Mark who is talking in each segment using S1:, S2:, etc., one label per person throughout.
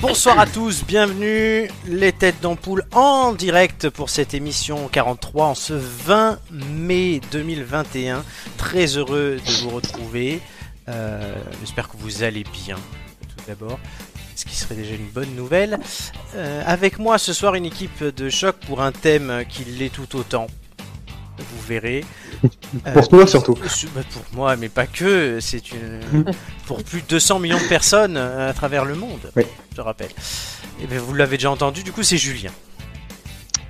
S1: Bonsoir à tous, bienvenue les têtes d'ampoule en direct pour cette émission 43 en ce 20 mai 2021. Très heureux de vous retrouver. Euh, J'espère que vous allez bien tout d'abord, ce qui serait déjà une bonne nouvelle. Euh, avec moi ce soir une équipe de choc pour un thème qui l'est tout autant. Vous verrez.
S2: Pour toi, surtout.
S1: ce- bah, pour moi, mais pas que. C'est une pour plus de 200 millions de personnes euh, à travers le monde.
S2: Oui.
S1: Je rappelle. Et bien, vous l'avez déjà entendu. Du coup, c'est Julien.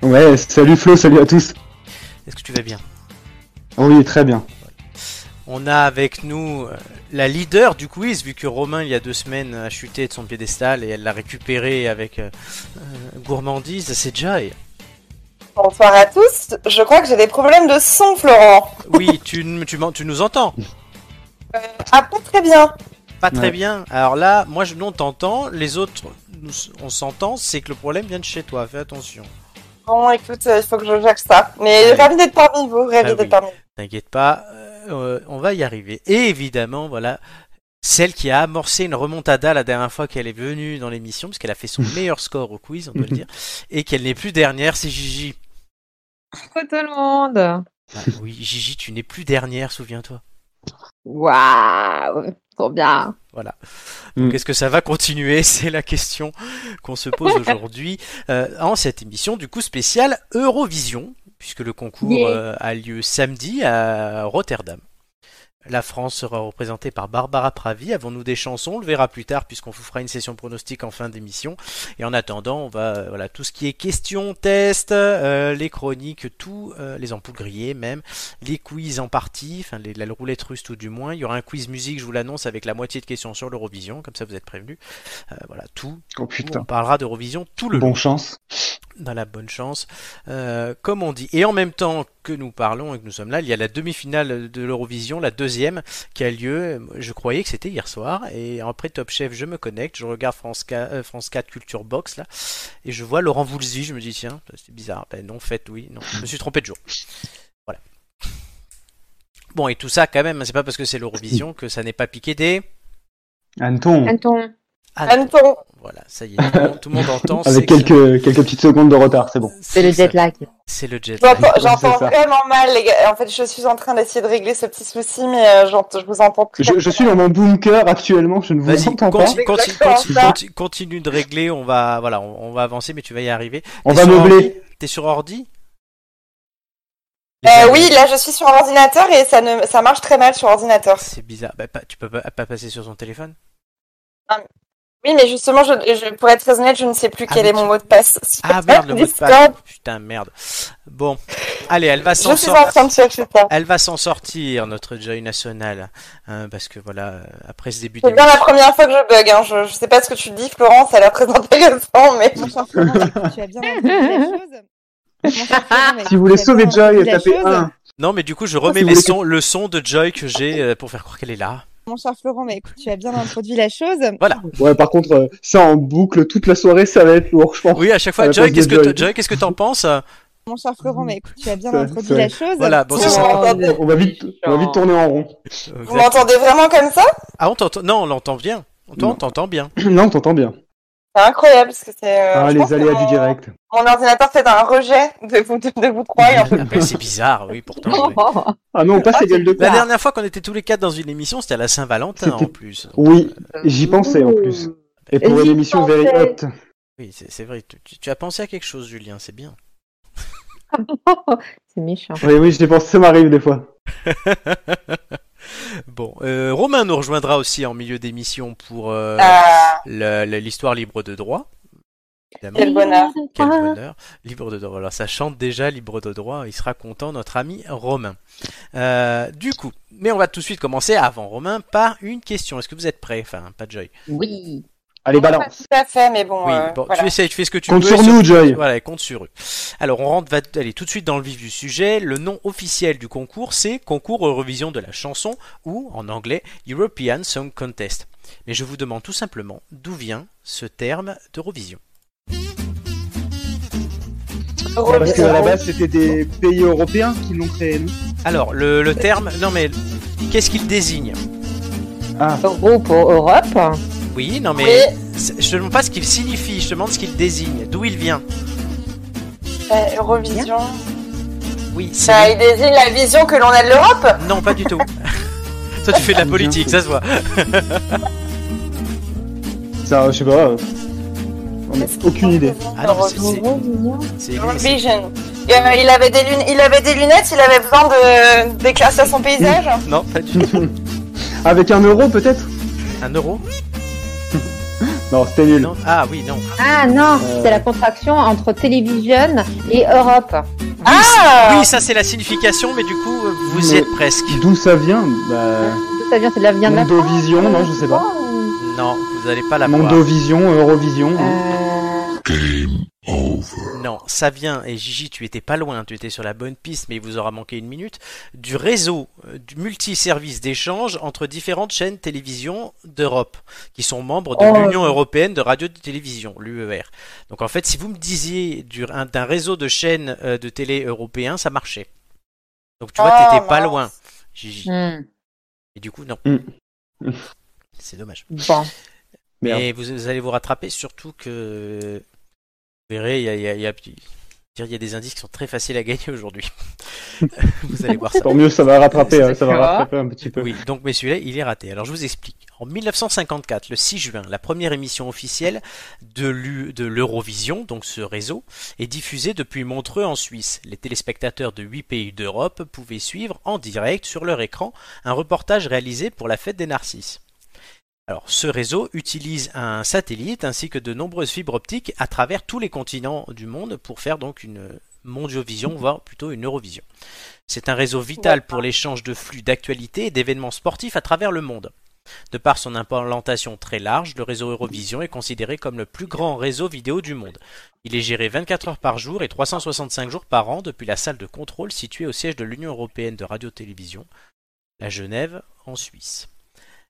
S2: Ouais, salut Flo, salut à tous.
S1: Est-ce que tu vas bien
S2: Oui, très bien.
S1: On a avec nous euh, la leader du quiz, vu que Romain, il y a deux semaines, a chuté de son piédestal et elle l'a récupéré avec euh, euh, gourmandise. C'est Jai.
S3: Bonsoir à tous. Je crois que j'ai des problèmes de son, Florent.
S1: Oui, tu, n- tu, m'en- tu nous entends
S3: Ah, pas très bien.
S1: Pas très
S2: Ouais.
S1: bien. Alors là, moi, je, nous, on t'entend. Les autres, nous, on s'entend. C'est que le problème vient de chez toi. Fais attention.
S3: Bon, écoute, euh, il faut que je gère ça. Mais
S1: Ouais.
S3: ravi d'être parmi vous. Ravi
S1: Ah oui.
S3: d'être parmi vous.
S1: T'inquiète pas, euh, on va y arriver. Et évidemment, voilà, celle qui a amorcé une remontada la dernière fois qu'elle est venue dans l'émission, parce qu'elle a fait son meilleur score au quiz, on doit le dire, et qu'elle n'est plus dernière, c'est Gigi.
S4: Coucou tout le monde
S1: Ah oui, Gigi, tu n'es plus dernière, souviens-toi.
S4: Waouh Trop bien
S2: Mm.
S1: Qu'est-ce que ça va continuer C'est la question qu'on se pose aujourd'hui euh, en cette émission du coup spéciale Eurovision, puisque le concours
S4: Yeah.
S1: euh, a lieu samedi à Rotterdam. La France sera représentée par Barbara Pravi. Avons-nous des chansons On le verra plus tard puisqu'on vous fera une session pronostic en fin d'émission. Et en attendant, on va euh, voilà tout ce qui est questions, tests, euh, les chroniques, tout, euh, les ampoules grillées même, les quiz en partie, enfin les- la roulette russe tout du moins. Il y aura un quiz musique, je vous l'annonce, avec la moitié de questions sur l'Eurovision, comme ça vous êtes prévenus. Euh, voilà tout.
S2: Oh
S1: On
S2: putain.
S1: parlera d'Eurovision tout le long
S2: Bon chance.
S1: dans la bonne chance, euh, comme on dit. Et en même temps que nous parlons et que nous sommes là, il y a la demi-finale de l'Eurovision, la deuxième, qui a lieu, je croyais que c'était hier soir, et après Top Chef, je me connecte, je regarde France 4, euh, France 4 Culture Box, là, et je vois Laurent Voulzy, je me dis, tiens, c'est bizarre, ben non, faites, oui, non, je me suis trompé de jour. Voilà. Bon, et tout ça, quand même, hein, c'est pas parce que c'est l'Eurovision que ça n'est pas piqué des...
S2: Anton,
S4: Anton
S1: Ah,
S3: Anton,
S1: voilà, ça y est, tout le monde, tout le monde entend. c'est
S2: avec
S1: que-
S2: quelques, quelques petites secondes de retard, c'est bon.
S4: C'est le
S1: ça,
S4: jet lag.
S1: C'est le jet lag.
S3: j'entends
S2: c'est
S3: j'entends
S2: ça.
S3: vraiment mal, les gars. En fait, je suis en train d'essayer de régler ce petit souci, mais euh, j'ent- je vous entends plus. Euh,
S2: Je, je suis dans mon bunker actuellement, je ne vous
S1: Vas-y,
S2: entends pas.
S1: continue, continue,
S3: Exactement,
S1: continue,
S3: ça.
S1: continue- continue de régler, on va, voilà, on, on va avancer, mais tu vas y arriver.
S2: On
S1: T'es
S2: va
S1: sur
S2: meubler.
S1: ordi T'es sur ordi
S3: Euh, oui, là, je suis sur ordinateur et ça, ne, ça marche très mal sur ordinateur.
S1: C'est bizarre. Bah, pas- tu peux pas, pas passer sur son téléphone
S3: Oui, mais justement, je, je, pour être très honnête, je ne sais plus
S1: Ah,
S3: quel
S1: mais
S3: est mon
S1: tu-
S3: mot de passe. sur
S1: Ah merde, le mot de passe.
S3: Discord.
S1: Putain, merde. Bon, allez, elle va
S3: Je
S1: s'en
S3: suis en train
S1: sortir.
S3: de chercher ça.
S1: Elle va s'en sortir, notre Joy National. hein, parce que voilà, euh, après ce début
S3: C'est bien la
S1: d'émission-
S3: première fois que je bug, hein. je, je sais pas ce que tu dis Florence, ça a l'air très intéressant, mais...
S5: tu as bien entendu la chose. Mon cher Florent, mais
S2: Si vous voulez
S5: tu as
S2: sauver
S5: bien
S2: Joy,
S5: entendu la
S2: tapez
S5: chose.
S2: 1.
S1: Non, mais du coup, je remets
S2: si vous
S1: les
S2: voulez
S1: sons, le son de Joy que j'ai euh, pour faire croire qu'elle est là.
S5: Mon cher Florent, mais écoute, tu as bien introduit la chose.
S2: Ouais, par contre, euh, ça en boucle toute la soirée, ça va être lourd, je
S3: Ah.
S2: pense.
S1: Oui, à chaque
S2: À
S1: fois,
S2: la
S1: Joy,
S2: place
S1: qu'est-ce
S2: de
S1: que
S2: Joy.
S1: t- Joy, qu'est-ce que t'en penses
S5: Mon cher Florent, mais écoute, tu as bien
S2: C'est-
S5: introduit
S2: c'est-
S5: la chose.
S1: Voilà, bon, c'est
S3: Vous
S1: ça.
S3: m'entendez-
S4: Oh.
S2: On va vite, on va vite tourner en rond.
S3: vous m'entendez vraiment comme ça
S1: Ah, on t'entend. Non, on l'entend bien. On t'en-
S2: Non.
S1: on t'entend bien.
S2: non, t'entends bien.
S3: C'est incroyable, parce que c'est... euh,
S2: Ah,
S3: je pense
S2: les
S3: que
S2: aléas
S3: mon-
S2: du direct.
S3: Mon ordinateur fait un rejet de vous, de, de vous trois, et en fait,
S1: Après, c'est bizarre, oui, pourtant. oui.
S2: Ah non, pas ces gueules de
S1: La
S2: con.
S1: dernière fois qu'on était tous les quatre dans une émission, c'était à la Saint-Valentin en
S2: C'était-
S1: plus. Donc,
S2: Oui, j'y pensais en plus. Et pour une
S4: J'y
S2: émission very
S4: pensais.
S2: hot.
S1: oui, c'est c'est vrai. Tu, tu- tu as pensé à quelque chose, Julien, c'est bien.
S4: C'est méchant.
S2: Oui, oui, j'y pense, ça m'arrive des fois.
S1: bon, euh, Romain nous rejoindra aussi en milieu d'émission pour euh,
S3: ah,
S1: la- la- l'histoire libre de droit. Évidemment.
S3: Quel bonheur.
S1: Quel bonheur. Libre de droit. Voilà, ça chante déjà libre de droit. Il sera content, notre ami Romain. Euh, du coup, mais on va tout de suite commencer, avant Romain, par une question. Est-ce que vous êtes prêts Enfin, pas de Joy.
S4: Oui
S2: Allez,
S3: pas
S2: balance.
S3: tout à fait, mais bon,
S1: Oui,
S3: euh,
S1: bon,
S3: voilà.
S1: tu essayes, tu fais ce que tu
S2: Compte
S1: peux.
S2: sur
S1: et
S2: nous, Joy.
S1: Voilà, compte sur eux. Alors, on rentre, va aller tout de suite dans le vif du sujet. Le nom officiel du concours, c'est Concours Eurovision de la chanson ou, en anglais, European Song Contest. Mais je vous demande tout simplement d'où vient ce terme d'Eurovision.
S2: Parce que à la
S3: Eurovision.
S2: base, c'était des pays européens qui l'ont créé. non
S1: Alors, le, le terme, non mais, qu'est-ce qu'il désigne
S2: Ah,
S4: Euro pour Europe
S1: Oui, non mais,
S3: Oui,
S1: C'est- Je te demande pas ce qu'il signifie, je te demande ce qu'il désigne, d'où il vient.
S3: Euh, Eurovision.
S1: Oui, c'est.
S3: Ça, il désigne la vision que l'on a de l'Europe.
S1: Non, pas du tout. Toi, tu fais de la politique, ça se voit.
S2: Ça, je sais pas. euh, on a aucune idée.
S1: Ah non, c'est- c'est-
S4: Eurovision.
S1: c'est- c'est-
S3: Eurovision. Euh, il, avait des lunes, il avait des lunettes, il avait besoin de d'éclaircir son paysage.
S1: Non, pas du tout.
S2: Avec un euro peut-être
S1: Un euro
S2: Non, c'était nul.
S1: Non. Ah oui, non.
S4: Ah non,
S2: Euh.
S4: c'est la contraction entre télévision et Europe.
S3: Ah
S1: Oui, ça c'est la signification, mais du coup, euh, vous y
S2: Mais-
S1: êtes presque.
S2: D'où ça vient Bah.
S4: D'où ça vient C'est de la vient de la France
S2: Mondovision, non, je sais pas.
S4: ou-
S1: Non, vous n'allez pas la voir.
S2: Mondovision, Eurovision. hein.
S4: Euh,
S1: Non, ça vient, et Gigi, tu étais pas loin, tu étais sur la bonne piste, mais il vous aura manqué une minute, du réseau euh, du multiservice d'échange entre différentes chaînes télévision d'Europe, qui sont membres de
S4: Oh.
S1: l'Union Européenne de Radio et de Télévision, l'UER. Donc en fait, si vous me disiez du- un- d'un réseau de chaînes euh, de télé européen, ça marchait. Donc tu vois,
S3: Ah,
S1: t'étais pas
S3: mince.
S1: loin, Gigi.
S4: hmm,
S1: Et du coup, non.
S2: Mm.
S1: C'est dommage.
S4: Bon.
S2: Merde.
S1: Mais vous, vous allez vous rattraper, surtout que vous verrez, il y a, il y a- il y a- dire, il y a des indices qui sont très faciles à gagner aujourd'hui. vous allez voir ça.
S2: Tant mieux, ça va rattraper, hein, ça va
S4: D'accord.
S2: rattraper un petit peu.
S1: Oui, donc mais celui-là, il est raté. Alors je vous explique. En 1954, le 6 juin, la première émission officielle de l'U- de l'Eurovision, donc ce réseau, est diffusée depuis Montreux en Suisse. Les téléspectateurs de 8 pays d'Europe pouvaient suivre en direct sur leur écran un reportage réalisé pour la fête des Narcisses. Alors, ce réseau utilise un satellite ainsi que de nombreuses fibres optiques à travers tous les continents du monde pour faire donc une mondiovision, voire plutôt une Eurovision. C'est un réseau vital pour l'échange de flux d'actualités et d'événements sportifs à travers le monde. De par son implantation très large, le réseau Eurovision est considéré comme le plus grand réseau vidéo du monde. Il est géré 24 heures par jour et 365 jours par an depuis la salle de contrôle située au siège de l'Union européenne de radio-télévision, la Genève, en Suisse.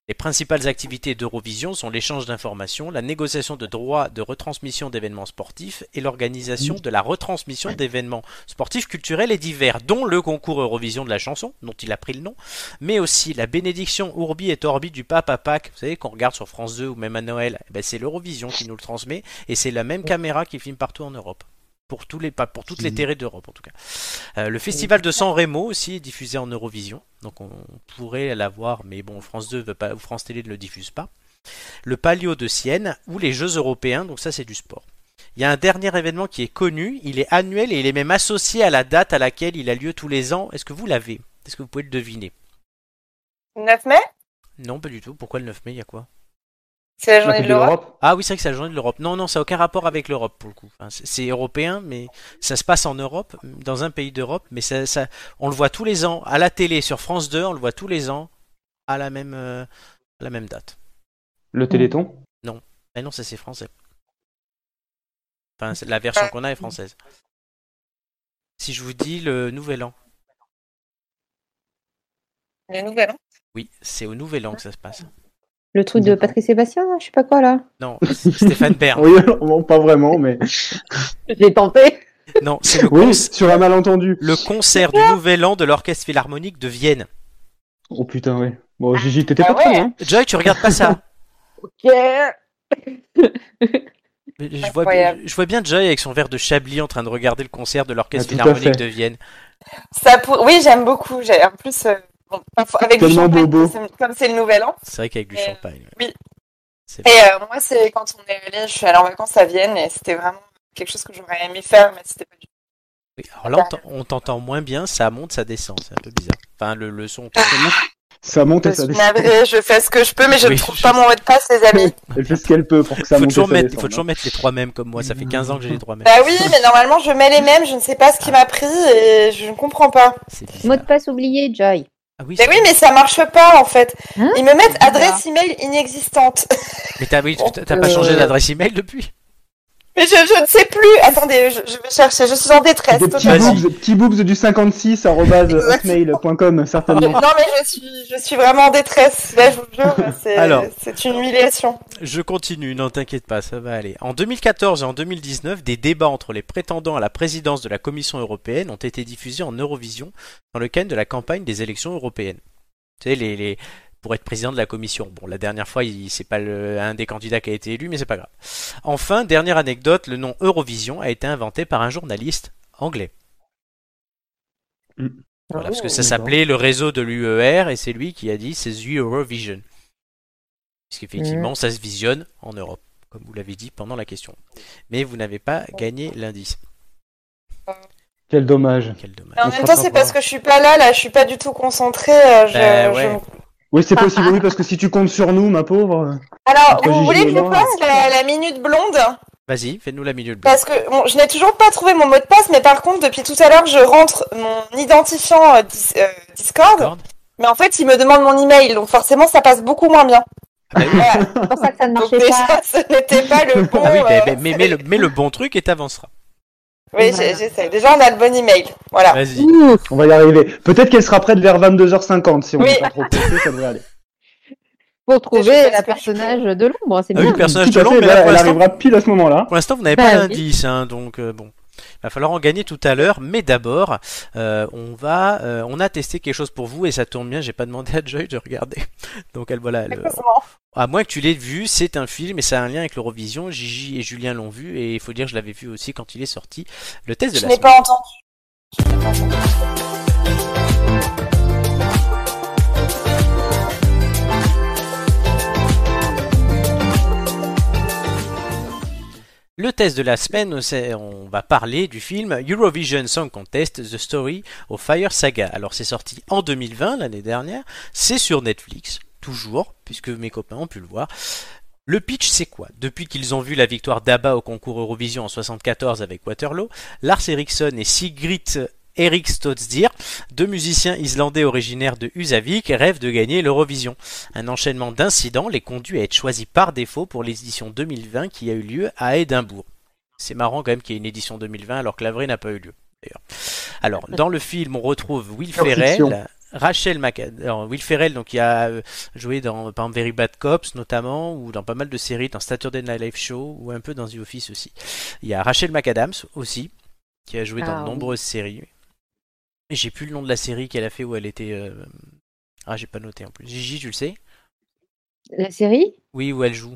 S1: Les principales activités d'Eurovision sont l'échange d'informations, la négociation de droits de retransmission d'événements sportifs et l'organisation de la retransmission d'événements sportifs, culturels et divers, dont le concours Eurovision de la chanson, dont il a pris le nom, mais aussi la bénédiction Urbi et Orbi du pape à Pâques, vous savez, qu'on regarde sur France 2 ou même à Noël, eh ben, c'est l'Eurovision qui nous le transmet, et c'est la même caméra qui filme partout en Europe. Pour, tous les, pas pour toutes les terres d'Europe, en tout cas. Euh, le festival de San Remo aussi est diffusé en Eurovision, donc on pourrait la voir, mais bon, France 2 veut pas, ou France Télé ne le diffuse pas. Le Palio de Sienne, ou les Jeux européens, donc ça c'est du sport. Il y a un dernier événement qui est connu, il est annuel et il est même associé à la date à laquelle il a lieu tous les ans. Est-ce que vous l'avez Est-ce que vous pouvez le deviner
S3: 9 mai
S1: non, pas du tout. Pourquoi le 9 mai Il y a quoi
S3: C'est la
S2: La
S3: journée
S2: Coupe
S3: de l'Europe.
S1: Ah oui, c'est vrai que c'est la journée de l'Europe. Non, non, ça n'a aucun rapport avec l'Europe pour le coup. Enfin, c'est- c'est européen, mais ça se passe en Europe, dans un pays d'Europe. Mais ça, ça- on le voit tous les ans à la télé sur France 2, on le voit tous les ans à la même, euh, à la même date.
S2: Le Téléthon
S1: Mais non, ça c'est français. Enfin, c'est- la version qu'on a est française. Si je vous dis le Nouvel An,
S3: Le nouvel an.
S1: oui, c'est au Nouvel An que ça se passe.
S4: Le truc de Patrick Sébastien, là, je sais pas quoi là.
S1: Non, c'est Stéphane Bern.
S2: Ah. Oui, bon, pas vraiment, mais.
S4: J'ai tenté.
S1: Non, c'est le,
S2: Oui,
S1: conc-
S2: sur un malentendu.
S1: le concert du Nouvel An de l'Orchestre Philharmonique de Vienne.
S2: Oh putain, ouais. Bon, Gigi, t'étais pas
S3: Ah ouais.
S2: très, hein
S1: Joy, tu regardes pas ça.
S4: Ok.
S1: Mais Je vois, bien,
S3: Incroyable.
S1: je vois bien Joy avec son verre de Chablis en train de regarder le concert de l'Orchestre
S2: Ah, tout à
S1: Philharmonique
S2: fait.
S1: de Vienne.
S3: Ça pour... Oui, j'aime beaucoup. J'ai en plus euh, bon, parfois avec du
S2: Tellement
S3: champagne,
S2: bobo.
S3: c'est- comme c'est le nouvel an.
S1: C'est vrai qu'avec du
S3: Euh,
S1: champagne.
S3: oui.
S1: C'est
S3: Et euh, moi, c'est quand on est allé, je suis allée en vacances à Vienne et c'était vraiment quelque chose que j'aurais aimé faire, mais c'était pas du
S1: oui. Alors là, on t'en- on t'entend moins bien, ça monte, ça descend. C'est un peu bizarre. Enfin, le, le son.
S2: Ah. Ça monte
S3: tout.
S2: et
S3: Je
S2: ça
S3: suis
S2: descend.
S3: navrée, je fais ce que je peux, mais je
S1: Oui,
S3: ne trouve
S1: je
S3: pas mon mot de passe, les amis.
S2: Elle fait ce qu'elle peut pour que ça
S1: Faut
S2: monte. et
S1: toujours,
S2: ça
S1: mettre,
S2: descende,
S1: faut toujours
S2: hein.
S1: mettre les trois mêmes comme moi. Ça fait 15 ans que j'ai les trois mêmes.
S3: Bah oui, mais normalement, je mets les mêmes, je ne sais pas ce qui m'a pris et je ne comprends pas.
S1: C'est
S4: Mot
S1: bizarre.
S4: de passe oublié, Joy.
S1: Ah oui,
S3: Mais
S1: c'est-
S3: oui, mais ça marche pas en fait.
S4: Hein
S3: Ils me mettent
S5: bizarre.
S3: adresse email inexistante.
S1: mais t'as oui, t'as- t'as pas changé
S4: Euh.
S1: d'adresse email depuis
S3: Mais je, je ne sais plus. Attendez, je, je vais chercher. Je suis en détresse.
S2: Des petits
S1: Vas-y.
S3: totalement.
S2: boobs, petits boobs du 56 arobase hotmail.com, certainement.
S3: Non, mais je suis, je suis vraiment en détresse. Là, je vous jure, c'est
S1: Alors.
S3: c'est une humiliation.
S1: Je continue, non t'inquiète pas, ça va aller. En 2014 et en 2019, des débats entre les prétendants à la présidence de la Commission européenne ont été diffusés en Eurovision dans le cadre de la campagne des élections européennes. Tu sais, les, les- pour être président de la commission. Bon, la dernière fois, il, c'est pas le- un des candidats qui a été élu, mais c'est pas grave. Enfin, dernière anecdote, le nom Eurovision a été inventé par un journaliste anglais.
S2: Mm.
S1: Voilà,
S4: Ah
S1: parce que
S4: bon,
S1: ça
S2: d'accord.
S1: s'appelait le réseau de l'UER et c'est lui qui a dit c'est The Eurovision. Puisqu'effectivement, ça se visionne en Europe, comme vous l'avez dit pendant la question. Mais vous n'avez pas gagné l'indice.
S2: Quel dommage.
S1: Quel dommage.
S3: Mais en
S2: On
S3: même
S2: se
S3: temps, c'est
S2: rattrapera.
S3: parce que je suis pas là, là, je suis pas du tout concentrée. euh, je-
S1: Ben
S3: je-
S1: ouais.
S2: Oui,
S3: Ah,
S2: c'est possible, oui, parce que si tu comptes sur nous, ma pauvre.
S3: Alors,
S2: Entre
S3: vous
S2: Gigi
S3: voulez que je
S2: Lenoir.
S3: passe la, la minute blonde
S1: Vas-y, fais-nous la minute
S5: Bah,
S1: bleue.
S3: Parce que bon, je n'ai toujours pas trouvé mon mot de passe, mais par contre, depuis tout à l'heure, je rentre mon identifiant euh, dis- euh, Discord,
S1: Corde.
S3: mais en fait, il me demande mon email, donc forcément, ça passe beaucoup moins bien.
S1: Ah bah oui.
S3: Voilà.
S4: C'est pour ça que ça ne
S3: donc
S4: marchait
S3: déjà,
S4: pas.
S3: ce n'était pas le bon.
S1: Ah oui, bah,
S3: euh,
S1: bah, mais, mais le, mais le bon truc et t'avanceras.
S3: Oui, j'ai- j'essaie. Déjà, on a le bon email. Voilà.
S1: Vas-y.
S4: Ouh,
S2: On va y arriver. Peut-être qu'elle sera prête vers 22h50, si on
S3: Oui.
S2: n'est pas trop pressé, ça devrait aller.
S4: Pour trouver
S3: Déjà,
S4: la
S3: je-
S4: personnage de l'ombre, c'est
S1: Ah oui,
S4: bien.
S1: le personnage
S2: Tout
S1: de
S2: à fait,
S1: l'ombre, mais là,
S2: elle
S1: pour
S2: elle
S1: l'instant,
S2: arrivera pile à ce moment-là.
S1: Pour l'instant, vous n'avez
S4: Bah
S1: pas
S4: oui.
S1: d'indice, hein, donc euh, bon, il va falloir en gagner tout à l'heure. Mais d'abord, euh, on va, euh, on a testé quelque chose pour vous et ça tombe bien. J'ai pas demandé à Joy de regarder, donc elle voilà. elle-
S3: Heureusement.
S1: à moins que tu l'aies vu, c'est un film et ça a un lien avec l'Eurovision. Gigi et Julien l'ont vu et il faut dire que je l'avais vu aussi quand il est sorti. Le test de
S3: Je
S1: la
S3: n'ai
S1: semaine.
S3: pas entendu.
S1: Le test de la semaine, c'est- on va parler du film Eurovision Song Contest The Story of Fire Saga. Alors c'est sorti en 2020, l'année dernière, c'est sur Netflix, toujours, puisque mes copains ont pu le voir. Le pitch c'est quoi Depuis qu'ils ont vu la victoire d'Abba au concours Eurovision en 74 avec Waterloo, Lars Eriksson et Sigrid Erik Stotsdir, deux musiciens islandais originaires de Husavik, rêvent de gagner l'Eurovision. Un enchaînement d'incidents les conduit à être choisis par défaut pour l'édition 2020 qui a eu lieu à Édimbourg. C'est marrant quand même qu'il y ait une édition 2020 alors que la vraie n'a pas eu lieu. D'ailleurs. Alors, dans le film, on retrouve Will
S2: Pure fiction.
S1: Ferrell, Rachel McAdams, alors, Will Ferrell donc qui a euh, joué dans par exemple, Very Bad Cops notamment ou dans pas mal de séries, dans Saturday Night Live Show ou un peu dans The Office aussi. Il y a Rachel McAdams aussi qui a joué dans
S4: Ah,
S1: de
S4: oui.
S1: nombreuses séries. Et J'ai plus le nom de la série qu'elle a fait où elle était. euh, Ah, j'ai pas noté en plus. Gigi, tu le sais
S4: La série
S1: oui, où elle joue.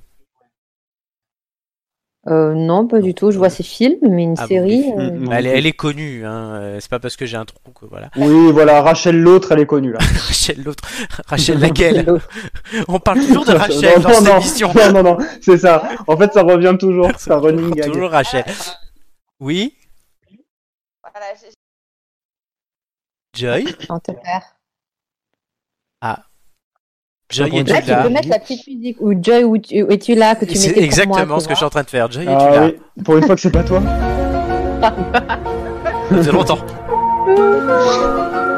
S4: Euh, Non, pas du tout. Je vois ses films, mais une
S1: Ah bon,
S4: série.
S1: les
S4: euh,
S2: Mm, mm.
S1: Elle, est- elle est connue, hein. euh, c'est pas parce que j'ai un trou que voilà.
S2: Oui, voilà, Rachel l'autre, elle est connue, là.
S1: Rachel l'autre, Rachel laquelle On parle toujours de Rachel dans
S2: non,
S1: cette
S2: non,
S1: émission.
S2: non, non, non, c'est ça. En fait, ça revient toujours, ça running gag.
S1: toujours Rachel. Oui,
S3: Voilà, j'ai-
S1: Joy,
S4: en tout cas.
S2: Ah,
S1: Joy est
S4: Là, tu
S1: là.
S4: peux mettre la petite musique ou Joy, où tu- où es-tu là que tu
S1: C'est
S4: mettais pour moi,
S1: exactement
S4: Ah, tu
S1: ce que je suis en train de faire. Joy est
S2: Ah
S1: là.
S2: oui, pour une fois que c'est pas toi.
S1: Ça faisait longtemps.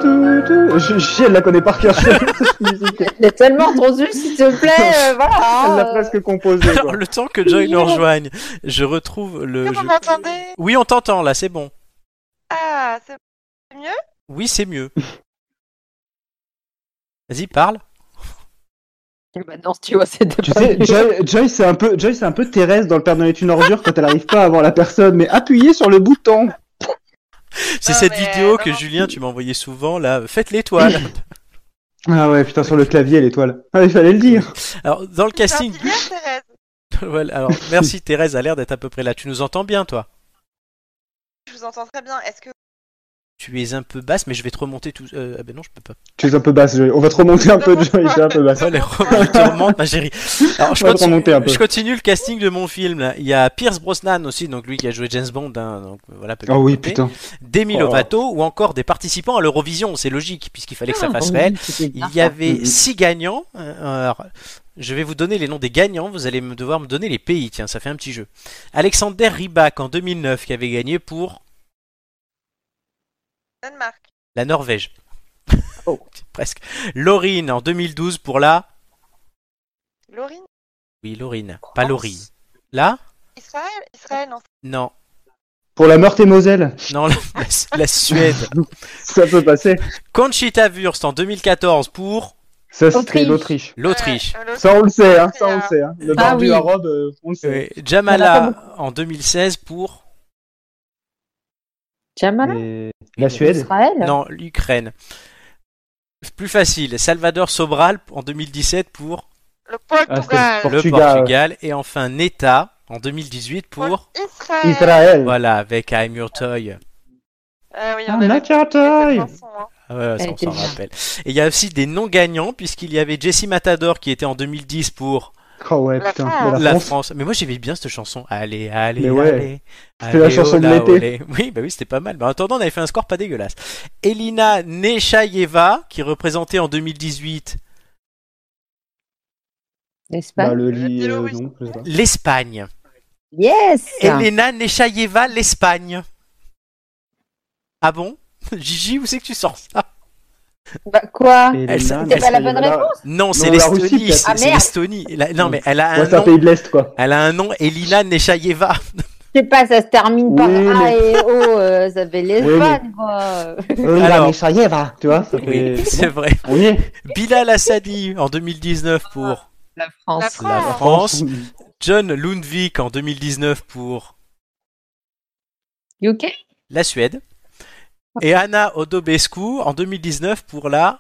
S2: Tout, tout. Je, je- elle la connaît par cœur, cette musique.
S4: vois. T'es tellement entendu, s'il te plaît, euh,
S3: Ah.
S1: Ah,
S2: Elle l'a
S4: voilà. euh,
S2: presque composée,
S1: Alors,
S2: quoi.
S1: le temps que Joy nous rejoigne, je retrouve le.
S6: Est-ce que vous
S1: euh, je-
S6: m'entendez
S1: Oui, on t'entend là, c'est bon.
S6: Ah, c'est mieux
S1: Oui, c'est mieux. Vas-y, parle.
S4: Bah non, tu vois, c'est de
S2: Tu
S4: pas
S2: sais,
S4: mieux.
S2: Joy, Joy, c'est un peu, Joy, c'est un peu Thérèse dans le Père Noël est une ordure quand elle arrive pas à voir la personne, mais appuyez sur le bouton.
S1: C'est
S6: Non,
S1: cette
S6: mais,
S1: vidéo
S6: non,
S1: que
S6: non.
S1: Julien, tu m'envoyais souvent là. Faites l'étoile.
S2: Ah ouais, putain, sur le clavier, l'étoile. Ah, il fallait le dire.
S1: Alors, dans le casting.
S6: Sorti hier, Thérèse
S1: Voilà, alors, merci Thérèse, a l'air d'être à peu près là. Tu nous entends bien, toi
S6: Je vous entends très bien. Est-ce que
S1: Tu es un peu basse, mais je vais te remonter tout. euh, ah ben non, je peux pas.
S2: Tu es un peu basse, Joy. On va te remonter un peu, Joy, c'est un peu basse.
S1: Voilà, je te remonte, ma chérie. Alors, je
S2: On va te
S1: continue,
S2: remonter un peu.
S1: je continue le casting de mon film. là. Il y a Pierce Brosnan aussi, donc lui qui a joué James Bond. hein, donc, voilà, peut-être
S2: Oh oui,
S1: noter.
S2: putain.
S1: Demi
S2: Oh.
S1: Lovato ou encore des participants à l'Eurovision. C'est logique, puisqu'il fallait que ça fasse
S4: Ah,
S1: réel.
S4: c'était bien.
S1: Il y avait
S2: Mhm.
S1: six gagnants. Euh, Alors, je vais vous donner les noms des gagnants. Vous allez me devoir me donner les pays. Tiens, ça fait un petit jeu. Alexander Rybak en 2009 qui avait gagné pour
S6: Danemark
S1: la Norvège.
S2: Oh.
S1: Presque. Laurine en 2012 pour la.
S6: Laurine
S1: Oui, Laurine. Pas Laurie. Là
S6: Israël Israël, non.
S1: Non.
S2: Pour la Meurthe et Moselle,
S1: Non, la, la- la Suède.
S2: ça peut passer.
S1: Conchita Wurst en 2014 pour
S2: Ça, c'était
S4: Autriche.
S2: l'Autriche.
S1: l'Autriche.
S6: Ouais, euh, l'Autriche.
S2: Ça, on le sait, hein, ça, on le sait. Hein. Le
S4: Ah
S2: barbu
S4: oui.
S2: arabe, euh, on le sait.
S1: Euh,
S4: Il y en a
S1: Jamala en 2016 pour.
S4: Jamala
S1: Euh,
S2: Et La Suède
S4: Israël
S1: Non, l'Ukraine. Plus facile, Salvador Sobral en 2017 pour
S6: Le
S2: Ah,
S6: Portugal.
S2: c'était le
S1: le
S2: Portugal.
S1: Portugal et enfin Neta en 2018 pour
S6: Israël.
S2: Israël.
S1: voilà avec I'm Your Toy.
S6: Ah oui,
S2: Ah,
S6: on a
S2: la
S6: vu
S2: carte,
S6: cette
S2: aïe.
S6: chanson, hein.
S1: Ah ouais, ça,
S4: Elle
S1: on
S4: était
S1: s'en
S4: bien.
S1: rappelle. Et il y a aussi des non gagnants puisqu'il y avait Jesse Matador qui était en 2010 pour
S2: Oh ouais,
S6: La
S2: putain.
S6: France.
S2: mais
S1: la
S2: France.
S1: France. Mais moi j'aimais bien cette chanson. Allez, allez,
S2: Mais ouais.
S1: allez.
S2: C'était la
S1: Allez, oh
S2: chanson de
S1: hola,
S2: l'été.
S1: olé. Oui, bah oui, c'était pas mal. Mais en attendant, on avait fait un score pas dégueulasse. Elina Nechayeva qui représentait en 2018
S2: Bah,
S1: Bah,
S4: L'Espagne.
S2: le lit,
S6: Dis-le,
S2: euh,
S6: oui.
S2: non, je sais pas.
S1: l'Espagne.
S4: Yes
S1: Elena Nechayeva, l'Espagne. Ah bon Gigi, où c'est que tu sors ça
S4: Bah quoi
S2: Et
S1: Elle-
S2: les
S1: c'est
S2: nains,
S1: pas
S2: mais
S1: la
S2: c'est-
S4: bonne
S2: voilà.
S1: Non, c'est
S2: la Russie,
S1: l'Estonie.
S2: peut-être.
S1: c'est-
S4: Ah,
S1: C'est
S4: merde.
S1: l'Estonie. La- Non, mais elle a
S2: Ouais,
S1: un
S2: c'est un
S1: nom.
S2: pays de l'Est, quoi.
S1: Elle a un nom, Elina Nechayeva.
S4: Je sais pas, ça se termine par
S2: Oui,
S4: A
S2: mais-
S4: et O, euh, ça fait l'Espagne, quoi.
S2: Euh,
S1: Alors.
S2: la Michaïeva, tu vois, ça fait...
S1: Oui,
S2: c'est
S1: c'est
S2: bon,
S1: vrai.
S2: on y est.
S1: Bilal Hassani en 2019 pour
S4: La France.
S6: La
S1: la
S6: France.
S1: France. John Lundvik en 2019 pour
S4: UK
S1: la Suède. Et Anna Odobescu en 2019 pour la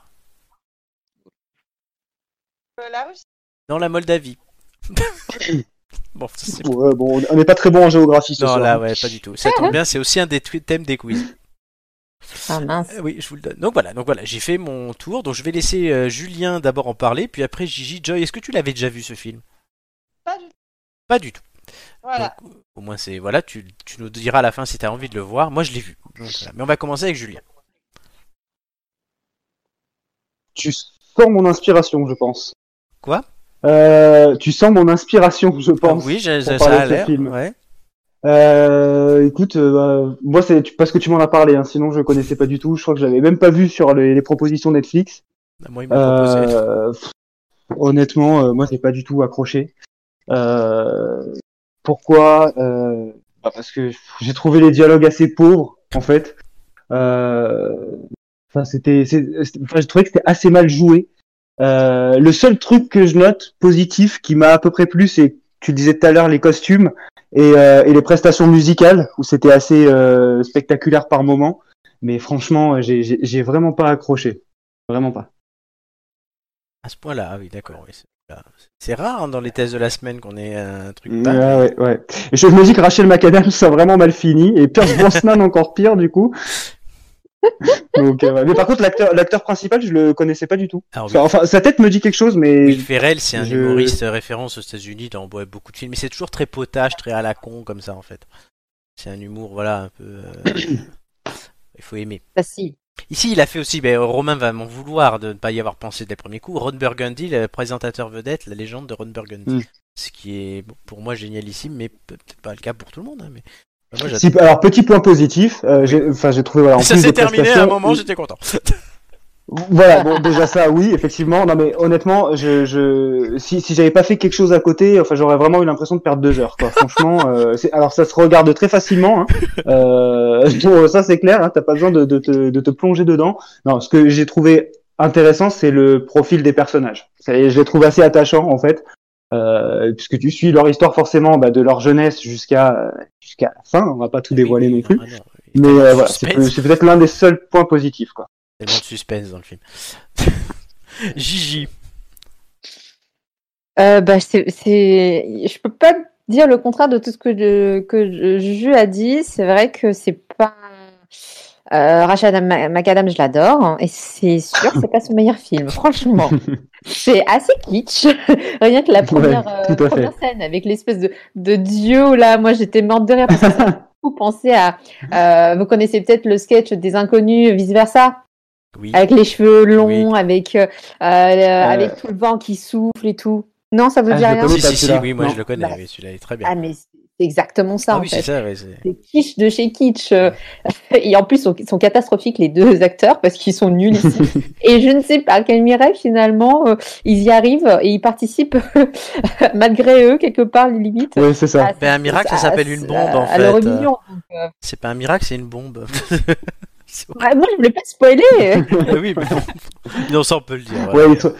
S6: Euh, La Russie.
S1: dans la Moldavie. bon, ça, c'est
S2: Ouais, bon, on n'est pas très bon en géographie ce
S1: non
S2: soir.
S1: là ouais pas du tout. Ça tombe bien, c'est aussi un des twi- thèmes des quiz.
S4: Ah mince.
S1: Euh, Oui, je vous le donne. Donc voilà, donc voilà, j'ai fait mon tour. Donc je vais laisser euh, Julien d'abord en parler, puis après Gigi Joy. Est-ce que tu l'avais déjà vu ce film
S6: Pas du tout.
S1: Pas du tout.
S6: Voilà.
S1: Donc, au moins c'est voilà, tu, tu nous diras à la fin si tu as envie de le voir. Moi je l'ai vu. Donc, voilà. Mais on va commencer avec Julien.
S2: Tu sens mon inspiration, je pense.
S1: Quoi
S2: euh, Tu sens mon inspiration, je pense.
S1: Ah oui, j'ai- ça,
S2: pour parler
S1: ça a
S2: de ce
S1: l'air.
S2: film.
S1: ouais.
S2: Euh, écoute, euh, bah, moi c'est tu- parce que tu m'en as parlé, hein, sinon je connaissais pas du tout. Je crois que je l'avais même pas vu sur les, les propositions Netflix.
S1: Ah, Moi, il m'a proposé.
S2: Euh, pff, honnêtement, euh, moi j'ai pas du tout accroché. Euh, pourquoi Euh, bah, Parce que j'ai trouvé les dialogues assez pauvres, en fait. Euh, Enfin, c'était, c'est- c'est- enfin, je trouvais que c'était assez mal joué. Euh, le seul truc que je note positif qui m'a à peu près plu, c'est tu disais tout à l'heure les costumes et, euh, et les prestations musicales où c'était assez euh, spectaculaire par moment. Mais franchement, j'ai- j'ai j'ai vraiment pas accroché, vraiment pas.
S1: À ce point-là, ah oui, d'accord. oui, c'est- là, c'est rare hein, dans les thèses de la semaine qu'on ait un truc
S2: Ouais,
S1: pareil.
S2: ouais, ouais. Et je me dis que Rachel McAdams ça a vraiment mal fini et Pierce Brosnan encore pire du coup. Donc, euh, ouais. Mais par contre, l'acteur l'acteur principal, je le connaissais pas du tout.
S1: Alors, Ah oui,
S2: Enfin, Enfin, sa tête me dit quelque chose, mais
S1: Will Ferrell, c'est un
S2: je-
S1: humoriste référence aux États-Unis dans ouais, beaucoup de films, mais c'est toujours très potage, très à la con comme ça en fait. C'est un humour, voilà, un peu. euh, il faut aimer.
S4: Facile.
S1: Ici, il a fait aussi, ben, Romain va m'en vouloir de ne pas y avoir pensé dès le premier coup, Ron Burgundy, le présentateur vedette, la légende de Ron Burgundy.
S2: Mm.
S1: Ce qui est bon, pour moi génialissime, mais peut-être pas le cas pour tout le monde. hein, mais... Moi, j'adore.
S2: Si- alors petit point positif, euh, j'ai- enfin j'ai trouvé voilà. En
S1: ça
S2: plus des
S1: s'est terminé à un
S2: prestations-
S1: moment, j'étais content.
S2: Voilà, bon, déjà ça, oui, effectivement. Non, mais honnêtement, je, je, si, si j'avais pas fait quelque chose à côté, enfin, j'aurais vraiment eu l'impression de perdre deux heures, quoi. Franchement, euh, c'est- alors ça se regarde très facilement. Hein. Euh, bon, ça c'est clair, hein, t'as pas besoin de, de, te, de te plonger dedans. Non, ce que j'ai trouvé intéressant, c'est le profil des personnages. C'est- Je les trouve assez attachants, en fait, euh, puisque tu suis leur histoire forcément bah, de leur jeunesse jusqu'à jusqu'à la fin. On va pas tout dévoiler non plus.
S1: Ah non, il y a
S2: Mais
S1: tellement
S2: euh,
S1: de
S2: voilà, c'est
S1: suspense,
S2: peut- c'est peut-être l'un des seuls points positifs, quoi.
S1: tellement de suspense dans le film. Gigi,
S4: Euh, bah, c'est, c'est- Je peux pas dire le contraire de tout ce que, je- que je- Juju a dit. C'est vrai que c'est pas. Euh, Rachel Ma- McAdams, je l'adore. hein, Et c'est sûr, c'est pas son meilleur film, franchement. C'est assez kitsch. Rien que la première,
S2: Ouais,
S4: euh,
S2: tout à
S4: première scène avec l'espèce de, de dieu là, moi j'étais morte de rire parce que ça m'a beaucoup pensé à. euh, vous connaissez peut-être le sketch des inconnus, vice versa
S1: oui.
S4: avec les cheveux longs, avec, euh, euh,
S2: Euh.
S4: avec tout le vent qui souffle et tout. Non, ça vous
S2: Ah,
S4: dit
S2: je
S4: rien
S1: Si,
S2: le connais.
S1: si, si,
S2: celui-là.
S1: oui, moi
S2: Non.
S1: je le connais,
S4: Bah.
S1: oui, celui-là est très bien.
S4: Ah, mais c'est exactement ça
S1: Ah
S4: en
S1: oui, c'est
S4: fait.
S1: ça, ouais, c'est-
S4: C'est kitsch de chez kitsch. euh. Et en plus, ils sont, ils sont catastrophiques les deux acteurs parce qu'ils sont nuls ici. et je ne sais pas quel miracle finalement, euh, ils y arrivent et ils participent malgré eux quelque part les limites.
S2: Oui, c'est ça.
S4: à-
S1: Ben, un miracle, ça
S4: à-
S1: s'appelle une bombe, en
S4: à
S1: fait.
S4: l'Eurovision. Donc, euh,
S1: C'est pas un miracle, c'est une bombe. C'est-
S4: ouais, moi, je voulais pas spoiler.
S1: oui, mais Ah bon. Non, ça on peut le dire. ouais.
S2: Ouais, il, tr-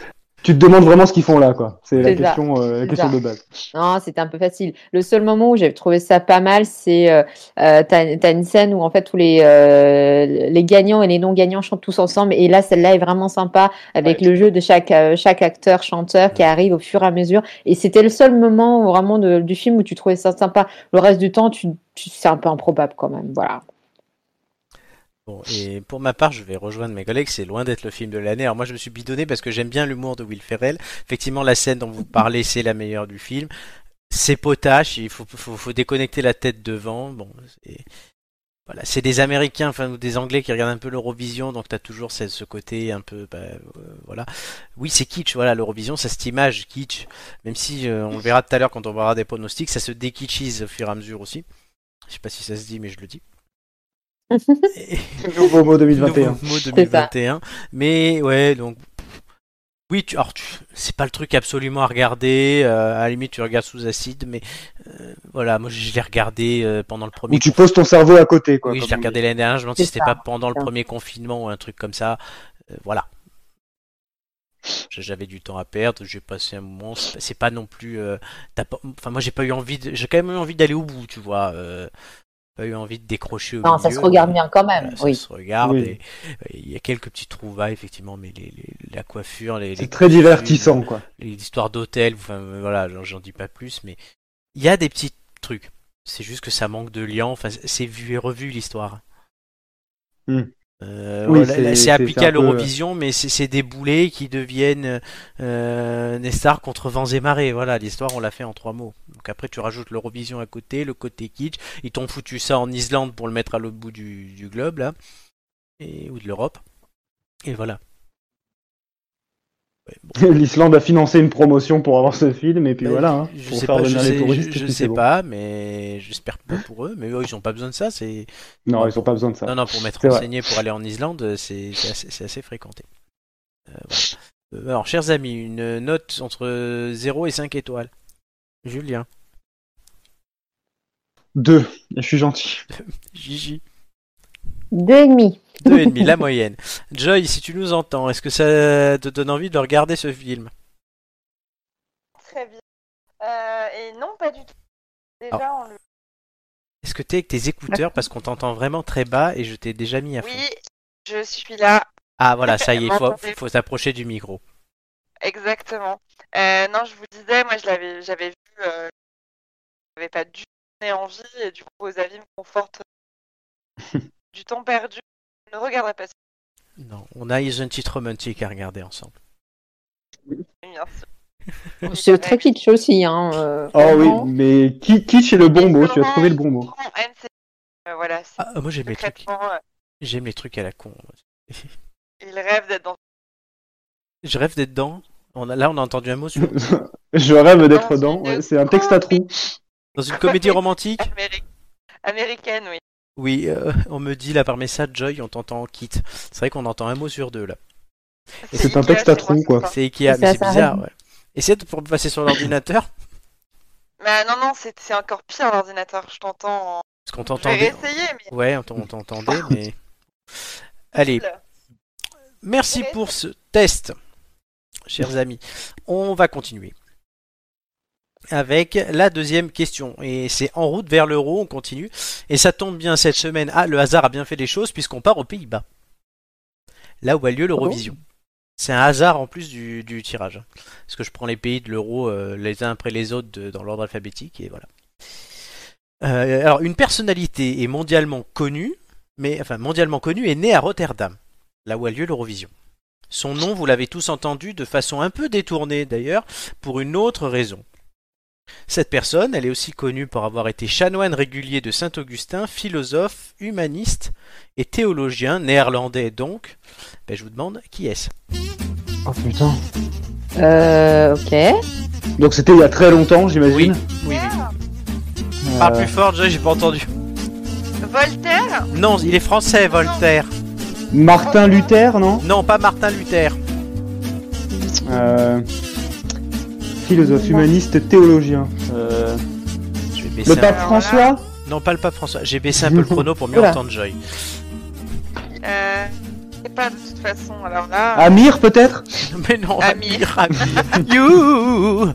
S2: tu te demandes vraiment ce qu'ils font là, quoi. C'est la
S4: C'est ça.
S2: question, euh, la
S4: C'est
S2: question
S4: ça.
S2: de base.
S4: Non, Ah, c'était un peu facile. Le seul moment où j'ai trouvé ça pas mal, c'est euh, euh, t'as t'as une scène où en fait tous les euh, les gagnants et les non gagnants chantent tous ensemble. Et là, celle-là est vraiment sympa avec le jeu de chaque euh, chaque acteur chanteur qui arrive au fur et à mesure. Et c'était le seul moment où, vraiment de- du film où tu trouvais ça sympa. Le reste du temps, tu, tu- c'est un peu improbable quand même. Voilà.
S1: Bon, et pour ma part, je vais rejoindre mes collègues, c'est loin d'être le film de l'année. Alors moi, je me suis bidonné parce que j'aime bien l'humour de Will Ferrell. Effectivement, la scène dont vous parlez, c'est la meilleure du film. C'est potache, il faut, faut, faut déconnecter la tête devant. Bon, c'est- voilà, c'est des Américains, enfin ou des Anglais qui regardent un peu l'Eurovision, donc t'as toujours ce, ce côté un peu, bah, euh, voilà. Oui, c'est kitsch, voilà, l'Eurovision, c'est cette image kitsch. Même si euh, on le verra tout à l'heure quand on verra des pronostics, ça se dékitschise au fur et à mesure aussi. Je sais pas si ça se dit, mais je le dis. Et-
S2: Nouveau mot 2021.
S1: Nouveau mot
S4: ça.
S1: 2021. Mais ouais, donc. Oui, tu, alors tu, c'est pas le truc absolument à regarder. euh, à la limite, tu regardes sous acide, mais euh, voilà, moi je l'ai regardé euh, pendant le premier.
S2: Où tu poses ton cerveau à côté, quoi.
S1: oui, je
S2: comme
S1: l'ai
S2: on dit.
S1: regardé l'année dernière. Je me demande si
S4: C'est
S1: c'était
S4: ça,
S1: pas pendant le
S4: ça.
S1: premier confinement ou un truc comme ça. Euh, voilà. J'avais du temps à perdre. J'ai passé un moment. C'est pas- C'est pas non plus. euh, t'as pas- enfin, moi j'ai pas eu envie. de- J'ai quand même eu envie d'aller au bout, tu vois. euh, pas eu envie de décrocher au
S4: Non, ça se
S1: milieu, euh.
S4: regarde
S1: mais-
S4: bien quand même.
S1: voilà, ça
S4: oui.
S1: se regarde.
S2: Oui.
S1: et- et Il y a quelques petits trouvailles, effectivement, mais les, les- la coiffure, les, les
S2: C'est très
S1: costumes,
S2: divertissant, quoi.
S1: Les histoires d'hôtel, enfin euh, voilà, j'en- j'en dis pas plus, mais il y a des petits trucs. C'est juste que ça manque de lien. Enfin, c'est vu et revu l'histoire.
S2: Hmm.
S1: Euh,
S2: Oui,
S1: voilà,
S2: c'est-
S1: là,
S2: c'est-
S1: c'est
S2: c'est
S1: appliqué à
S2: un peu, euh,
S1: l'Eurovision, mais c'est c'est des boulets qui deviennent euh, des stars contre vents et marées. Voilà, l'histoire, on l'a fait en trois mots. Donc après, tu rajoutes l'Eurovision à côté, le côté kitsch. Ils t'ont foutu ça en Islande pour le mettre à l'autre bout du, du globe, là, et, ou de l'Europe. Et voilà. Ouais, bon.
S2: L'Islande a financé une promotion pour avoir ce film, et puis
S1: Ben,
S2: voilà, hein,
S1: je
S2: pour
S1: sais
S2: faire
S1: pas, je
S2: venir les
S1: sais,
S2: touristes.
S1: je- je
S2: et puis
S1: sais
S2: c'est bon.
S1: pas, mais j'espère pas pour eux. Mais eux, ils ont pas besoin de ça. C'est
S2: Non, ils ont pas besoin de ça.
S1: non, non, pour m'être
S2: C'est vrai.
S1: renseigné pour aller en Islande, c'est c'est assez, c'est assez fréquenté. Euh, voilà. Euh, alors, chers amis, une note entre 0 et 5 étoiles. Julien,
S2: Deux, je suis gentil.
S1: Gigi,
S4: Demi.
S1: 2,5, la moyenne. Joy, si tu nous entends, est-ce que ça te donne envie de regarder ce film
S6: Très bien. Euh, et non, pas du tout.
S1: Ah.
S6: Déjà, on le...
S1: Est-ce que t'es avec tes écouteurs parce qu'on t'entend vraiment très bas et je t'ai déjà mis à fond
S6: Oui, je suis là,
S1: Ah voilà, ça y est, faut,
S6: Attendez.
S1: faut s'approcher du micro.
S6: exactement. Euh, non, je vous disais, moi, je l'avais, j'avais vu, euh, j'avais pas du tout donné envie, et du coup, vos avis me confortent du temps perdu. Je ne regarderai pas ce
S1: Non, on a Isn't It Romantic à regarder ensemble.
S6: film, bien sûr.
S4: C'est très kitsch aussi. Hein, euh,
S2: Oh oui,
S4: vraiment.
S2: mais qui, kitsch est le bon mot, tu as trouvé le bon mot.
S6: Laurent Haine, c'est- euh, voilà, c'est
S1: Ah, euh, moi j'aime les trucs,
S6: concrètement, euh,
S1: j'aime les trucs à la con.
S6: il rêve d'être dans
S1: Je rêve d'être dedans. On a, là, on a entendu un mot sur
S2: Je rêve d'être dans, ouais, c'est un texte à trous.
S1: dans une comédie romantique.
S6: Amérique... américaine, oui.
S1: Oui, euh, on me dit là par message, Joy, on t'entend en kit. C'est vrai qu'on entend un mot sur deux là.
S2: C'est un
S6: Ikea,
S2: texte à
S6: c'est
S2: trous,
S6: moi,
S2: quoi.
S6: c'est ça.
S1: C'est Ikea,
S4: Ça,
S1: mais c'est
S4: ça
S1: bizarre. Ouais. Essaye de pour passer sur l'ordinateur,
S6: Bah, non, non, c'est c'est encore pire l'ordinateur. Je t'entends. en-
S1: parce
S6: Je
S1: qu'on
S6: vais
S1: t'entendait.
S6: réessayer, mais.
S1: Ouais, on t'en- on t'entendait, mais allez. Merci pour ce test, chers amis. On va continuer avec la deuxième question. Et c'est en route vers l'euro, on continue. Et ça tombe bien cette semaine. Ah, le hasard a bien fait les choses puisqu'on part aux Pays-Bas. Là où a lieu l'Eurovision. C'est un hasard en plus du, du tirage. Parce que je prends les pays de l'euro euh, les uns après les autres de- dans l'ordre alphabétique et voilà. Euh, alors, une personnalité est mondialement connue, mais enfin mondialement connue, est née à Rotterdam là où a lieu l'Eurovision. Son nom, vous l'avez tous entendu de façon un peu détournée d'ailleurs, pour une autre raison. Cette personne, elle est aussi connue pour avoir été chanoine régulier de Saint-Augustin, philosophe, humaniste et théologien, néerlandais donc. Ben, je vous demande, qui est-ce
S2: Oh putain.
S4: Euh, ok.
S2: Donc c'était il y a très longtemps, j'imagine.
S1: Oui, Ah, oui.
S2: Euh,
S1: Parle plus fort, Joy, j'ai pas entendu.
S6: Voltaire
S1: Non, il est français, Voltaire.
S2: Martin Luther, non
S1: Non, pas Martin Luther.
S2: Euh, Philosophe, humaniste, théologien. Euh,
S1: Je vais
S2: Le
S1: baisser un...
S2: pape François
S1: Non, pas le pape François. J'ai baissé un peu le chrono pour mieux
S2: Oula.
S1: entendre Joy.
S6: euh... C'est pas de toute façon. Alors là,
S2: Amir, peut-être
S1: Mais non,
S6: Amir.
S1: Amir, Amir. Youhou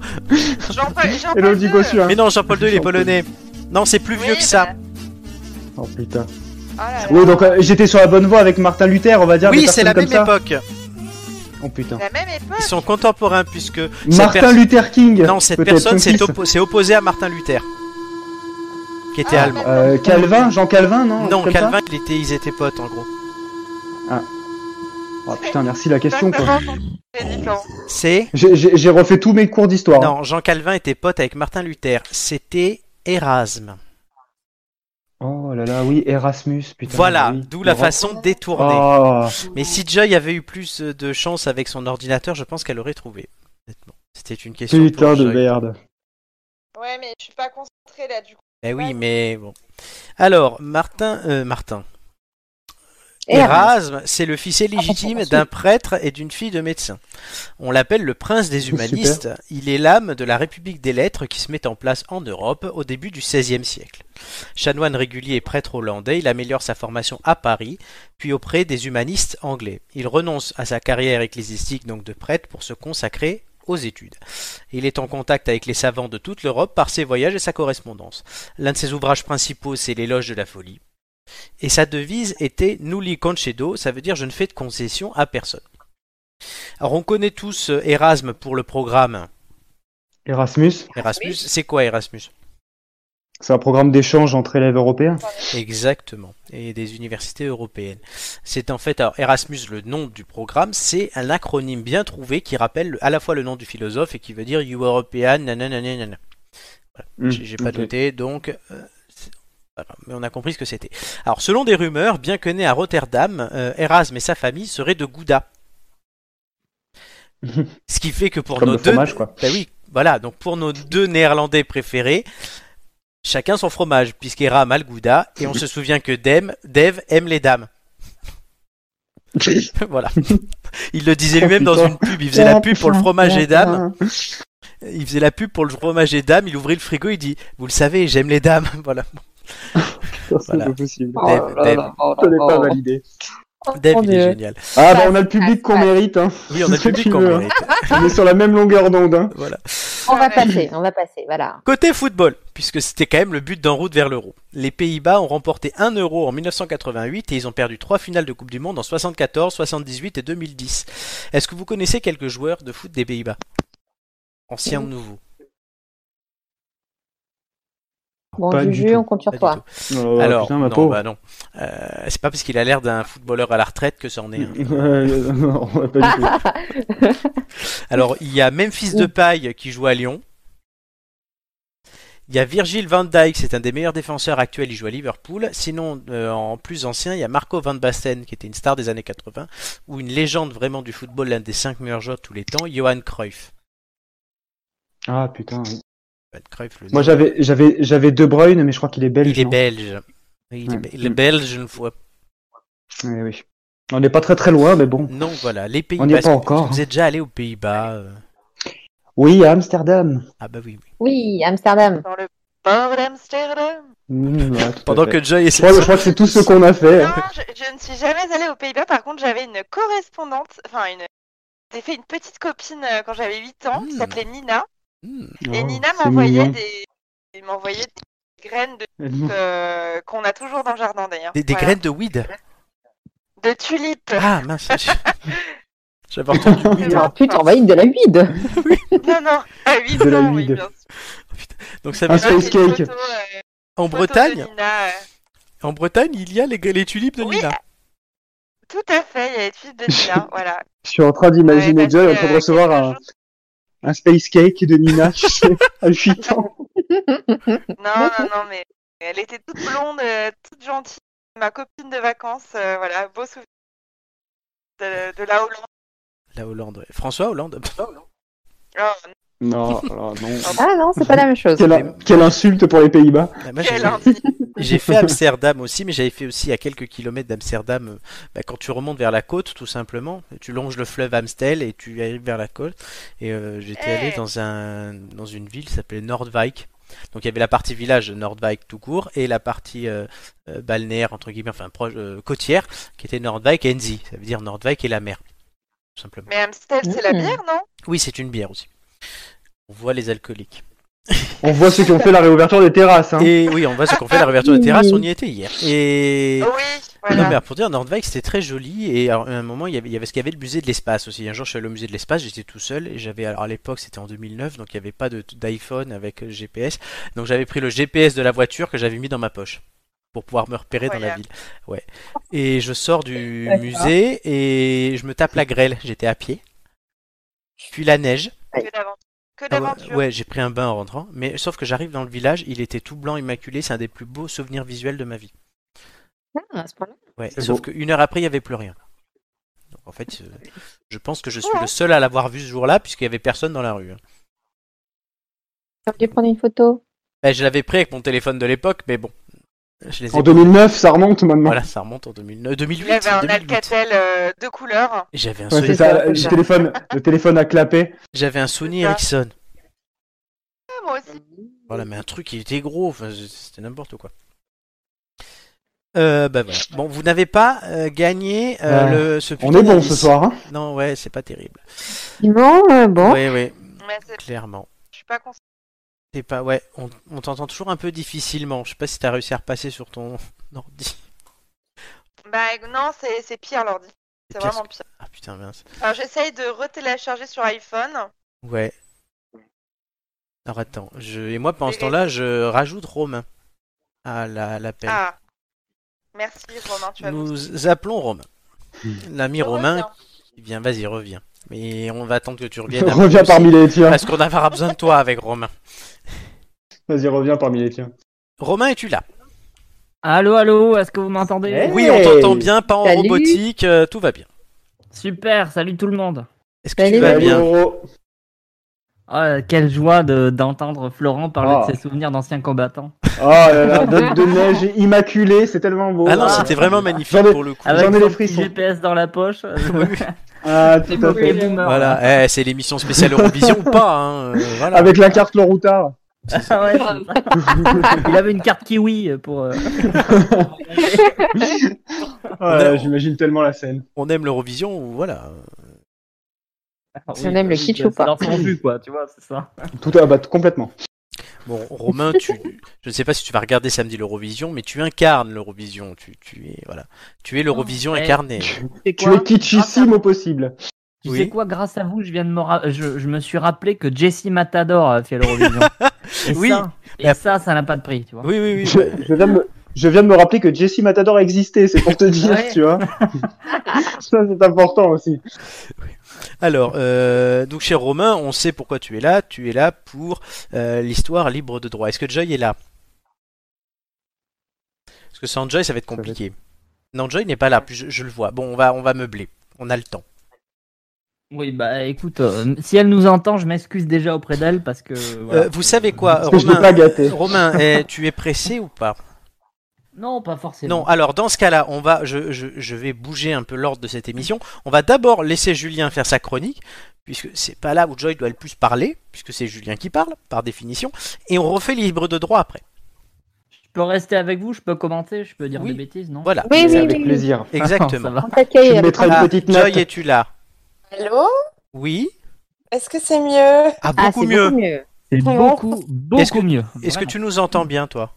S6: Jean-Paul. Jean-Paul
S2: Elodie
S6: II.
S2: Gossuin.
S1: Mais non, Jean-Paul II, il est polonais. Non, c'est plus
S6: Oui,
S1: vieux que
S6: bah,
S1: ça.
S2: Oh putain.
S6: oh là là.
S2: Oui, donc euh, j'étais sur la bonne voie avec Martin Luther, on va dire.
S1: Oui,
S2: des
S1: c'est la même
S2: personnes comme
S1: époque.
S2: ça. Oh putain.
S6: La même époque.
S1: Ils sont contemporains puisque cette
S2: Martin
S1: pers-
S2: Luther King.
S1: non, cette
S2: peut-être,
S1: personne
S2: son
S1: s'est
S2: fils.
S1: oppo- s'est opposée à Martin Luther, qui était
S6: Ah,
S1: allemand.
S2: Euh, Calvin, Jean Calvin,
S1: Non,
S2: non Ah, Comme ça
S1: Calvin, il était, ils étaient potes en gros.
S2: Oh putain, merci la question quoi.
S6: Exactement, c'est différent.
S1: C'est
S2: J'ai- J'ai j'ai refait tous mes cours d'histoire.
S1: non, Jean Calvin était pote avec Martin Luther. C'était Erasme.
S2: Oh là là, oui, Erasmus, putain.
S1: voilà,
S2: oui.
S1: d'où la
S2: Laurent.
S1: façon détournée.
S2: Oh,
S1: Mais si Joy avait eu plus euh, de chance avec son ordinateur, je pense qu'elle aurait trouvé. honnêtement. C'était une question
S2: putain
S1: pour
S2: de
S1: Joy.
S2: merde.
S6: Ouais, mais je suis pas concentrée là du coup.
S1: Eh oui, mais bon. Alors, Martin, euh, Martin.
S4: Et
S1: Erasme, c'est le fils illégitime d'un prêtre et d'une fille de médecin. On l'appelle le prince des humanistes. Il est l'âme de la République des lettres qui se met en place en Europe au début du XVIe siècle. Chanoine régulier et prêtre hollandais, il améliore sa formation à Paris, puis auprès des humanistes anglais. Il renonce à sa carrière ecclésiastique, donc de prêtre, pour se consacrer aux études. Il est en contact avec les savants de toute l'Europe par ses voyages et sa correspondance. L'un de ses ouvrages principaux, c'est L'éloge de la folie. Et sa devise était Nulli concedo, ça veut dire je ne fais de concession à personne. Alors on connaît tous euh, Erasme pour le programme
S2: Erasmus,
S1: Erasmus. C'est quoi Erasmus
S2: c'est un programme d'échange entre élèves européens.
S1: Exactement. Et des universités européennes. C'est en fait, alors Erasmus, le nom du programme, c'est un acronyme bien trouvé qui rappelle le- à la fois le nom du philosophe et qui veut dire You European, nanana, nanana. J'ai j'ai pas
S2: Mm. Ok.
S1: noté, donc. euh, c'est- voilà, mais on a compris ce que c'était. Alors, selon des rumeurs, bien que né à Rotterdam, euh, Erasme et sa famille seraient de Gouda. Ce qui fait que pour
S2: Comme
S1: nos
S2: le
S1: deux.
S2: fromage, quoi.
S1: Ben oui, voilà, donc pour nos deux néerlandais préférés, chacun son fromage, puisqu'Eram a le Gouda, et on se souvient que Dem, Dev aime les dames. voilà. Il le disait
S2: Oh,
S1: lui-même dans
S2: putain.
S1: une pub, il faisait la pub pour le fromage et dames. Il faisait la pub pour le fromage et dames, il ouvrait le frigo, il dit Vous le savez, j'aime les dames. Voilà.
S2: Putain, C'est
S1: Voilà.
S2: pas possible.
S1: Oh là là là
S2: Je l'ai
S6: oh,
S2: pas validé.
S1: Dave,
S4: Mon
S1: il est
S4: Oh Dieu.
S1: génial.
S2: Ah bah
S4: Passe,
S2: on a le public
S4: passe,
S2: qu'on
S4: passe.
S2: mérite. Hein.
S1: Oui, on a le
S2: C'est
S1: public
S2: qui
S1: qu'on
S2: veut, hein.
S1: mérite.
S4: Ah,
S2: On est sur la même longueur d'onde. Hein.
S1: Voilà.
S4: On va passer, on va passer, voilà.
S1: Côté football, puisque c'était quand même le but d'en route vers l'euro. Les Pays-Bas ont remporté 1 euro en 1988 et ils ont perdu 3 finales de Coupe du Monde en 74, 78 et 2010. Est-ce que vous connaissez quelques joueurs de foot des Pays-Bas Anciens ou nouveaux
S4: Bon,
S2: Pas
S4: du
S2: du
S4: jeu,
S2: tout,
S4: on compte sur
S1: Pas du
S4: toi.
S2: Oh,
S1: Alors,
S2: putain, ma
S1: non,
S2: pauvre.
S1: bah non. Euh, c'est pas parce qu'il a l'air d'un footballeur à la retraite que ça en est un.
S2: Euh, non, pas du tout.
S1: Alors, il y a Memphis Depay qui joue à Lyon. Il y a Virgil van Dijk, c'est un des meilleurs défenseurs actuels, il joue à Liverpool. Sinon, euh, en plus ancien, il y a Marco van Basten, qui était une star des années 80, ou une légende vraiment du football, l'un des cinq meilleurs joueurs de tous les temps, Johan Cruyff.
S2: Ah putain. oui.
S1: Johan Cruyff, le
S2: Moi
S1: nom.
S2: j'avais j'avais j'avais De Bruyne mais je crois qu'il est belge.
S1: Il est
S2: non
S1: belge. Il est,
S2: Ouais.
S1: be- il est belge une fois.
S2: Oui, oui. On n'est pas très très loin mais bon.
S1: Non, voilà, les Pays-Bas.
S2: On n'y est pas
S1: parce que
S2: encore. hein.
S1: Vous êtes déjà allé aux Pays-Bas. euh,
S2: Oui à Amsterdam.
S1: Ah bah oui, oui.
S4: Oui, Amsterdam.
S6: Dans le port d'Amsterdam.
S2: Mmh, ouais, tout à
S1: Pendant
S2: fait.
S1: que Joy
S2: Je
S1: essaie
S2: crois,
S1: de
S2: je crois que c'est tout ce qu'on a fait. hein.
S6: Non, je, je ne suis jamais allée aux Pays-Bas. Par contre, j'avais une correspondante, enfin une. J'ai fait une petite copine euh, quand j'avais 8 ans qui
S1: Hmm.
S6: s'appelait Nina.
S1: Hmm.
S6: et
S2: Oh,
S6: Nina
S2: c'est
S6: m'envoyait
S2: mignon.
S6: des... elle m'envoyait des graines de
S2: Edmond.
S6: euh, qu'on a toujours dans le jardin d'ailleurs.
S1: Des, des
S6: Voilà.
S1: graines de weed.
S6: de tulipes.
S1: Ah mince. J'avais entendu weed.
S6: Non.
S4: Ah, putain, on va y de la huide.
S6: non, non, à 8
S2: De la
S6: ans, oui,
S2: weed.
S6: bien sûr.
S1: Donc ça
S2: Un
S1: veut
S6: Voilà,
S2: space
S6: c'est une
S2: cake.
S6: photo, euh,
S1: En
S6: photo de
S1: Bretagne,
S6: Nina, euh.
S1: en Bretagne, il y a les, les tulipes de
S6: Oui,
S1: Nina.
S6: Tout à fait, il y a les tulipes de Nina, voilà.
S2: Je suis en train
S6: Ouais,
S2: d'imaginer
S6: parce
S2: Joy
S6: que,
S2: en train de
S6: euh,
S2: recevoir
S6: quelque
S2: un, un space cake de Nina tu sais, à 8 ans.
S6: Non, non, non, mais elle était toute blonde, euh, toute gentille, ma copine de vacances, euh, voilà, beau souvenir de, de la Hollande.
S1: La Hollande. ouais. François Hollande.
S6: Oh,
S2: Non, alors non.
S4: Ah non, c'est pas la même chose.
S2: Quelle, quelle insulte pour les Pays-Bas.
S1: Ah, moi,
S6: quel
S1: j'ai-
S6: indice.
S1: J'ai fait Amsterdam aussi, mais j'avais fait aussi à quelques kilomètres d'Amsterdam. euh, bah, quand tu remontes vers la côte, tout simplement, tu longes le fleuve Amstel et tu arrives vers la côte. Et euh, j'étais
S6: Eh.
S1: allé dans un dans une ville qui s'appelait Nordwijk. Donc il y avait la partie village Nordwijk tout court et la partie euh, euh, balnéaire, entre guillemets, enfin proche, euh, côtière, qui était Nordwijk et Enzi. Ça veut dire Nordwijk et la mer, tout simplement.
S6: Mais Amstel, c'est la
S2: Mmh.
S4: Mhm.
S6: bière, non
S1: Oui, c'est une bière aussi. On voit les alcooliques.
S2: On voit ceux qui ont fait la réouverture des terrasses. Hein.
S1: Et oui, on voit ce qu'on fait la réouverture des terrasses, on y était hier. Et
S5: Oh,
S6: Oh Oui,
S1: Non, mais
S6: voilà.
S1: alors, pour dire, Nordwijk, c'était très joli. Et alors, à un moment, il y avait, il y avait ce qu'il y avait le musée de l'espace aussi. Un jour, je suis allé au musée de l'espace, j'étais tout seul. Et j'avais, alors à l'époque, c'était en 2009, donc il n'y avait pas de- d'iPhone avec euh, GPS. Donc j'avais pris le GPS de la voiture que j'avais mis dans ma poche pour pouvoir me repérer dans la
S6: Incroyable.
S1: ville. Ouais. Et je sors du musée et je me tape la grêle. J'étais à pied. Puis la neige.
S6: Que d'aventure. Que
S1: Ah ouais,
S6: d'aventure.
S1: ouais, j'ai pris un bain en rentrant. Mais sauf que j'arrive dans le village, il était tout blanc, immaculé. C'est un des plus beaux souvenirs visuels de ma vie.
S4: Ah, à ce point-là.
S1: Ouais,
S2: C'est
S1: sauf
S2: beau.
S1: qu'une heure après, il n'y avait plus rien. Donc en fait, euh, je pense que je suis le seul à l'avoir vu ce jour-là, puisqu'il n'y avait personne dans la rue. hein.
S4: J'aurais dû prendre une photo.
S1: Ben, je l'avais pris avec mon téléphone de l'époque, mais bon. Je les ai...
S2: En 2009, ça remonte maintenant.
S1: Voilà, ça remonte en 2000... euh, 2008.
S6: Il y avait un
S1: 2008.
S6: Alcatel euh, de couleur.
S1: J'avais un,
S2: Ouais, c'est
S1: Sony...
S2: ça,
S4: c'est
S2: le
S4: ça.
S2: téléphone, le téléphone à clapet.
S1: J'avais un Sony
S6: C'est ça.
S1: Ericsson.
S6: Ah, moi aussi.
S1: Voilà, mais un truc qui était gros, enfin, c'était n'importe quoi. Euh, ben voilà. Bon, vous n'avez pas euh, gagné euh,
S2: Ah.
S1: le, ce
S2: On
S1: putain
S2: est bon
S1: d'indice.
S2: ce soir. Hein.
S1: Non, ouais, c'est pas terrible.
S4: Bon, euh,
S6: Oh.
S4: bon.
S1: Oui, oui,
S6: Mais c'est-
S1: clairement.
S6: je suis pas consciente.
S1: T'es pas, ouais, on, on t'entend toujours un peu difficilement. Je sais pas si t'as réussi à repasser sur ton ordi.
S6: Bah non, c'est c'est pire l'ordi. C'est
S1: C'est pire
S6: vraiment pire.
S1: Ah putain, mince.
S6: Alors j'essaye de retélécharger sur iPhone.
S1: Ouais. Alors attends, je... et moi pendant ce temps-là, je rajoute Romain à la- l'appel.
S6: Ah. Merci Romain, tu vas nous.
S1: Ben. Nous appelons Romain.
S2: Hmm.
S1: L'ami Romain
S6: Reviens.
S1: qui vient, vas-y, reviens. Mais on va attendre que tu reviennes. après
S2: Reviens
S1: aussi,
S2: parmi les tiens.
S1: Parce qu'on aura besoin de toi avec Romain.
S2: Vas-y, reviens parmi les tiens.
S1: Romain, es-tu là
S7: Allô, allô, est-ce que vous m'entendez
S2: Hey.
S1: Oui, on t'entend bien, pas en
S4: Salut.
S1: robotique, euh, tout va bien.
S7: Super, salut tout le monde.
S1: Est-ce que tu
S4: Salut.
S1: vas
S2: Salut,
S1: bien
S2: Roro.
S7: Ah, quelle joie de- d'entendre Florent parler
S2: Ah.
S7: de ses souvenirs d'anciens combattants.
S2: Oh là là, date de neige immaculée, c'est tellement beau.
S1: Ah non,
S7: Ah.
S1: c'était vraiment magnifique
S2: J'en ai-
S1: pour le coup.
S2: Ah ouais.
S7: Avec
S2: ai les
S7: son petit
S2: frissons.
S7: GPS dans la poche. euh,
S2: Ah, tout à fait.
S7: Les boomers.
S1: Voilà, eh, c'est l'émission spéciale Eurovision ou pas. hein, euh, voilà.
S2: Avec la carte Loroutard.
S7: Ah ouais, c'est ça. Il avait une carte kiwi pour. euh,
S2: Ah, là, J'imagine tellement la scène.
S1: On aime l'Eurovision ou voilà.
S4: Si on aime le
S7: c'est-
S4: kitsch ou pas.
S7: euh, C'est leur son but, quoi, tu vois, c'est ça.
S2: Tout à battre complètement.
S1: Bon, Romain, tu, je ne sais pas si tu vas regarder samedi l'Eurovision, mais tu incarnes l'Eurovision. Tu, tu es voilà, tu es l'Eurovision
S7: ouais.
S1: incarnée.
S7: C'est
S2: Tu es kitschissime au possible.
S7: Tu
S1: Oui.
S7: sais quoi, grâce à vous, je viens de me, ra- je, je me suis rappelé que Jesse Matador a fait l'Eurovision. et
S1: Oui.
S7: Ça,
S1: Mais-
S7: et ça, ça n'a pas de prix, tu vois.
S1: Oui, oui, oui.
S2: Je,
S1: bah,
S2: je viens de me, je viens de me rappeler que Jesse Matador existait, c'est pour te dire,
S7: Ouais.
S2: tu vois. Ça, c'est important aussi.
S1: Alors, euh, donc cher Romain, on sait pourquoi tu es là. Tu es là pour euh, l'histoire libre de droit. Est-ce que Joy est là Parce que sans Joy, ça va être
S2: va être-
S1: compliqué. Non, Joy n'est pas là. puis Je, je le vois. Bon, on va, on va meubler. On a le temps.
S7: Oui, bah écoute, euh, si elle nous entend, je m'excuse déjà auprès d'elle parce que. voilà.
S1: Euh, vous savez quoi,
S2: Parce que je l'ai
S1: Romain
S2: pas gâté.
S1: Romain, eh, tu es pressé ou pas
S7: Non, pas forcément.
S1: Non, alors dans ce cas-là, on va, je, je, je vais bouger un peu l'ordre de cette émission. On va d'abord laisser Julien faire sa chronique, puisque c'est pas là où Joy doit le plus parler, puisque c'est Julien qui parle, par définition, et on refait libre de droit après.
S7: Je peux rester avec vous, je peux commenter, je peux dire
S1: Oui.
S7: des bêtises, non
S1: Voilà.
S4: Oui, oui,
S2: Avec
S4: oui.
S2: plaisir.
S1: Exactement.
S7: Ça va.
S4: Un paquet
S2: Tu
S4: avec-
S2: mettras
S1: Ah,
S2: une petite note.
S1: Joy, es-tu là
S3: Allô
S1: Oui.
S3: Est-ce que c'est mieux
S1: Ah,
S4: Ah,
S1: beaucoup
S4: c'est
S1: mieux.
S4: beaucoup mieux.
S7: C'est
S3: Vraiment
S7: beaucoup, beaucoup
S1: Est-ce que-
S7: mieux.
S1: Est-ce que
S7: vraiment.
S1: tu nous entends bien, toi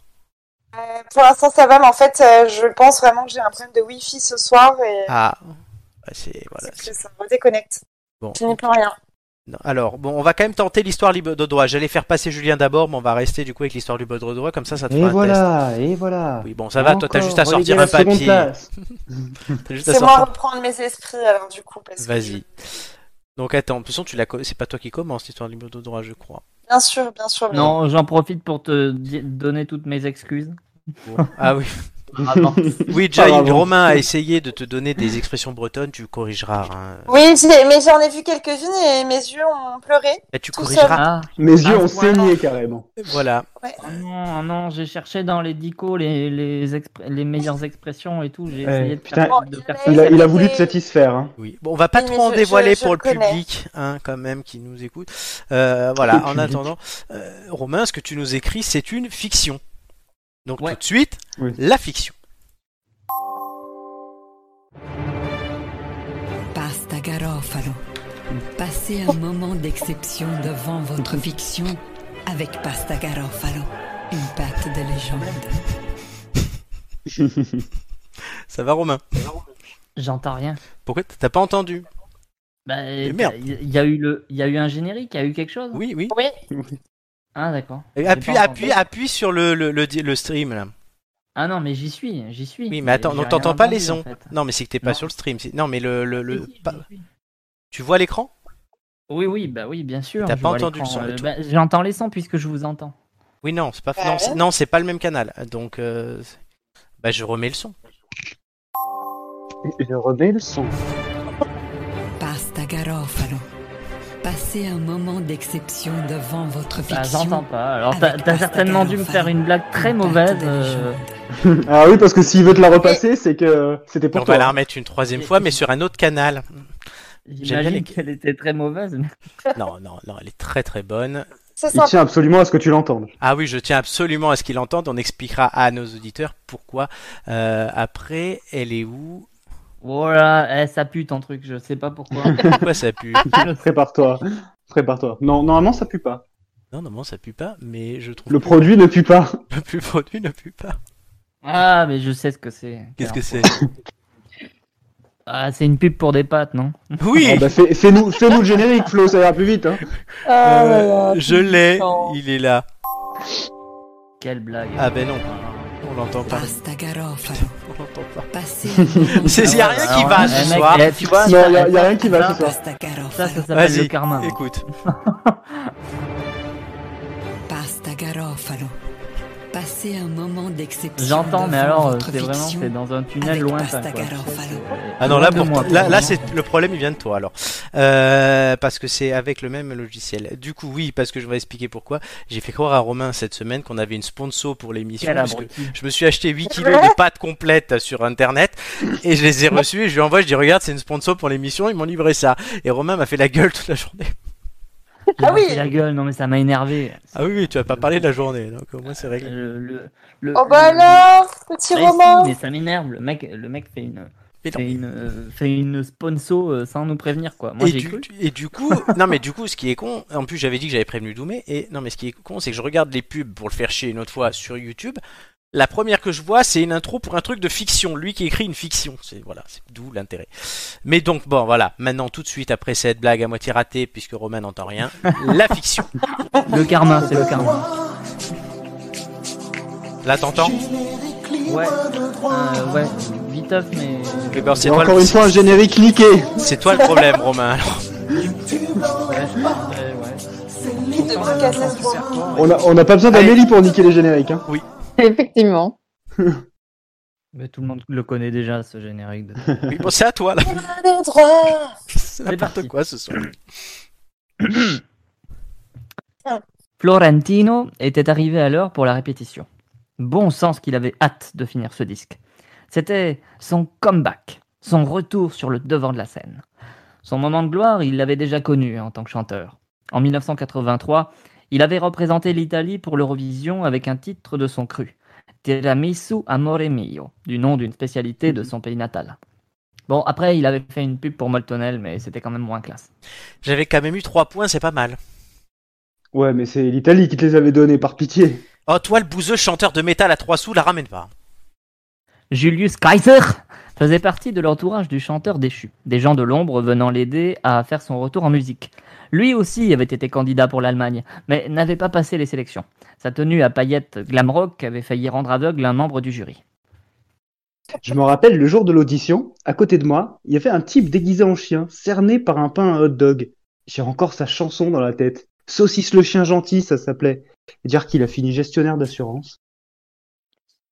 S3: Euh, Pour l'instant, ça va, mais en fait, euh, je pense vraiment que j'ai un problème de Wi-Fi ce soir et
S1: Ah, bah, c'est voilà.
S3: c'est
S1: c'est-
S3: que ça me déconnecte.
S1: Bon.
S3: Je n'y peux rien.
S1: Non, Alors, bon, on va quand même tenter l'histoire libre de droit. J'allais faire passer Julien d'abord, mais on va rester du coup avec l'histoire libre de droit, comme ça, ça te
S2: Et
S1: fera un test.
S2: voilà, et voilà.
S1: Oui, bon, ça va, toi, t'as
S2: Encore,
S1: juste à sortir
S2: relégué la
S1: un
S2: seconde
S1: papier.
S2: place.
S1: T'as juste à
S3: C'est moi
S1: sortir-
S3: reprendre mes esprits alors du coup. parce que je-
S1: Vas-y. Donc attends, de toute façon, tu la co- c'est pas toi qui commence l'histoire libre de droit, je crois.
S3: Bien sûr, bien sûr. bien sûr.
S7: Non, j'en profite pour te di- donner toutes mes excuses.
S1: Bon. ah oui,
S7: Vraiment.
S1: Oui, déjà,
S2: Ah, bravo.
S1: Romain a essayé de te donner des expressions bretonnes, tu corrigeras. hein.
S3: Oui, j'ai- mais j'en ai vu quelques-unes et mes yeux ont pleuré.
S1: Et Eh, tu
S3: Tout
S1: corrigeras.
S7: Ah,
S2: Mes yeux
S7: Ah,
S2: ont
S7: voilà.
S2: saigné carrément.
S1: Voilà.
S7: oh non, oh non, j'ai cherché dans les dicos les, les, expr- les meilleures expressions et tout. J'ai
S2: Ouais,
S7: essayé de
S2: putain,
S7: faire- de
S3: il
S7: faire
S3: Ouais,
S2: Il a,
S3: ça
S2: il a
S3: fait-
S2: voulu te satisfaire. hein.
S1: Oui. Bon, on va pas
S3: Oui,
S1: trop en
S3: mais je-
S1: dévoiler
S3: je- je
S1: pour le
S3: connais.
S1: public, hein, quand même, qui nous écoute. Euh, voilà.
S2: Le
S1: En
S2: public.
S1: attendant, euh, Romain, ce que tu nous écris, c'est une fiction. Donc
S7: Ouais.
S1: tout de suite,
S2: Oui.
S1: la fiction.
S8: Pasta Garofalo. Passez un moment d'exception devant votre fiction avec Pasta Garofalo, une pâte de légende.
S1: Ça va, Romain
S7: J'entends rien.
S1: Pourquoi t- t'as pas entendu
S7: Bah,
S1: Mais merde.
S7: Il y, a eu le, il y a eu un générique, il y a eu quelque chose.
S1: Oui, oui.
S3: Oui,
S7: Ah d'accord.
S1: Et
S7: J'ai
S1: Appuie,
S7: pas entendu.
S1: appuie, appuie sur le, le, le, di- le stream là.
S7: Ah non, mais j'y suis, j'y suis.
S1: Oui, mais attends,
S7: J'ai
S1: donc
S7: rien
S1: t'entends pas
S7: entendu,
S1: les
S7: en
S1: ondes.
S7: fait.
S1: Non, mais c'est que t'es pas
S7: Non.
S1: sur le stream. c'est- Non, mais le, le, le-
S7: Si, si,
S1: pas-
S7: j'y suis.
S1: tu vois l'écran
S7: Oui, oui, bah oui, bien sûr.
S1: T'as
S7: je
S1: pas
S7: vois
S1: entendu le
S7: l'écran.
S1: son et
S7: Euh,
S1: tout.
S7: bah, J'entends les sons puisque je vous entends.
S1: Oui, non, c'est pas
S3: Bah
S1: non,
S3: ouais.
S1: c'est- non, c'est pas le même canal. Donc, euh, c'est- bah, je remets le son.
S2: Je remets le son.
S8: Pasta Garofalo. Passez un moment d'exception devant votre
S7: Bah,
S8: fiction.
S7: J'entends pas. Alors
S8: avec
S7: t'as t'as
S8: Pasta
S7: certainement dû me
S8: Garofalo,
S7: faire une blague très
S8: pâte de
S7: mauvaise. euh,
S8: légende.
S2: Ah oui, parce que s'il veut te la repasser, c'est que c'était pour
S1: On va la
S2: toi.
S7: hein.
S1: remettre une troisième
S7: Et-
S1: fois, mais sur un autre canal. J'aime bien les-
S7: J'imagine qu'elle était très mauvaise. mais-
S1: Non, non, non, elle est très très bonne.
S3: c'est
S2: Il
S3: sympa.
S2: tient absolument à ce que tu l'entendes.
S1: Ah oui, je tiens absolument à ce qu'il entende. On expliquera à nos auditeurs pourquoi. Euh, après, elle est où
S7: Voilà, eh, ça pue ton truc. Je sais pas pourquoi.
S1: Pourquoi ça pue
S2: Prépare-toi. Prépare-toi. Non, normalement, ça pue pas.
S1: Non, non, non, ça pue pas, mais je trouve
S2: Le
S1: que
S2: produit ne pue pas.
S1: le plus produit ne pue pas.
S7: ah, mais je sais ce que c'est.
S1: Qu'est-ce que c'est
S7: Ah, c'est une pub pour des pâtes, non
S1: Oui
S2: Ah bah, fais- Fais-nous fais-nous le générique, Flo, ça ira plus vite. Hein.
S3: Ah, là,
S1: Euh,
S3: là,
S1: Je l'ai,
S3: putain.
S1: il est là.
S7: Quelle blague.
S1: Ah ben non, on l'entend pas.
S8: Pasta Garofalo.
S1: On l'entend pas.
S8: Passez un moment
S1: C'est- il y a rien qui va ce
S7: eh, mec,
S1: soir.
S7: eh, tu vois,
S2: Non, il y,
S7: ça-
S2: a y a rien qui va
S7: ça-
S2: ce soir.
S8: Pasta
S7: Ça, ça
S8: Garofalo.
S7: s'appelle
S1: Vas-y,
S7: le karma. hein.
S1: Écoute,
S8: Pasta Garofalo. Passez un moment d'exception.
S7: J'entends, mais
S8: devant
S7: alors, euh,
S8: votre
S7: c'est vraiment
S8: fiction.
S7: c'est dans un tunnel
S8: avec
S7: lointain.
S8: Pasta
S7: quoi.
S8: Garofalo.
S7: C'est-
S1: ah non là,
S7: loin de
S1: pour-
S7: moi,
S1: là, là
S7: pour moi.
S1: c'est le problème, il vient de toi alors, Euh, parce que c'est avec le même logiciel. Du coup, oui, parce que je vais expliquer pourquoi. J'ai fait croire à Romain cette semaine qu'on avait une sponsor pour l'émission,
S7: Quel
S1: parce que
S7: abruti.
S1: Je me suis acheté 8 kilos de pâtes complètes sur internet et je les ai reçus et je lui envoie, je dis regarde c'est une sponsor pour l'émission, ils m'ont livré ça. Et Romain m'a fait la gueule toute la journée.
S7: J'ai
S3: Ah oui.
S7: lâché la gueule, non mais ça m'a énervé.
S1: Ah oui, oui tu vas pas parler de la journée, donc au moins c'est réglé.
S7: Le, le- le-
S3: Oh bah
S1: Euh,
S7: le-
S3: alors, petit
S7: Mais si,
S3: Romain.
S7: mais ça m'énerve, le mec, le mec fait une,
S1: Mais non.
S7: fait une, euh, fait une sponso euh, sans nous prévenir quoi. Moi
S1: Et
S7: j'ai
S1: du,
S7: cru.
S1: et du coup, non mais du coup, ce qui est con, en plus j'avais dit que j'avais prévenu Doumé, et non mais ce qui est con, c'est que je regarde les pubs pour le faire chier une autre fois sur YouTube. La première que je vois, c'est une intro pour un truc de fiction, lui qui écrit une fiction. C'est voilà, c'est d'où l'intérêt. Mais donc bon, voilà, maintenant tout de suite après cette blague à moitié ratée, puisque Romain n'entend rien, la fiction.
S7: Le karma, c'est le karma.
S1: Là t'entends
S7: Ouais, euh, ouais, vite off, mais.
S1: Eh ben, c'est
S2: Et
S1: toi,
S2: encore
S1: le...
S2: une fois, un générique cliqué.
S1: c'est toi le problème, Romain. alors.
S7: Ouais, ouais, ouais.
S3: Il devrait casser ce point.
S2: On n'a on a pas besoin d'Amélie pour niquer les génériques. Hein.
S4: Effectivement.
S7: Mais tout le monde le connaît déjà ce générique. De...
S1: Oui, bon, c'est à toi là.
S3: Des droits.
S1: C'est n'importe
S7: parti.
S1: quoi ce soir.
S7: Florentino était arrivé à l'heure pour la répétition. Bon sens qu'il avait hâte de finir ce disque. C'était son comeback, son retour sur le devant de la scène. Son moment de gloire, il l'avait déjà connu en tant que chanteur. En 1983, il avait représenté l'Italie pour l'Eurovision avec un titre de son cru, Tiramisu Amore Mio, du nom d'une spécialité de son pays natal. Bon, après, il avait fait une pub pour Moltonel, mais c'était quand même moins classe.
S1: J'avais quand même eu 3 points, c'est pas mal.
S2: Ouais, mais c'est l'Italie qui te les avait donnés, par pitié.
S1: Oh toi le bouseux chanteur de métal à 3 sous, la ramène pas.
S7: Julius Kaiser faisait partie de l'entourage du chanteur déchu, des gens de l'ombre venant l'aider à faire son retour en musique. Lui aussi avait été candidat pour l'Allemagne, mais n'avait pas passé les sélections. Sa tenue à paillettes glam rock avait failli rendre aveugle un membre du jury.
S2: Je me rappelle, le jour de l'audition, à côté de moi, il y avait un type déguisé en chien, cerné par un pain à hot dog. J'ai encore sa chanson dans la tête. Saucisse le chien gentil, ça s'appelait. Dire qu'il a fini gestionnaire d'assurance.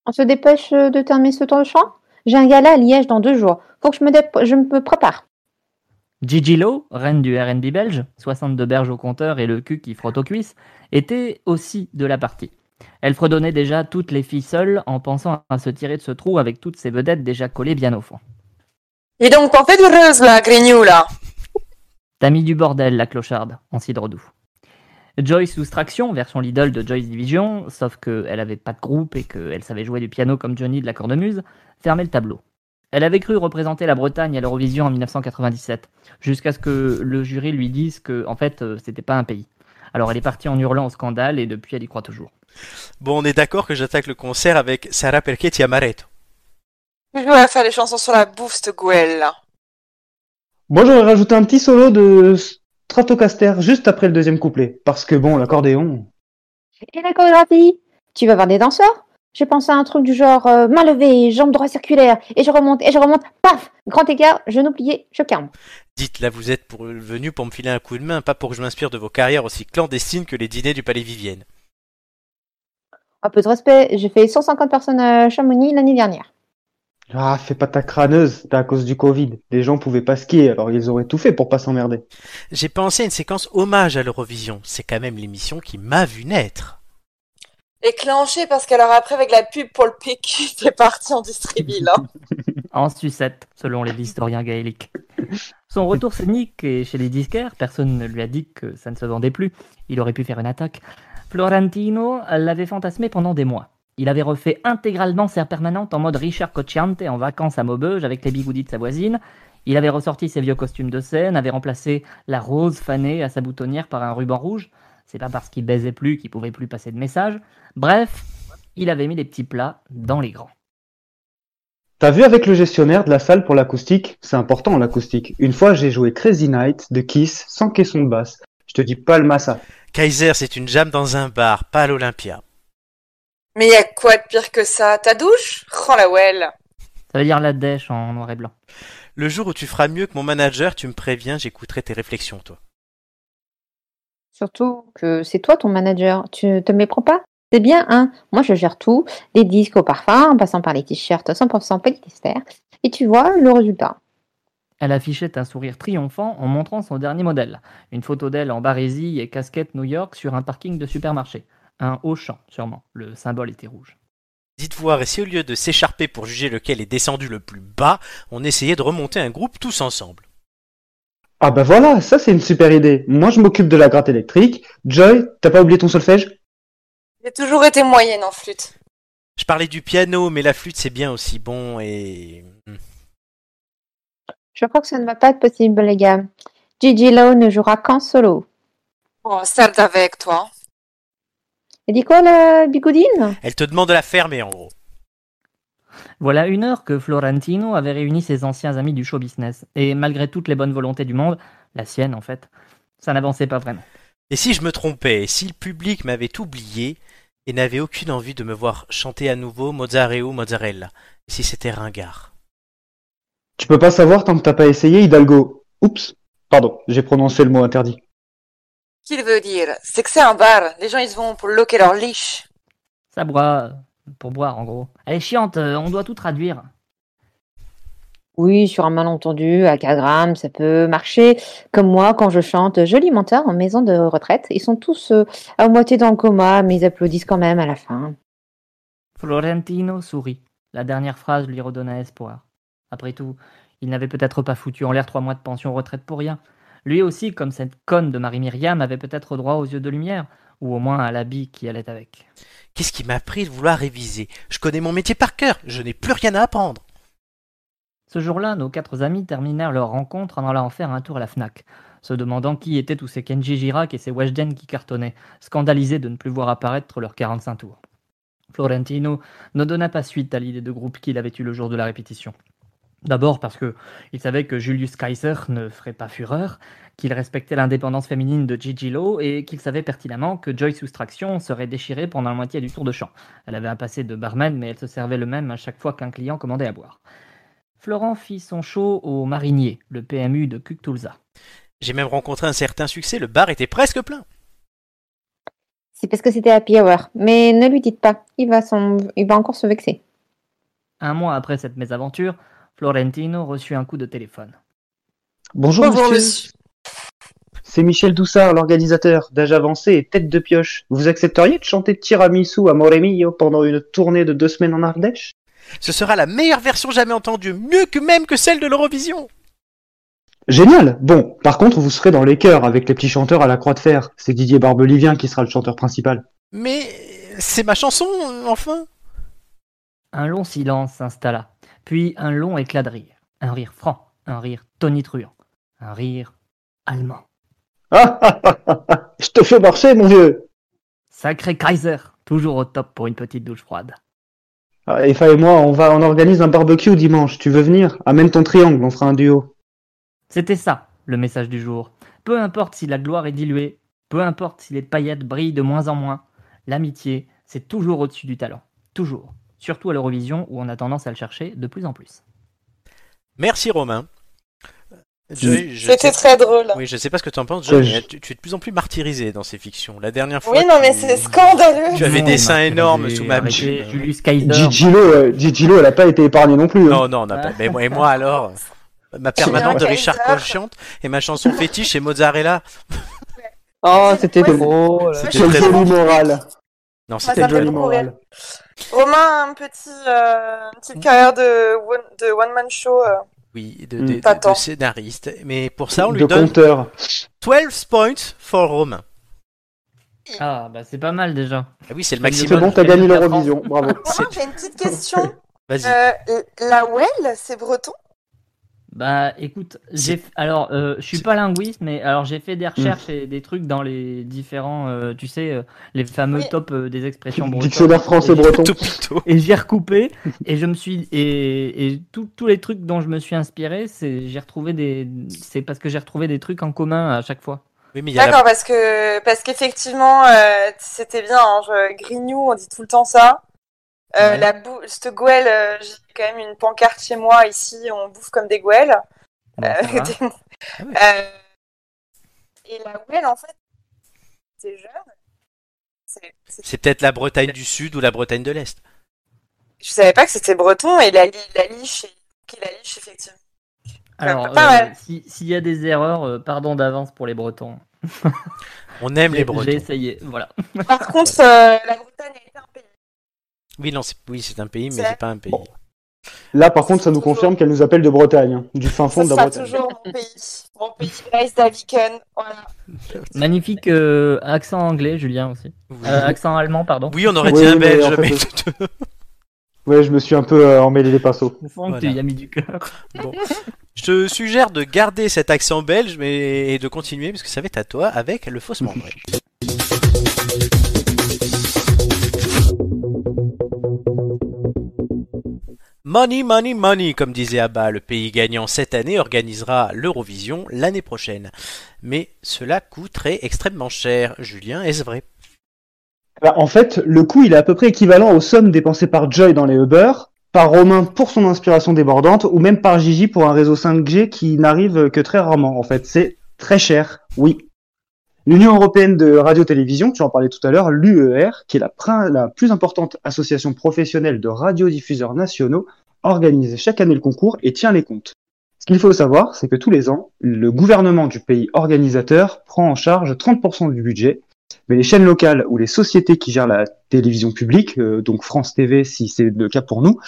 S4: On se dépêche de terminer ce temps de chant J'ai un gala à Liège dans deux jours. Faut que je me, dép- je me prépare.
S7: Gigi Lo, reine du RB belge, 62 berges au compteur et le cul qui frotte aux cuisses, était aussi de la partie. Elle fredonnait déjà toutes les filles seules en pensant à se tirer de ce trou avec toutes ces vedettes déjà collées bien au fond.
S3: Et donc, t'en fais de heureuse, là, Grignou, là
S7: T'as mis du bordel, la clocharde, en cidre doux. Joyce Soustraction, version Lidl de Joyce Division, sauf qu'elle avait pas de groupe et qu'elle savait jouer du piano comme Johnny de la cornemuse, fermait le tableau. Elle avait cru représenter la Bretagne à l'Eurovision en 1997, jusqu'à ce que le jury lui dise que, en fait, euh, c'était pas un pays. Alors elle est partie en hurlant au scandale et depuis elle y croit toujours.
S1: Bon, on est d'accord que j'attaque le concert avec Sarah Perchetti Amaretto.
S3: Je vais faire les chansons sur la bouffe, cette Gouelle, là.
S2: Moi, j'aurais rajouté un petit solo de Stratocaster juste après le deuxième couplet. Parce que bon, l'accordéon.
S4: Et la chorégraphie Tu vas voir des danseurs Je pense à un truc du genre euh, main levée, jambe droite circulaire, et je remonte, et je remonte, paf Grand écart, genou plié, je calme.
S1: Dites, là, vous êtes pour, venu pour me filer un coup de main, pas pour que je m'inspire de vos carrières aussi clandestines que les dîners du Palais Vivienne.
S4: Un peu de respect, j'ai fait 150 personnes à Chamonix l'année dernière.
S2: Ah, fais pas ta crâneuse, c'était à cause du Covid. Les gens pouvaient pas skier, alors ils auraient tout fait pour pas s'emmerder.
S1: J'ai pensé à une séquence hommage à l'Eurovision. C'est quand même l'émission qui m'a vu naître.
S3: Les clenchés, parce qu'alors après, avec la pub pour le PQ, c'est parti en distribue, là.
S7: en sucette, selon les historiens gaéliques. Son retour scénique et chez les disquaires, personne ne lui a dit que ça ne se vendait plus. Il aurait pu faire une attaque. Florentino l'avait fantasmé pendant des mois. Il avait refait intégralement Serre Permanente en mode Richard Cocciante en vacances à Maubeuge avec les bigoudis de sa voisine. Il avait ressorti ses vieux costumes de scène, avait remplacé la rose fanée à sa boutonnière par un ruban rouge. C'est pas parce qu'il baisait plus qu'il pouvait plus passer de message. Bref, il avait mis les petits plats dans les grands.
S2: T'as vu avec le gestionnaire de la salle pour l'acoustique C'est important l'acoustique. Une fois j'ai joué Crazy Night de Kiss sans caisson de basse. Je te dis pas le massa.
S1: Kaiser, c'est une jam dans un bar, pas à l'Olympia.
S3: Mais y a quoi de pire que ça Ta douche Oh la well
S7: Ça veut dire la dèche en noir et blanc.
S1: Le jour où tu feras mieux que mon manager, tu me préviens, j'écouterai tes réflexions, toi.
S4: Surtout que c'est toi ton manager, tu te méprends pas C'est bien, hein Moi je gère tout, les disques au parfum, en passant par les t-shirts 100% polyester, et tu vois le résultat.
S7: Elle affichait un sourire triomphant en montrant son dernier modèle. Une photo d'elle en barésie et casquette New York sur un parking de supermarché. Un haut champ, sûrement. Le symbole était rouge.
S1: Dites voir, et si au lieu de s'écharper pour juger lequel est descendu le plus bas, on essayait de remonter un groupe tous ensemble
S2: Ah bah voilà, ça c'est une super idée. Moi je m'occupe de la gratte électrique. Joy, t'as pas oublié ton solfège
S3: J'ai toujours été moyenne en flûte.
S1: Je parlais du piano, mais la flûte c'est bien aussi bon et... hmm,
S4: Je crois que ça ne va pas être possible, les gars. Gigi Lowe ne jouera qu'en solo.
S3: Oh, certes avec toi.
S4: Elle dit quoi, la euh, bigoudine
S1: Elle te demande de la fermer, en gros.
S7: Voilà une heure que Florentino avait réuni ses anciens amis du show business. Et malgré toutes les bonnes volontés du monde, la sienne en fait, ça n'avançait pas vraiment.
S1: Et si je me trompais, et si le public m'avait oublié et n'avait aucune envie de me voir chanter à nouveau Mozzarella, Mozzarella, et si c'était ringard
S2: Tu peux pas savoir tant que t'as pas essayé, Hidalgo. Oups, pardon, j'ai prononcé le mot interdit
S3: qu'il veut dire, c'est que c'est un bar. Les gens, ils vont pour loquer leur liche.
S7: Ça boit pour boire, en gros. Elle est chiante, euh, on doit tout traduire.
S4: Oui, sur un malentendu, à 4 grammes, ça peut marcher. Comme moi, quand je chante Joli menteur en maison de retraite, ils sont tous euh, à moitié dans le coma, mais ils applaudissent quand même à la fin.
S7: Florentino sourit. La dernière phrase lui redonna espoir. Après tout, il n'avait peut-être pas foutu en l'air trois mois de pension retraite pour rien. Lui aussi, comme cette conne de Marie-Myriam, avait peut-être droit aux yeux de lumière, ou au moins à l'habit qui allait avec.
S1: Qu'est-ce qui m'a pris de vouloir réviser Je connais mon métier par cœur, je n'ai plus rien à apprendre.
S7: Ce jour-là, nos quatre amis terminèrent leur rencontre en allant faire un tour à la FNAC, se demandant qui étaient tous ces Kenji Girac et ces Weshden qui cartonnaient, scandalisés de ne plus voir apparaître leurs 45 tours. Florentino ne donna pas suite à l'idée de groupe qu'il avait eue le jour de la répétition. D'abord parce que il savait que Julius Kaiser ne ferait pas fureur, qu'il respectait l'indépendance féminine de Gigi Lowe et qu'il savait pertinemment que Joy Soustraction serait déchirée pendant la moitié du tour de chant. Elle avait un passé de barman, mais elle se servait le même à chaque fois qu'un client commandait à boire. Florent fit son show au Marinier, le PMU de Cuctulza.
S1: J'ai même rencontré un certain succès, le bar était presque plein.
S4: C'est parce que c'était Happy Hour. Mais ne lui dites pas, il va, s'en- il va encore se vexer.
S7: Un mois après cette mésaventure, Florentino reçut un coup de téléphone.
S2: Bonjour,
S9: Bonjour,
S2: monsieur.
S9: monsieur.
S2: C'est Michel Doussard, l'organisateur, d'âge avancé et tête de pioche. Vous accepteriez de chanter Tiramisu à Moremillo pendant une tournée de deux semaines en Ardèche
S1: Ce sera la meilleure version jamais entendue, mieux que même que celle de l'Eurovision.
S2: Génial Bon, par contre, vous serez dans les chœurs avec les petits chanteurs à la Croix de Fer. C'est Didier Barbelivien qui sera le chanteur principal.
S1: Mais c'est ma chanson, euh, enfin.
S7: Un long silence s'installa, puis un long éclat de rire. Un rire franc, un rire tonitruant, un rire allemand.
S2: Ah ah ah ah ah Je te fais marcher, mon vieux
S7: Sacré Kaiser, toujours au top pour une petite douche froide.
S2: Ah, Efa et moi, on va, on organise un barbecue dimanche. Tu veux venir Amène ton triangle, on fera un duo.
S7: C'était ça, le message du jour. Peu importe si la gloire est diluée, peu importe si les paillettes brillent de moins en moins, l'amitié, c'est toujours au-dessus du talent. Toujours. Surtout à l'Eurovision où on a tendance à le chercher de plus en plus.
S1: Merci Romain. Joy, je
S3: C'était
S1: sais-
S3: très drôle.
S1: Oui, je sais pas ce que tu en penses,
S2: Ouais,
S1: Joy,
S2: je-
S1: mais tu, tu es de plus en plus martyrisé dans ces fictions. La dernière fois.
S3: Oui, non,
S1: tu-
S3: mais c'est scandaleux.
S1: Tu avais des seins
S7: martyrisé,
S1: énormes sous ma
S7: arrêtez,
S1: pub.
S7: Julius Kaiser.
S2: Gigilo, euh, Gigilo, elle a pas été épargnée non plus. hein.
S1: Non, non, on n'a pas. Mais moi, et moi alors Ma permanente de
S3: Génial.
S1: Richard Cole chante et ma chanson fétiche c'est Mozzarella.
S4: Oh, c'était
S3: Ouais,
S4: drôle.
S1: C'était
S2: Quelle
S1: très bon.
S2: jolie morale
S1: Non,
S3: Moi,
S1: c'était
S3: Ah, ça
S2: Quelle
S3: me fait
S2: jolie
S3: beaucoup
S2: morale
S3: rire. Romain, a un petit, euh, une petite carrière de one, de one man show. euh.
S1: oui, de,
S2: Hmm.
S1: de- de-
S3: Pas tant.
S1: de scénariste. Mais pour ça, on lui
S2: de
S1: donne
S2: compteur.
S1: 12 points for Romain.
S7: Ah, bah c'est pas mal déjà.
S1: Ah oui, c'est le
S2: C'est bon,
S1: maximum.
S2: t'as gagné
S7: Maximum.
S2: l'Eurovision, bravo.
S3: Romain, j'ai une petite question.
S1: Vas-y.
S3: Euh, la well, c'est breton
S7: Bah écoute, j'ai alors euh, je suis
S1: C'est-
S7: pas linguiste mais alors j'ai fait
S3: Hmm.
S7: des recherches et des trucs dans les différents euh, tu sais euh, les fameux
S3: Oui.
S7: tops euh, des expressions bretonnes.
S2: Dictionnaire
S3: Euh,
S2: français-breton.
S1: Topito.
S7: Et j'ai recoupé et je me suis et, et tous- tous les trucs dont je me suis inspiré, c'est j'ai retrouvé des c'est parce que j'ai retrouvé des trucs en commun à chaque fois.
S1: Oui, mais il y a la-
S3: D'accord, parce que parce qu'effectivement, euh, c'était bien. hein, je- Grignou, on dit tout le temps ça. Euh,
S7: Ouais.
S3: La bou- cette goëlle, euh, j'ai quand même une pancarte chez moi ici. On bouffe comme des goëles.
S7: Bon, ça
S3: Euh,
S7: va.
S3: des-
S1: ouais.
S3: Euh, et la goëlle, en fait, c'est jeune. C'est- c'est-
S1: C'est peut-être la Bretagne du Sud ou la Bretagne de l'Est.
S3: Je savais pas que c'était breton et la, li- la liche, est- qui la liche effectivement.
S7: Alors
S3: pas
S7: euh,
S3: mal.
S7: si- s'il y a des erreurs, euh, pardon d'avance pour les Bretons.
S1: On aime les
S7: J'ai- J'ai
S1: Bretons.
S7: essayé, voilà.
S3: Par contre, euh, la Bretagne est un pays.
S1: Oui, non, c'est oui, c'est un pays,
S3: C'est-
S1: mais c'est pas un pays.
S2: Bon. Là, par contre, ça nous confirme qu'elle nous appelle de Bretagne, hein, du fin
S3: Ce
S2: fond de la
S3: sera
S2: Bretagne.
S3: toujours mon pays. Mon pays, Grace Daviken. Voilà.
S7: Magnifique euh, accent anglais, Julien aussi.
S1: Oui.
S7: Euh, accent allemand, pardon.
S1: Oui, on aurait
S2: Oui,
S1: dit un
S2: mais
S1: belge,
S2: en fait,
S1: mais.
S2: Ouais, je me suis un peu euh, emmêlé les pinceaux.
S7: Je sens que
S1: Voilà.
S7: tu y as mis du cœur.
S1: Bon. Je te suggère de garder cet accent belge mais... et de continuer, parce que ça va être à toi, avec le faussement vrai. Money, money, money, comme disait Abba, le pays gagnant cette année organisera l'Eurovision l'année prochaine. Mais cela coûterait extrêmement cher. Julien, est-ce vrai
S2: Bah, en fait, le coût, il est à peu près équivalent aux sommes dépensées par Joy dans les Uber, par Romain pour son inspiration débordante, ou même par Gigi pour un réseau 5G qui n'arrive que très rarement. En fait, c'est très cher, oui. L'Union européenne de radio-télévision, tu en parlais tout à l'heure, l'UER, qui est la, prin- la plus importante association professionnelle de radiodiffuseurs nationaux, organise chaque année le concours et tient les comptes. Ce qu'il faut savoir, c'est que tous les ans, le gouvernement du pays organisateur prend en charge 30% du budget mais les chaînes locales ou les sociétés qui gèrent la télévision publique, euh, donc France TV si c'est le cas pour nous,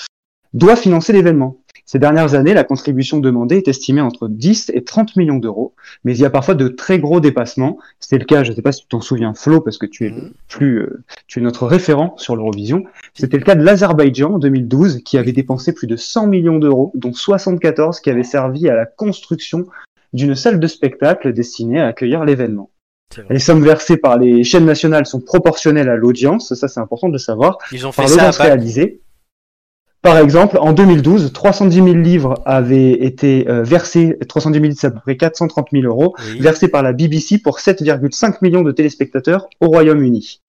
S2: doivent financer l'événement. Ces dernières années, la contribution demandée est estimée entre 10 et 30 millions d'euros, mais il y a parfois de très gros dépassements. C'était le cas, je ne sais pas si tu t'en souviens Flo, parce que tu es le plus, euh, tu es notre référent sur l'Eurovision. C'était le cas de l'Azerbaïdjan en 2012, qui avait dépensé plus de 100 millions d'euros, dont 74 qui avaient servi à la construction d'une salle de spectacle destinée à accueillir l'événement.
S1: C'est vrai.
S2: Les sommes versées par les chaînes nationales sont proportionnelles à l'audience, ça c'est important de le savoir,
S1: Ils ont fait
S2: par
S1: ça à
S2: l'audience
S1: Abba.
S2: réalisée. Par exemple, en 2012, 310 000 livres avaient été euh, versés, 310 000 livres, c'est à peu près 430 000 euros,
S1: Oui.
S2: versés par la BBC pour 7,5 millions de téléspectateurs au Royaume-Uni.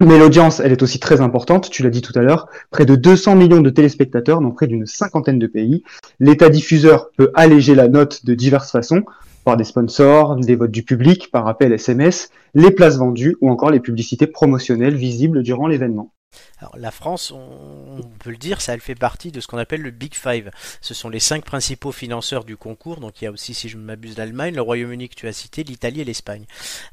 S2: Mais l'audience, elle est aussi très importante, tu l'as dit tout à l'heure, près de 200 millions de téléspectateurs dans près d'une cinquantaine de pays. L'État diffuseur peut alléger la note de diverses façons, par des sponsors, des votes du public par appel SMS, les places vendues ou encore les publicités promotionnelles visibles durant l'événement.
S1: Alors, la France, on, peut le dire, ça elle fait partie de ce qu'on appelle le Big Five. Ce sont les cinq principaux financeurs du concours. Donc il y a aussi, si je ne m'abuse, l'Allemagne, le Royaume-Uni que tu as cité, l'Italie et l'Espagne.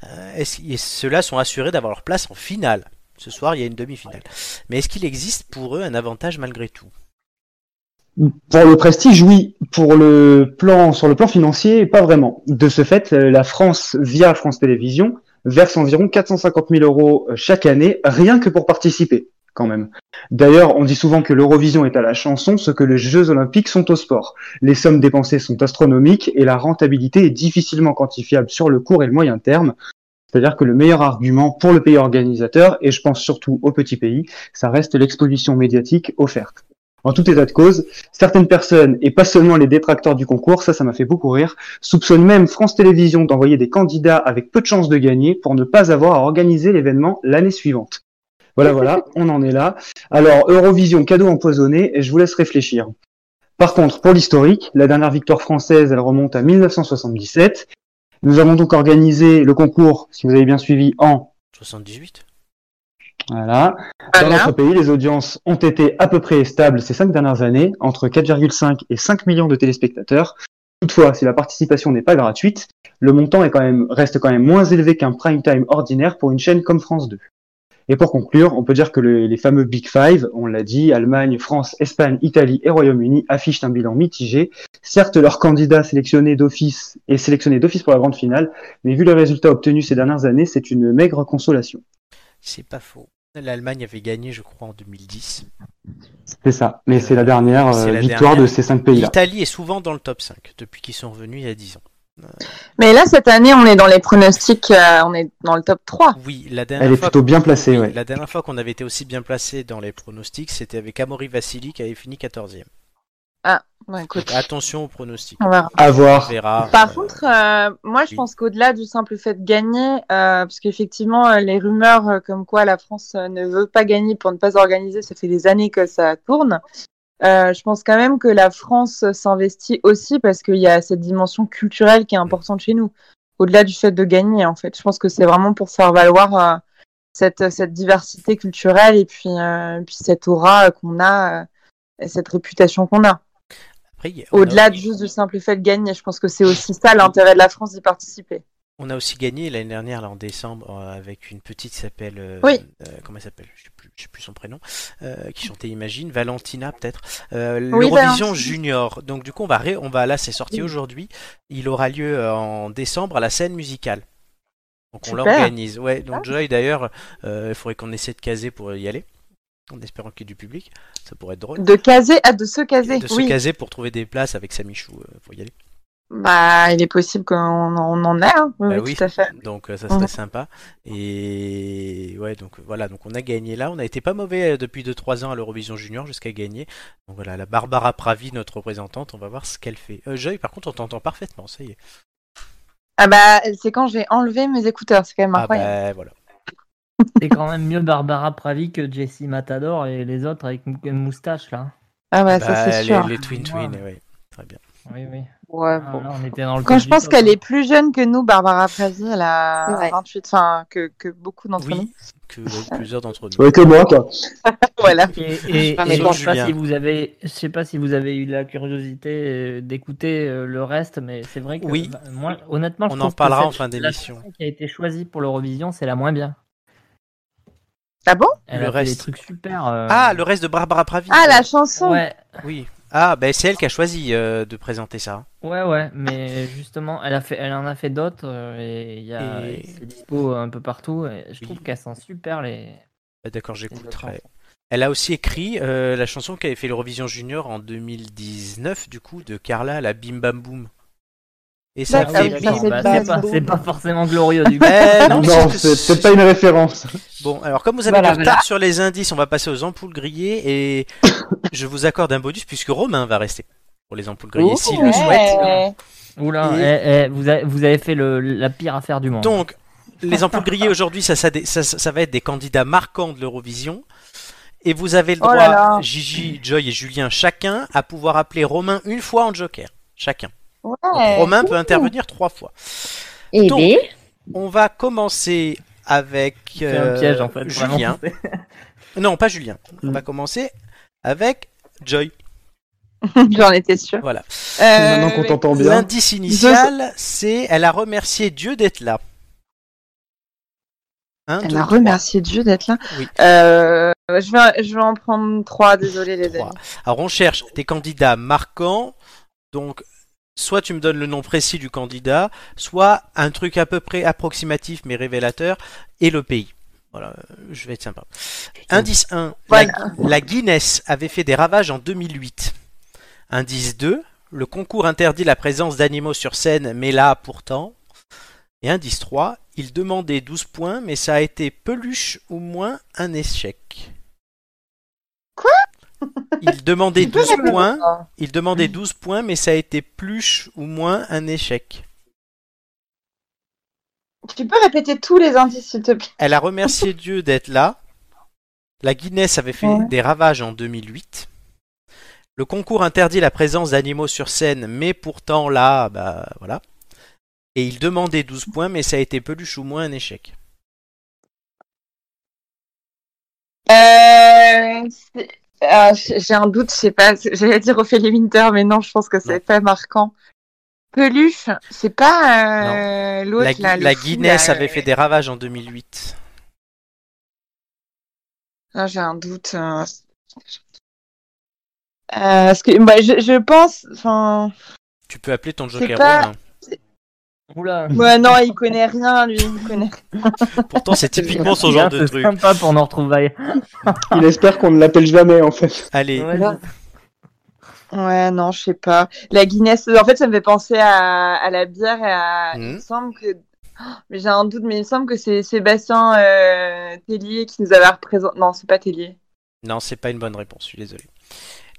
S1: Euh, est-ce- et ceux-là sont assurés d'avoir leur place en finale. Ce soir, il y a une demi-finale. Mais est-ce qu'il existe pour eux un avantage malgré tout
S2: Pour le prestige, oui. Pour le plan, sur le plan financier, pas vraiment. De ce fait, euh, la France, via France Télévisions, verse environ 450 000 euros euh, chaque année, rien que pour participer, quand même. D'ailleurs, on dit souvent que l'Eurovision est à la chanson, ce que les Jeux Olympiques sont au sport. Les sommes dépensées sont astronomiques et la rentabilité est difficilement quantifiable sur le court et le moyen terme. C'est-à-dire que le meilleur argument pour le pays organisateur, et je pense surtout aux petits pays, ça reste l'exposition médiatique offerte. En tout état de cause, certaines personnes, et pas seulement les détracteurs du concours, ça, ça m'a fait beaucoup rire, soupçonnent même France Télévisions d'envoyer des candidats avec peu de chances de gagner pour ne pas avoir à organiser l'événement l'année suivante. Voilà, voilà, on en est là. Alors, Eurovision, cadeau empoisonné, et je vous laisse réfléchir. Par contre, pour l'historique, la dernière victoire française, elle remonte à 1977. Nous avons donc organisé le concours, si vous avez bien suivi, en
S1: 78
S2: voilà. Dans
S1: Ah,
S6: Voilà.
S2: notre pays, les audiences ont été à peu près stables ces cinq dernières années, entre 4,5 et 5 millions de téléspectateurs. Toutefois, si la participation n'est pas gratuite, le montant est quand même, reste quand même moins élevé qu'un prime time ordinaire pour une chaîne comme France 2. Et pour conclure, on peut dire que le- les fameux Big Five, on l'a dit, Allemagne, France, Espagne, Italie et Royaume-Uni affichent un bilan mitigé. Certes, leurs candidats sélectionnés d'office et sélectionnés d'office pour la grande finale, mais vu les résultats obtenus ces dernières années, c'est une maigre consolation.
S1: C'est pas faux. L'Allemagne avait gagné, je crois, en 2010.
S2: C'est ça, mais c'est la dernière
S1: C'est
S2: euh,
S1: la
S2: victoire
S1: dernière.
S2: de ces cinq pays-là.
S1: L'Italie est souvent dans le top 5 depuis qu'ils sont revenus il y a 10 ans.
S9: Mais là, cette année, on est dans les pronostics, euh, on est dans le top 3.
S1: Oui, la dernière
S2: Elle est
S1: fois
S2: plutôt bien placée,
S1: Oui,
S2: ouais.
S1: La dernière fois qu'on avait été aussi bien placé dans les pronostics, c'était avec Amaury Vassili qui avait fini 14e.
S9: Bon, écoute,
S1: Donc, attention aux pronostics.
S9: on verra.
S2: À voir.
S1: On verra.
S9: Par
S1: euh,
S9: contre, euh, moi, je
S1: oui.
S9: pense qu'au-delà du simple fait de gagner, euh, parce qu'effectivement, euh, les rumeurs euh, comme quoi la France euh, ne veut pas gagner pour ne pas organiser, ça fait des années que ça tourne. Euh, je pense quand même que la France euh, s'investit aussi parce qu'il y a cette dimension culturelle qui est importante chez nous. Au-delà du fait de gagner, en fait, je pense que c'est vraiment pour faire valoir euh, cette, cette diversité culturelle et puis, euh, et puis cette aura euh, qu'on a, euh, et cette réputation qu'on a.
S1: après, il y a- on a-
S9: Au-delà de juste du simple fait de gagner, je pense que c'est aussi ça l'intérêt de la France d'y participer.
S1: On a aussi gagné l'année dernière, là, en décembre, euh, avec une petite qui s'appelle. euh,
S9: Oui.
S1: euh, comment elle s'appelle Je sais plus, je sais plus son prénom. euh, qui chantait Imagine, Valentina peut-être. Euh,
S9: Oui,
S1: L'Eurovision
S9: Valentina.
S1: Junior. Donc du coup, on va, ré- on va là, c'est sorti aujourd'hui. Il aura lieu euh, en décembre à la scène musicale. Donc on
S9: Super. Ah.
S1: l'organise. Ouais. Donc Joy d'ailleurs, euh, il faudrait qu'on essaie de caser pour y aller, en espérant qu'il y ait du public. Ça pourrait être drôle.
S9: De caser à de se caser,
S1: de se
S9: oui.
S1: caser pour trouver des places avec Samichou euh, pour y aller.
S9: Bah, il est possible qu'on on en ait, hein. oui,
S1: Bah
S9: oui,
S1: oui.
S9: tout à fait.
S1: Donc euh, ça serait
S9: Mhm.
S1: sympa. Et ouais, donc euh, voilà, donc on a gagné là. On a été pas mauvais euh, depuis 2-3 ans à l'Eurovision Junior jusqu'à gagner. Donc voilà, la Barbara Pravi, notre représentante, on va voir ce qu'elle fait. Euh, Joy, par contre, on t'entend parfaitement, ça y est.
S9: Ah bah, c'est quand j'ai enlevé mes écouteurs, c'est quand même
S1: Ah
S9: incroyable.
S1: bah voilà.
S7: C'est quand même mieux Barbara Pravi que Jessie Matador et les autres avec mou- une moustache là.
S9: Ah bah,
S1: Bah,
S9: ça c'est
S1: les,
S9: sûr.
S1: les Twin Twin,
S7: Wow.
S1: ouais. Très bien.
S7: Oui, oui.
S9: Ouais,
S7: Ah,
S9: bon.
S7: là, on était dans le
S9: Quand
S7: top
S9: je
S7: du
S9: pense
S7: top,
S9: qu'elle
S7: hein.
S9: est plus jeune que nous, Barbara Pravi, elle
S4: C'est
S9: a
S4: vrai.
S9: 28, enfin, que, que beaucoup d'entre nous.
S1: Oui, que euh, plusieurs d'entre nous.
S2: Ouais, que moi, quoi.
S9: Voilà.
S7: Et, et-
S9: sais pas,
S7: et
S9: mais
S7: je
S1: bon,
S7: sais pas
S1: Julien.
S7: si vous avez, je sais pas si vous avez eu la curiosité euh, d'écouter euh, le reste, mais c'est vrai que
S1: Oui.
S7: bah, moi, honnêtement, je
S1: On
S7: trouve
S1: en parlera
S7: que
S1: en
S7: cette-
S1: fin
S7: la
S1: d'émission.
S7: chanson qui a été choisie pour l'Eurovision, c'est la moins bien.
S9: Ah bon
S7: Elle
S1: Le
S7: a fait
S1: reste.
S7: des trucs super. euh,
S1: Ah, le reste de Barbara Pravi.
S9: Ah, la chanson
S7: Ouais,
S1: Oui. Ah, ben c'est elle qui a choisi euh, de présenter ça.
S7: ouais, ouais, mais justement, elle a fait, elle en a fait d'autres euh, et il y a
S1: Et-
S7: c'est dispo un peu partout. Et je
S1: Oui.
S7: trouve qu'elle sent super les.
S1: Bah, D'accord,
S7: les autres
S1: j'écouterai.
S7: chansons.
S1: Elle a aussi écrit euh, la chanson qu'avait fait l'Eurovision Junior en 2019, du coup, de Carla, la Bim Bam Boum. Et ça
S9: D'accord, Ah
S1: fait Bim
S9: oui, d'accord.
S7: Bah, c'est pas,
S1: Bam
S7: c'est
S1: Boum.
S7: pas forcément glorieux du coup.
S1: Ben, non,
S2: Eh Non,
S1: c'est-
S2: c'est peut-être pas une référence.
S1: Bon, alors comme vous avez
S9: Voilà,
S1: du retard sur les indices, on va passer aux ampoules grillées et je vous accorde un bonus puisque Romain va rester pour les ampoules grillées s'il le souhaite.
S9: Ouais.
S7: Oula,
S1: Et-
S7: eh, eh, vous, avez, vous avez fait le, la pire affaire du monde.
S1: Donc, les ampoules grillées aujourd'hui, ça, ça, ça, ça va être des candidats marquants de l'Eurovision. Et vous avez le
S9: Oh
S1: droit,
S9: là là.
S1: Gigi, Joy et Julien, chacun, à pouvoir appeler Romain une fois en joker. Chacun. Donc, Romain peut intervenir trois fois.
S4: Et
S1: Donc,
S4: B.
S1: On va commencer avec
S7: C'est un
S1: euh,
S7: piège, en fait, Mm. vraiment.
S1: Julien. Non, pas Julien. On va commencer avec Joy.
S9: J'en étais sûre. Euh,
S1: Voilà.
S2: Maintenant qu'on t'entend bien.
S1: L'indice initial, c'est elle a remercié Dieu d'être là. Un,
S9: Elle
S1: deux,
S9: a
S1: trois.
S9: remercié Dieu d'être là.
S1: Oui.
S9: Euh, je, vais, je vais en prendre trois, désolé les
S1: Trois.
S9: amis.
S1: Alors on cherche des candidats marquants. Donc soit tu me donnes le nom précis du candidat, soit un truc à peu près approximatif mais révélateur et le pays. Voilà, euh, je vais être sympa. Indice 1, la, la Guinness avait fait des ravages en 2008. Indice 2, le concours interdit la présence d'animaux sur scène, mais là pourtant. Et indice 3, il demandait 12 points, mais ça a été peluche ou moins un échec.
S9: Quoi
S1: Il demandait 12
S9: Pourquoi
S1: points,
S9: pas
S1: il demandait
S9: Mm.
S1: 12 points, mais ça a été plus ou moins un échec.
S9: Tu peux répéter tous les indices, s'il te plaît
S1: Elle a remercié Dieu d'être là. La Guinness avait fait
S9: Ouais.
S1: des ravages en 2008. Le concours interdit la présence d'animaux sur scène, mais pourtant là, bah voilà. Et il demandait 12 points, mais ça a été peluche ou moins un échec.
S9: Euh, c'est- ah, J'ai j'ai un doute, je sais pas. c'est- J'allais dire Ophélie Winter, mais non, je pense que
S1: Non.
S9: c'est pas marquant. Peluche, c'est pas euh,
S1: La,
S9: l'autre
S1: Gui-
S9: là. le
S1: la
S9: fou,
S1: Guinness
S9: là,
S1: avait
S9: euh,
S1: fait des ravages en 2008.
S9: Ah, J'ai un doute. euh. Euh, ce que, bah, je, je pense. Enfin,
S1: Tu peux appeler ton
S9: C'est
S1: joker hein.
S9: pas-
S1: Romain.
S7: Oula.
S9: ouais, non, il connaît rien, lui. Il connaît.
S1: Pourtant, c'est typiquement son genre de
S7: C'est
S1: truc.
S7: sympa pour nos retrouvailles.
S2: Il espère qu'on ne l'appelle jamais, en fait.
S1: Allez,
S7: Ouais,
S4: Là.
S9: Ouais, non, je sais pas. La Guinness, en fait, ça me fait penser à, à la bière et à. Il
S1: Mhm.
S9: me semble que. Oh, Mais j'ai un doute, mais il me semble que c'est Sébastien euh, Tellier qui nous avait représenté. Non, c'est pas Tellier.
S1: Non, c'est pas une bonne réponse, je suis désolé.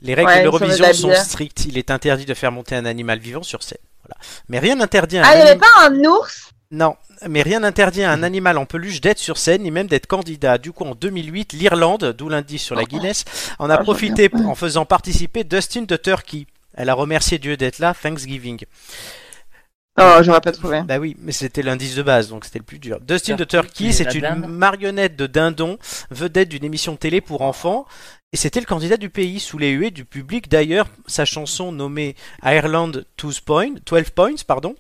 S1: Les règles
S9: Ouais,
S1: de
S9: il me semble de
S1: l'Eurovision
S9: la
S1: sont
S9: bière.
S1: strictes. Il est interdit de faire monter un animal vivant sur scène. Voilà. Mais rien n'interdit à un
S9: Ah, il n'y
S1: anim-
S9: avait pas un ours
S1: Non, mais rien n'interdit à un animal en peluche d'être sur scène, ni même d'être candidat. Du coup, en 2008, l'Irlande, d'où l'indice sur la Guinness, en a
S9: Ah,
S1: profité p- en faisant participer Dustin de Turkey. Elle a remercié Dieu d'être là, Thanksgiving.
S9: Oh, j'aurais pas trouvé.
S1: Bah oui, mais c'était l'indice de base, donc c'était le plus dur. Dustin de
S7: Mais
S1: Turkey, c'est
S7: la
S1: une
S7: dinde
S1: marionnette de dindon, vedette d'une émission télé pour enfants, et c'était le candidat du pays, sous les huées du public. D'ailleurs, sa chanson nommée Ireland 12 Points, 12 points pardon,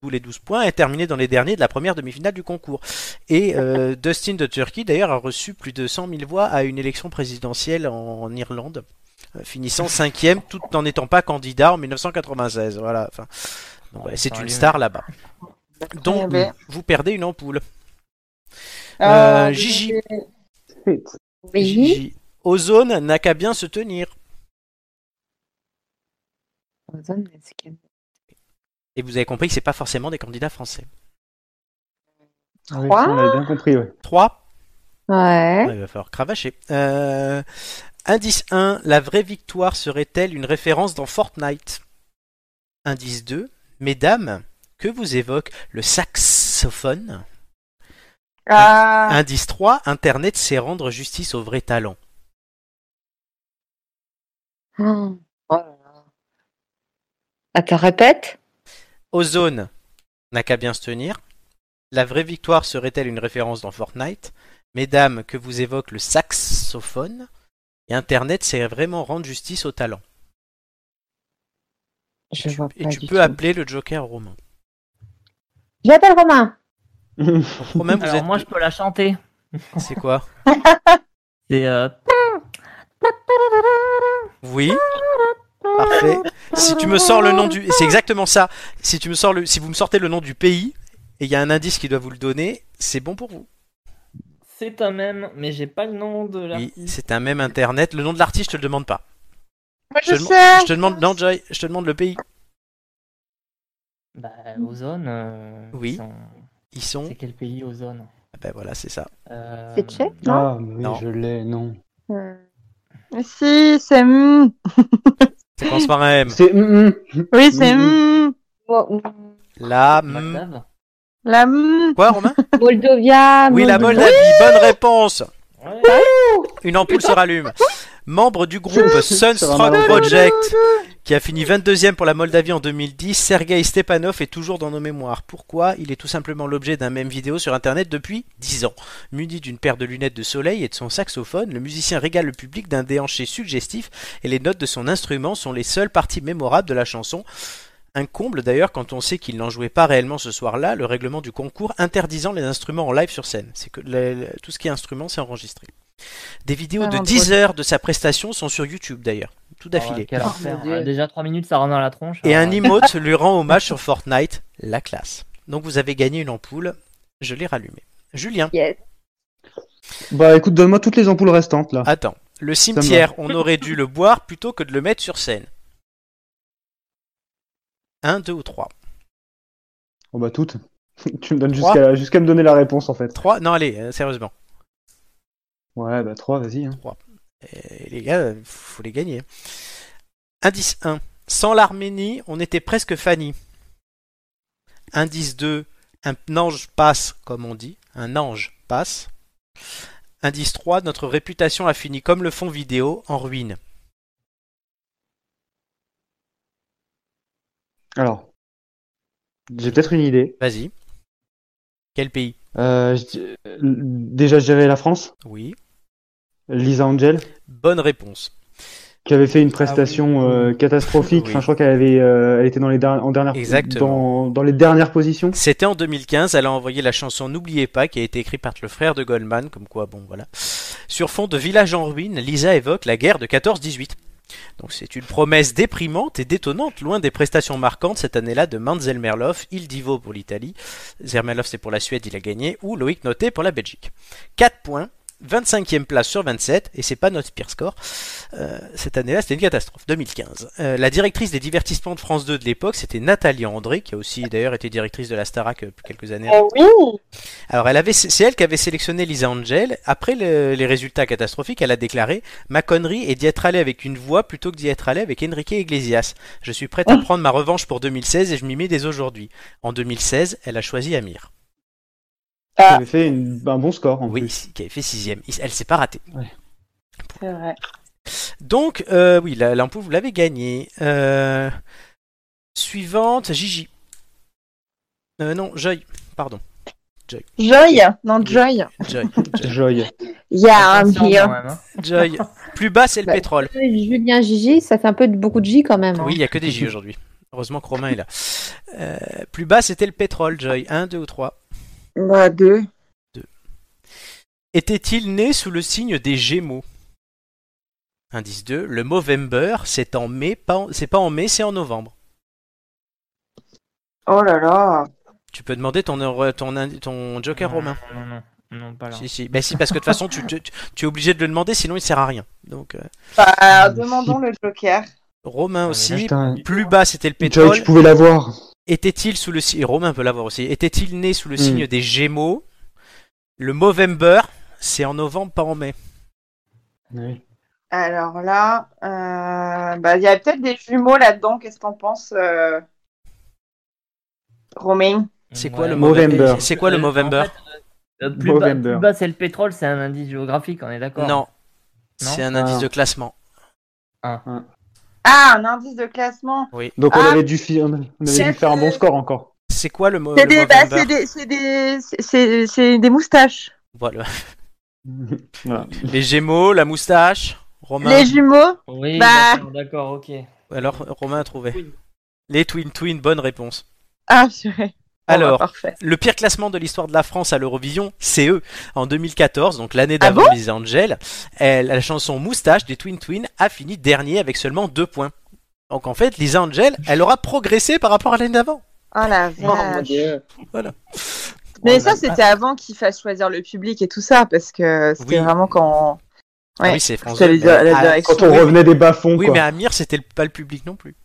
S1: d'où les 12 points, est terminée dans les derniers de la première demi-finale du concours. Et euh, Dustin de Turkey, d'ailleurs, a reçu plus de 100 000 voix à une élection présidentielle en, en Irlande, euh, finissant cinquième, tout en n'étant pas candidat en 1996. Voilà, enfin, donc, ouais, c'est
S7: Attends,
S1: une
S7: lui-
S1: star là-bas. Donc,
S9: Eh ben.
S1: vous perdez une ampoule.
S9: Ah,
S1: Euh, Gigi.
S4: Oui.
S1: Gigi. Ozone n'a qu'à bien se tenir.
S4: Ozone, est-ce qu'il y a-
S1: Et vous avez compris que c'est pas forcément des candidats français.
S2: Ouais,
S4: Trois
S2: ça, Ah on a bien compris, ouais.
S1: 3.
S4: Ouais.
S1: il va falloir cravacher. Euh, indice 1. La vraie victoire serait-elle une référence dans Fortnite Indice 2. Mesdames, que vous évoque le saxophone
S9: Ah,
S1: Indice 3. Internet sait rendre justice aux vrais talents.
S4: Oh là là. Attends, répète.
S1: Ozone n'a qu'à bien se tenir. La vraie victoire serait-elle une référence dans Fortnite Mesdames, que vous évoque le saxophone Et Internet, c'est vraiment rendre justice au talent.
S4: Je vois
S1: Et
S4: pas
S1: tu
S4: du
S1: peux
S4: tout.
S1: appeler le Joker Romain.
S4: J'appelle Romain.
S1: Donc, Romain, vous
S7: Alors
S1: êtes.
S7: moi, je peux la chanter.
S1: C'est quoi
S7: C'est euh,
S1: Oui. Parfait. Si tu me sors le nom du. C'est exactement ça. Si, tu me sors le... si vous me sortez le nom du pays, et il y a un indice qui doit vous le donner, c'est bon pour vous.
S7: c'est un même, mais j'ai pas le nom de la.
S1: Oui, c'est un même Internet. Le nom de l'artiste, je te le demande pas.
S9: moi
S1: Je
S9: je
S1: te, dem-
S9: sais
S1: je te demande. Non, Joy, je te demande le pays.
S7: Bah, Ozone. euh,
S1: Oui.
S7: ils sont-
S1: Ils sont.
S7: C'est quel pays Ozone
S1: Ah Ben voilà, c'est ça.
S7: Euh,
S4: C'est tchèque, non
S2: Ah, mais
S1: Non.
S2: je l'ai, non.
S4: Euh,
S9: Mais Si, c'est. mm.
S1: Ça commence par un M.
S2: C'est. mm, mm.
S9: Oui, c'est.
S1: Mm-hmm.
S9: mm.
S4: Mo-
S1: La M-
S7: Moldave
S9: La. mm.
S1: Quoi, Romain
S9: Ah,
S4: Moldovia.
S1: Oui, la
S4: Moldo-
S1: Moldavie. Bonne réponse.
S7: Ouais.
S1: Une ampoule se rallume. Membre du groupe Sunstruck
S2: Sur un
S1: Project, qui qui a fini 22e pour la Moldavie en 2010, Sergei Stepanov est toujours dans nos mémoires. Pourquoi Il est tout simplement l'objet d'un même vidéo sur Internet depuis 10 ans. Muni d'une paire de lunettes de soleil et de son saxophone, le musicien régale le public d'un déhanché suggestif et les notes de son instrument sont les seules parties mémorables de la chanson. Un comble d'ailleurs quand on sait qu'il n'en jouait pas réellement ce soir-là, le règlement du concours interdisant les instruments en live sur scène. C'est que le- le- tout ce qui est instrument, c'est enregistré. Des vidéos
S9: Ah,
S1: de
S9: vendredi.
S1: 10 heures de sa prestation sont sur YouTube d'ailleurs, tout d'affilée.
S7: Ah quel enfer. Déjà 3 minutes, ça rend dans la tronche. Ah,
S1: Et
S7: Alors,
S1: un emote lui rend hommage sur Fortnite, la classe. Donc vous avez gagné une ampoule, je l'ai rallumée. Julien,
S4: Yes.
S2: Bah écoute, donne-moi toutes les ampoules restantes là.
S1: attends. Le
S2: me va.
S1: cimetière, on aurait dû le boire plutôt que de le mettre sur scène. Un, deux ou trois.
S2: Oh bah toutes. tu me donnes
S1: Trois.
S2: jusqu'à jusqu'à me donner la réponse en fait.
S1: Trois Non, allez, euh, sérieusement.
S2: Ouais, bah trois, vas-y. hein.
S1: Et les gars, euh, faut les gagner. Indice 1. Sans l'Arménie, on était presque Fanny. Indice 2. Un ange passe, comme on dit. Un ange passe. Indice 3. Notre réputation a fini comme le fond vidéo en ruine.
S2: Alors, j'ai peut-être une idée.
S1: Vas-y. Quel pays
S2: Euh, je dis- euh, déjà, je dirais la France.
S1: Oui.
S2: Lisa Angel,
S1: Bonne réponse.
S2: qui avait fait une prestation euh, catastrophique.
S1: Oui.
S2: Enfin, je crois qu'elle avait, euh, elle était dans les dernières, en dernière,
S1: Exactement.
S2: dans, dans les dernières positions.
S1: C'était en 2015. Elle a envoyé la chanson N'oubliez pas, qui a été écrite par le frère de Goldman, comme quoi, bon, voilà. Sur fond de village en ruine, Lisa évoque la guerre de 14-18. Donc c'est une promesse déprimante et détonnante, loin des prestations marquantes cette année-là de Manzel Merloff, Il Divo pour l'Italie, Zermerloff c'est pour la Suède, il a gagné, ou Loïc Noté pour la Belgique. 4 points, 25e place sur 27, et c'est pas notre pire score. Euh, cette année-là c'était une catastrophe, 2015. Euh, la directrice des divertissements de France 2 de l'époque, c'était Nathalie André, qui a aussi d'ailleurs été directrice de la Starac euh, quelques années.
S3: oui
S1: Alors, elle avait, c'est elle qui avait sélectionné Lisa Angel. Après le- les résultats catastrophiques, elle a déclaré Ma connerie est d'y être allée avec une voix plutôt que d'y être allée avec Enrique Iglesias. Je suis prête à prendre ma revanche pour 2016 et je m'y mets dès aujourd'hui. En 2016, elle a choisi Amir.
S2: Elle avait fait une- un bon score en
S1: Oui,
S2: plus.
S1: qui avait fait sixième. Il- Elle s'est pas ratée.
S9: C'est vrai.
S1: Donc, euh, oui, la- l'ampoule, vous l'avez gagnée. Euh, Suivante, Gigi. Euh, non, Joy. Pardon.
S9: Joy, non Joy.
S1: Joy.
S2: Joy.
S9: Yeah, I'm
S7: attention
S9: here.
S7: quand même, hein.
S1: Joy. Plus bas, c'est le
S4: Bah,
S1: pétrole.
S4: Julien Gigi, ça fait un peu de, beaucoup de J quand même. hein.
S1: Oui, il n'y a que des J aujourd'hui. Heureusement que Romain est là. Euh, plus bas, c'était le pétrole, Joy. 1, 2 ou 3.
S9: Bah deux.
S1: Était-il né sous le signe des Gémeaux Indice 2. Le Movember, c'est en mai, pas en- c'est pas en mai, c'est en novembre.
S9: Oh là là.
S1: Tu peux demander ton, heure- ton, indi- ton joker
S7: Non,
S1: romain.
S7: Non, non, non, pas là.
S1: Si, si. Ben si, parce que de toute façon, tu, tu- tu- tu es obligé de le demander, sinon il sert à rien. Donc, euh,
S9: Bah, demandons le Joker.
S1: Romain
S7: mais
S1: aussi.
S2: Putain,
S7: oh.
S1: Plus bas, c'était le
S2: Joy,
S1: pétrole.
S2: tu pouvais l'avoir.
S1: Était-il sous le signe Romain peut l'avoir aussi. Était-il né sous le
S2: Mm.
S1: signe des Gémeaux Le Movember, c'est en novembre, pas en mai.
S9: Alors là, euh, bah, il y a peut-être des jumeaux là-dedans. Qu'est-ce que t'en penses, euh... Romain
S1: C'est quoi le
S2: Movember
S1: Movember C'est quoi le Movember
S7: En fait, euh, plus, bas,
S2: Movember.
S7: plus bas, c'est le pétrole, c'est un indice géographique, on est d'accord
S1: Non.
S7: Non
S1: C'est un indice
S2: Ah.
S1: de classement.
S9: Ah, un indice de classement.
S1: Euh,
S2: Donc on
S9: Ah.
S2: avait dû, fi- on avait dû
S9: C'est-
S2: faire un bon score encore.
S1: C'est quoi le, mo-
S9: C'est
S1: le
S9: des, bah,
S1: Movember
S9: c'est des, c'est des, c'est- c'est- c'est des moustaches.
S1: Voilà.
S2: Voilà.
S1: Les Gémeaux, la moustache, Romain.
S9: Les jumeaux.
S7: Oui,
S9: Bah.
S7: d'accord, d'accord, ok.
S1: Alors Romain a trouvé.
S7: Twin.
S1: Les Twin Twin, bonne réponse.
S9: Ah, purée. Bon,
S1: Alors.
S9: bah, parfait.
S1: Le pire classement de l'histoire de la France à l'Eurovision, c'est eux. En 2014, donc l'année
S9: Ah
S1: d'avant Lisa Angel, elle- la chanson Moustache des Twin Twin a fini dernier avec seulement deux points. Donc en fait, Lisa Angel, elle aura progressé par rapport à l'année d'avant.
S9: Oh la
S7: Ah,
S9: vache. Mais ça, c'était avant qu'il fasse choisir le public et tout ça, parce que c'était
S1: Oui.
S9: vraiment quand.
S1: Ah
S9: Ouais.
S1: oui, c'est France
S9: C'était
S1: deux, mais-
S9: les- la
S1: Ah,
S9: direction.
S2: Quand on
S1: oui,
S2: revenait des bas-fonds,
S1: Oui,
S2: quoi.
S1: mais Amir, c'était le- pas le public non plus.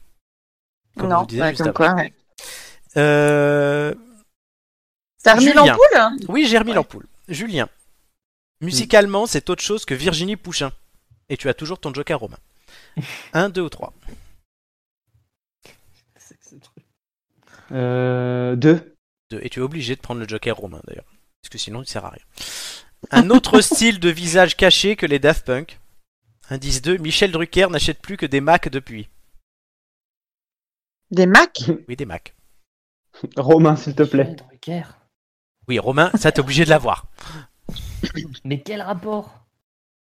S1: Comme on
S9: non,
S1: le disait
S9: ouais,
S1: juste
S9: comme
S1: avant.
S9: quoi. ouais.
S1: Euh,
S9: T'as remis
S1: Julien.
S9: l'ampoule
S1: Oui, j'ai remis l'ampoule. Julien, musicalement, c'est autre chose que Virginie Pouchin. Et tu as toujours ton joker romain. 1, 2 ou 3.
S7: C'est- c'est trop-
S2: Euh, deux.
S1: Et tu es obligé de prendre le joker romain d'ailleurs. Parce que sinon, il sert à rien. Un autre style de visage caché que les Daft Punk. Indice 2, Michel Drucker n'achète plus que des Macs depuis.
S9: Des Macs
S1: Oui, des Macs.
S2: Romain, s'il te plaît.
S7: Drucker.
S1: Oui, Romain, ça t'es obligé de l'avoir.
S7: Mais quel rapport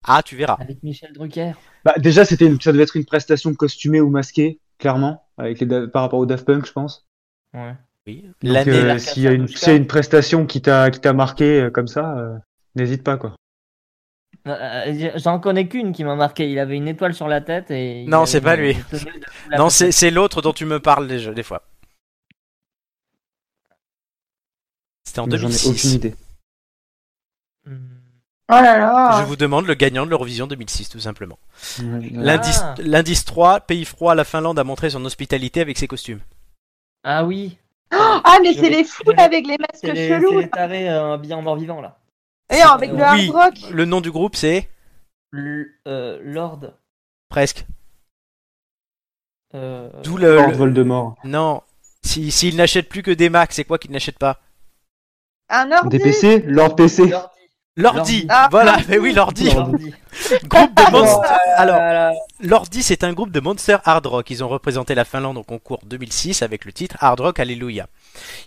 S1: Ah, tu verras.
S7: avec Michel Drucker
S2: Bah, déjà, c'était une- ça devait être une prestation costumée ou masquée, clairement, avec les Da- par rapport au Daft Punk, je pense.
S7: Ouais.
S1: Oui.
S2: Donc,
S1: L'année.
S2: euh,
S7: l'arcade
S2: s'il y a une,
S7: Sardouchka.
S2: s'il y a une prestation qui t'a qui t'a marqué euh, comme ça, euh, n'hésite pas, quoi.
S7: Euh, J'en connais qu'une qui m'a marqué. Il avait une étoile sur la tête et. il
S1: Non,
S7: avait
S1: c'est pas
S7: une-
S1: lui.
S7: une tenue de foulard.
S1: Non, c'est c'est l'autre dont tu me parles déjà, des fois. C'était en
S2: Mais J'en ai
S1: 2006.
S2: aucune idée.
S7: Hmm.
S9: Oh là là.
S1: Je vous demande le gagnant de l'Eurovision 2006, tout simplement.
S2: Ouais,
S1: L'indice
S7: Ah.
S1: l'indice 3, pays froid, la Finlande a montré son hospitalité avec ses costumes.
S7: Ah oui.
S9: Ah, mais
S7: Je
S9: c'est
S7: vais-
S9: les fous
S7: je vais-
S9: avec les
S7: C'est
S9: masques
S7: les, c'est
S9: chelous.
S7: les tarés euh, habillés en mort-vivant là. Euh,
S9: Et avec le
S1: Oui.
S9: hard rock.
S1: Le nom du groupe, c'est
S7: L- euh, Lord.
S1: presque.
S7: euh,
S1: D'où le,
S2: Hors
S1: le-
S2: Voldemort.
S1: Non. Si- S'il n'achète plus que des Macs, c'est quoi qu'il n'achète pas
S9: Un ordi.
S2: Des PC Lord PC
S7: Lordi.
S1: L'ordi
S7: L'ordi.
S9: Ah,
S1: Voilà, mais oui, l'ordi
S7: Lordi.
S1: Groupe de Monster Alors,
S7: Ah là là.
S1: L'Ordi, c'est un groupe de monster hard rock. Ils ont représenté la Finlande au concours 2006 avec le titre Hard Rock Alléluia.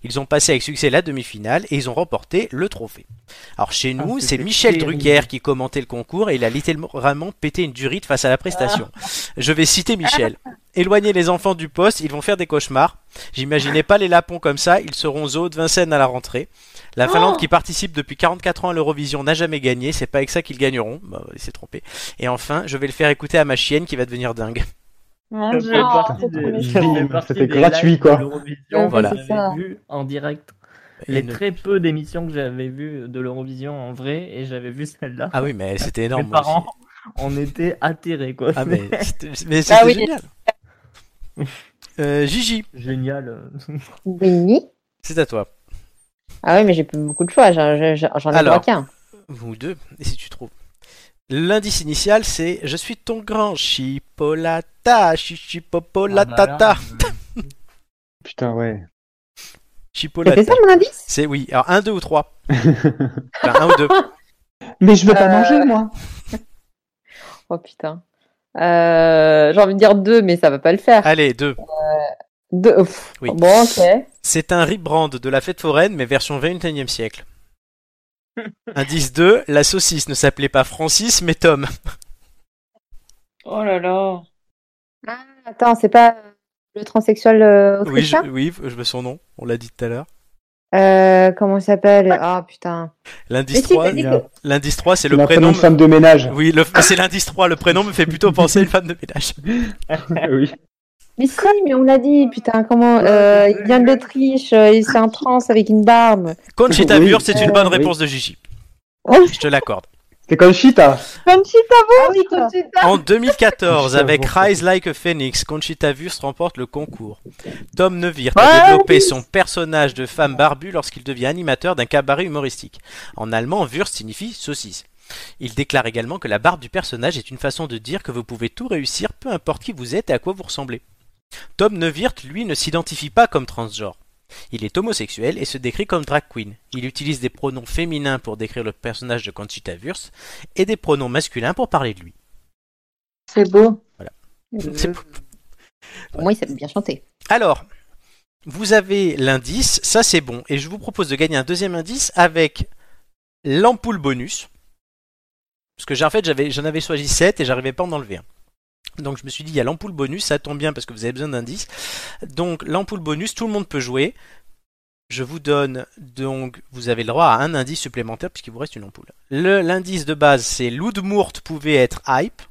S1: Ils ont passé avec succès la demi-finale et ils ont remporté le trophée. Alors chez nous,
S7: c'était
S1: c'est Michel
S7: terrible.
S1: Drucker qui commentait le concours et il a littéralement pété une durite face à la prestation.
S7: Ah.
S1: Je vais citer Michel. Éloignez les enfants du poste, ils vont faire des cauchemars. J'imaginais pas les lapons comme ça, ils seront aux eaux de Vincennes à la rentrée.
S7: Oh.
S1: La Finlande qui participe depuis 44 ans à l'Eurovision n'a jamais gagné, c'est pas avec ça qu'ils gagneront. Bah, il s'est trompé. Et enfin, je vais le faire écouter à ma chienne qui va devenir dingue.
S9: Mon
S7: Ça
S9: Dieu.
S7: fait partie
S2: putain,
S7: des-
S2: bim,
S7: ça fait partie
S2: c'était
S7: des
S2: gratuit,
S7: lives
S2: quoi.
S7: de l'Eurovision
S4: Ouais,
S7: que
S1: voilà.
S7: j'avais
S4: c'est ça.
S7: vu en direct.
S1: Et
S7: Les
S1: ne-
S7: très peu d'émissions que j'avais vues de l'Eurovision en vrai et j'avais vu celle-là.
S1: Ah oui, mais c'était énorme.
S7: Mes
S1: moi aussi.
S7: parents, on était atterrés quoi.
S1: Ah, mais c'était mais
S3: Ah
S1: c'était
S3: oui.
S1: génial. Euh, Gigi,
S7: Génial.
S4: Oui.
S1: c'est à toi.
S4: Ah oui, mais j'ai plus beaucoup de choix. J'en j'en- j'en ai
S1: Alors.
S4: trois qu'un.
S1: Vous deux, et si tu trouves. L'indice initial, c'est Je suis ton grand chipolata, Oh
S7: Ah, bah
S1: chichipopolatata.
S7: euh,
S2: Putain, ouais.
S1: Chipolata.
S4: C'était ça mon indice
S1: C'est oui. Alors, un, deux ou trois Enfin, un ou deux.
S2: Mais je veux pas
S9: Euh,
S2: manger, moi.
S4: Oh putain. Euh, j'ai envie de dire deux, mais ça va pas le
S2: Ah.
S4: faire.
S1: Allez, deux.
S4: Deux. ouf.
S1: Oui.
S4: Bon, ok.
S1: C'est un rebrand de la fête foraine, mais version 21e siècle. Indice 2, la saucisse ne s'appelait pas Francis, mais Tom.
S9: Oh là là.
S4: Ah, attends, c'est pas euh, le transsexuel euh,
S1: Oui, je,
S4: autrichien
S1: oui, je veux son nom, on l'a dit tout à l'heure.
S4: Euh, Comment il s'appelle Ah putain.
S1: L'indice
S4: Mais si,
S1: 3,
S4: t'as dit
S2: il a-
S4: que...
S1: l'indice 3 c'est le
S2: Il a un
S1: prénom.
S2: de femme de ménage.
S1: Oui, le- ah, c'est l'indice 3, le prénom me fait plutôt penser à une femme de ménage.
S2: Ah oui.
S4: mais si, mais on l'a dit, putain, comment euh, Il vient de l'Autriche, euh, il- c'est un trans avec une barbe.
S1: Conchita
S2: Oui,
S1: Wurst, c'est une
S2: euh,
S1: bonne
S2: oui.
S1: réponse de Gigi.
S4: Oh.
S1: Je te l'accorde.
S2: C'est comme Cheetah.
S9: Conchita
S4: Ah
S9: oui,
S1: En 2014,
S2: Conchita
S1: avec
S2: Wurst.
S1: Rise Like a Phoenix, Conchita Wurst remporte le concours. Tom Nevirt a développé son personnage de femme barbue lorsqu'il devient animateur d'un cabaret humoristique. En allemand, Wurst signifie saucisse. Il déclare également que la barbe du personnage est une façon de dire que vous pouvez tout réussir, peu importe qui vous êtes et à quoi vous ressemblez. Tom Nevirt, lui, ne s'identifie pas comme transgenre. Il est homosexuel et se décrit comme drag queen. Il utilise des pronoms féminins pour décrire le personnage de Conchita Wurst et des pronoms masculins pour parler de lui.
S9: C'est beau.
S1: C'est-
S4: Pour moi, il savait bien chanter.
S1: Alors, vous avez l'indice, ça c'est bon, et je vous propose de gagner un deuxième indice avec l'ampoule bonus. Parce que j'ai- en fait, j'avais- j'en avais choisi 7 et j'arrivais pas à en enlever un. Donc je me suis dit, il y a l'ampoule bonus, ça tombe bien parce que vous avez besoin d'indices. Donc l'ampoule bonus, tout le monde peut jouer. Je vous donne donc, vous avez le droit à un indice supplémentaire puisqu'il vous reste une ampoule. Le- L'indice de base, c'est Loudmourt pouvait être hype.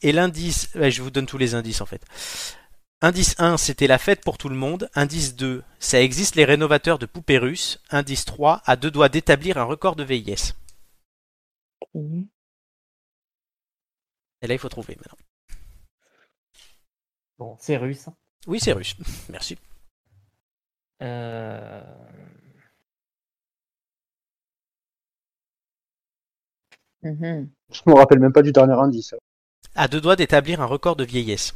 S1: Et l'indice, ouais, je vous donne tous les indices en fait. Indice 1, c'était la fête pour tout le monde. Indice 2, ça existe les rénovateurs de poupées russes. Indice 3, à deux doigts d'établir un record de VIS. Et là, il faut trouver maintenant.
S7: Bon, c'est russe. hein.
S1: Oui, c'est russe. Merci.
S7: Euh...
S4: Mhm.
S2: Je me rappelle même pas du dernier indice.
S1: À deux doigts d'établir un record de vieillesse.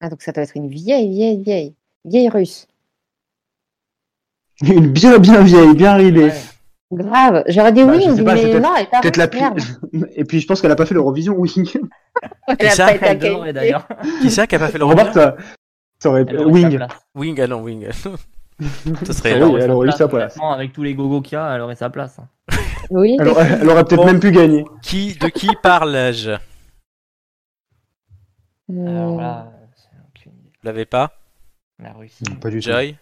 S4: Ah, donc ça doit être une vieille, vieille, vieille. Vieille russe.
S2: Une bien, bien vieille, bien ridée.
S7: ouais.
S4: Grave. J'aurais dit
S2: Bah,
S4: oui,
S2: je
S4: on
S2: sais
S4: dit,
S2: pas, c'est
S4: mais
S2: peut-être-
S4: non, elle est pas
S2: Peut-être
S4: russe,
S2: la plus.
S4: merde.
S2: Et puis je pense qu'elle a pas fait l'Eurovision, oui.
S4: Elle a
S1: ça,
S4: pas été
S7: Elle devrait
S4: accueillie.
S7: d'ailleurs.
S1: Qui ça qui a pas fait le record
S2: Remarque, ça, Ça aurait...
S7: Elle aurait
S2: Wing.
S7: sa place.
S1: Wing, ah non, Wing. Ce serait
S2: Elle
S7: Elle
S1: énorme.
S2: aurait-
S7: sa
S2: elle aurait eu
S7: place,
S2: sa place.
S7: honnêtement, Avec tous les gogos qu'il y a, elle aurait sa place. hein.
S4: Oui.
S2: Elle aurait, elle aurait peut-être
S1: Bon.
S2: même pu gagner.
S1: Qui, de qui parle-je
S3: Mm.
S4: Euh,
S7: Alors là, c'est aucune idée.
S1: Vous l'avez pas
S7: La Russie.
S2: Pas du tout.
S1: Joy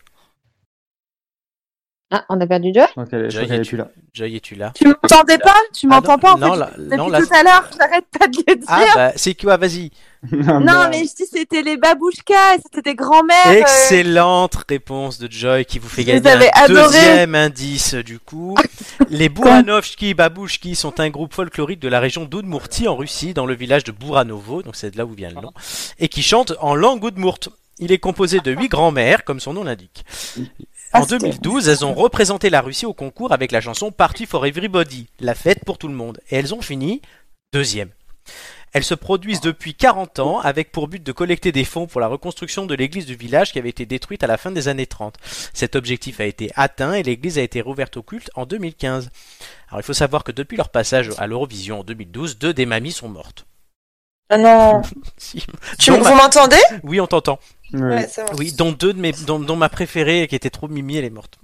S4: Ah, on a perdu Joy
S2: Je crois qu'elle je crois
S1: Joy,
S2: qu'elle est
S1: tu-
S2: plus là.
S1: Joy, es-tu là
S9: Tu m'entendais pas
S1: Ah
S9: Tu
S1: non,
S9: m'entends pas en
S1: non,
S9: fait
S1: là-
S9: Depuis
S1: non, là-
S9: tout Ah, à l'heure, j'arrête pas de le dire.
S1: Ah, bah, c'est quoi Vas-y.
S9: non, mais je dis c'était les babouchkas, c'était tes grands-mères. euh,
S1: Excellente réponse de Joy qui vous fait
S9: Je
S1: gagner
S9: les avais
S1: un
S9: adorés.
S1: deuxième indice du coup. Les Bouranovski Babouchki sont un groupe folklorique de la région d'Oudmourti en Russie, dans le village de Bouranovo, donc c'est de là où vient le nom, et qui chante en langue oudmourte. Il est composé de huit grand-mères, comme son nom l'indique. En
S9: Ah, c'était-
S1: 2012, elles ont représenté la Russie au concours avec la chanson Party for Everybody, la fête pour tout le monde, et elles ont fini deuxième. Elles se produisent depuis 40 ans avec pour but de collecter des fonds pour la reconstruction de l'église du village qui avait été détruite à la fin des années 30. Cet objectif a été atteint et l'église a été rouverte au culte en 2015. Alors il faut savoir que depuis leur passage à l'Eurovision en 2012, deux des mamies sont mortes.
S3: Ah non.
S1: Si.
S3: Tu,
S1: Dont
S3: vous
S1: ma-
S3: m'entendez
S1: Oui, on t'entend.
S2: Ouais.
S3: Ouais, c'est bon.
S1: Oui, dont deux de mes, dont, dont ma préférée qui était trop mimi, elle est morte.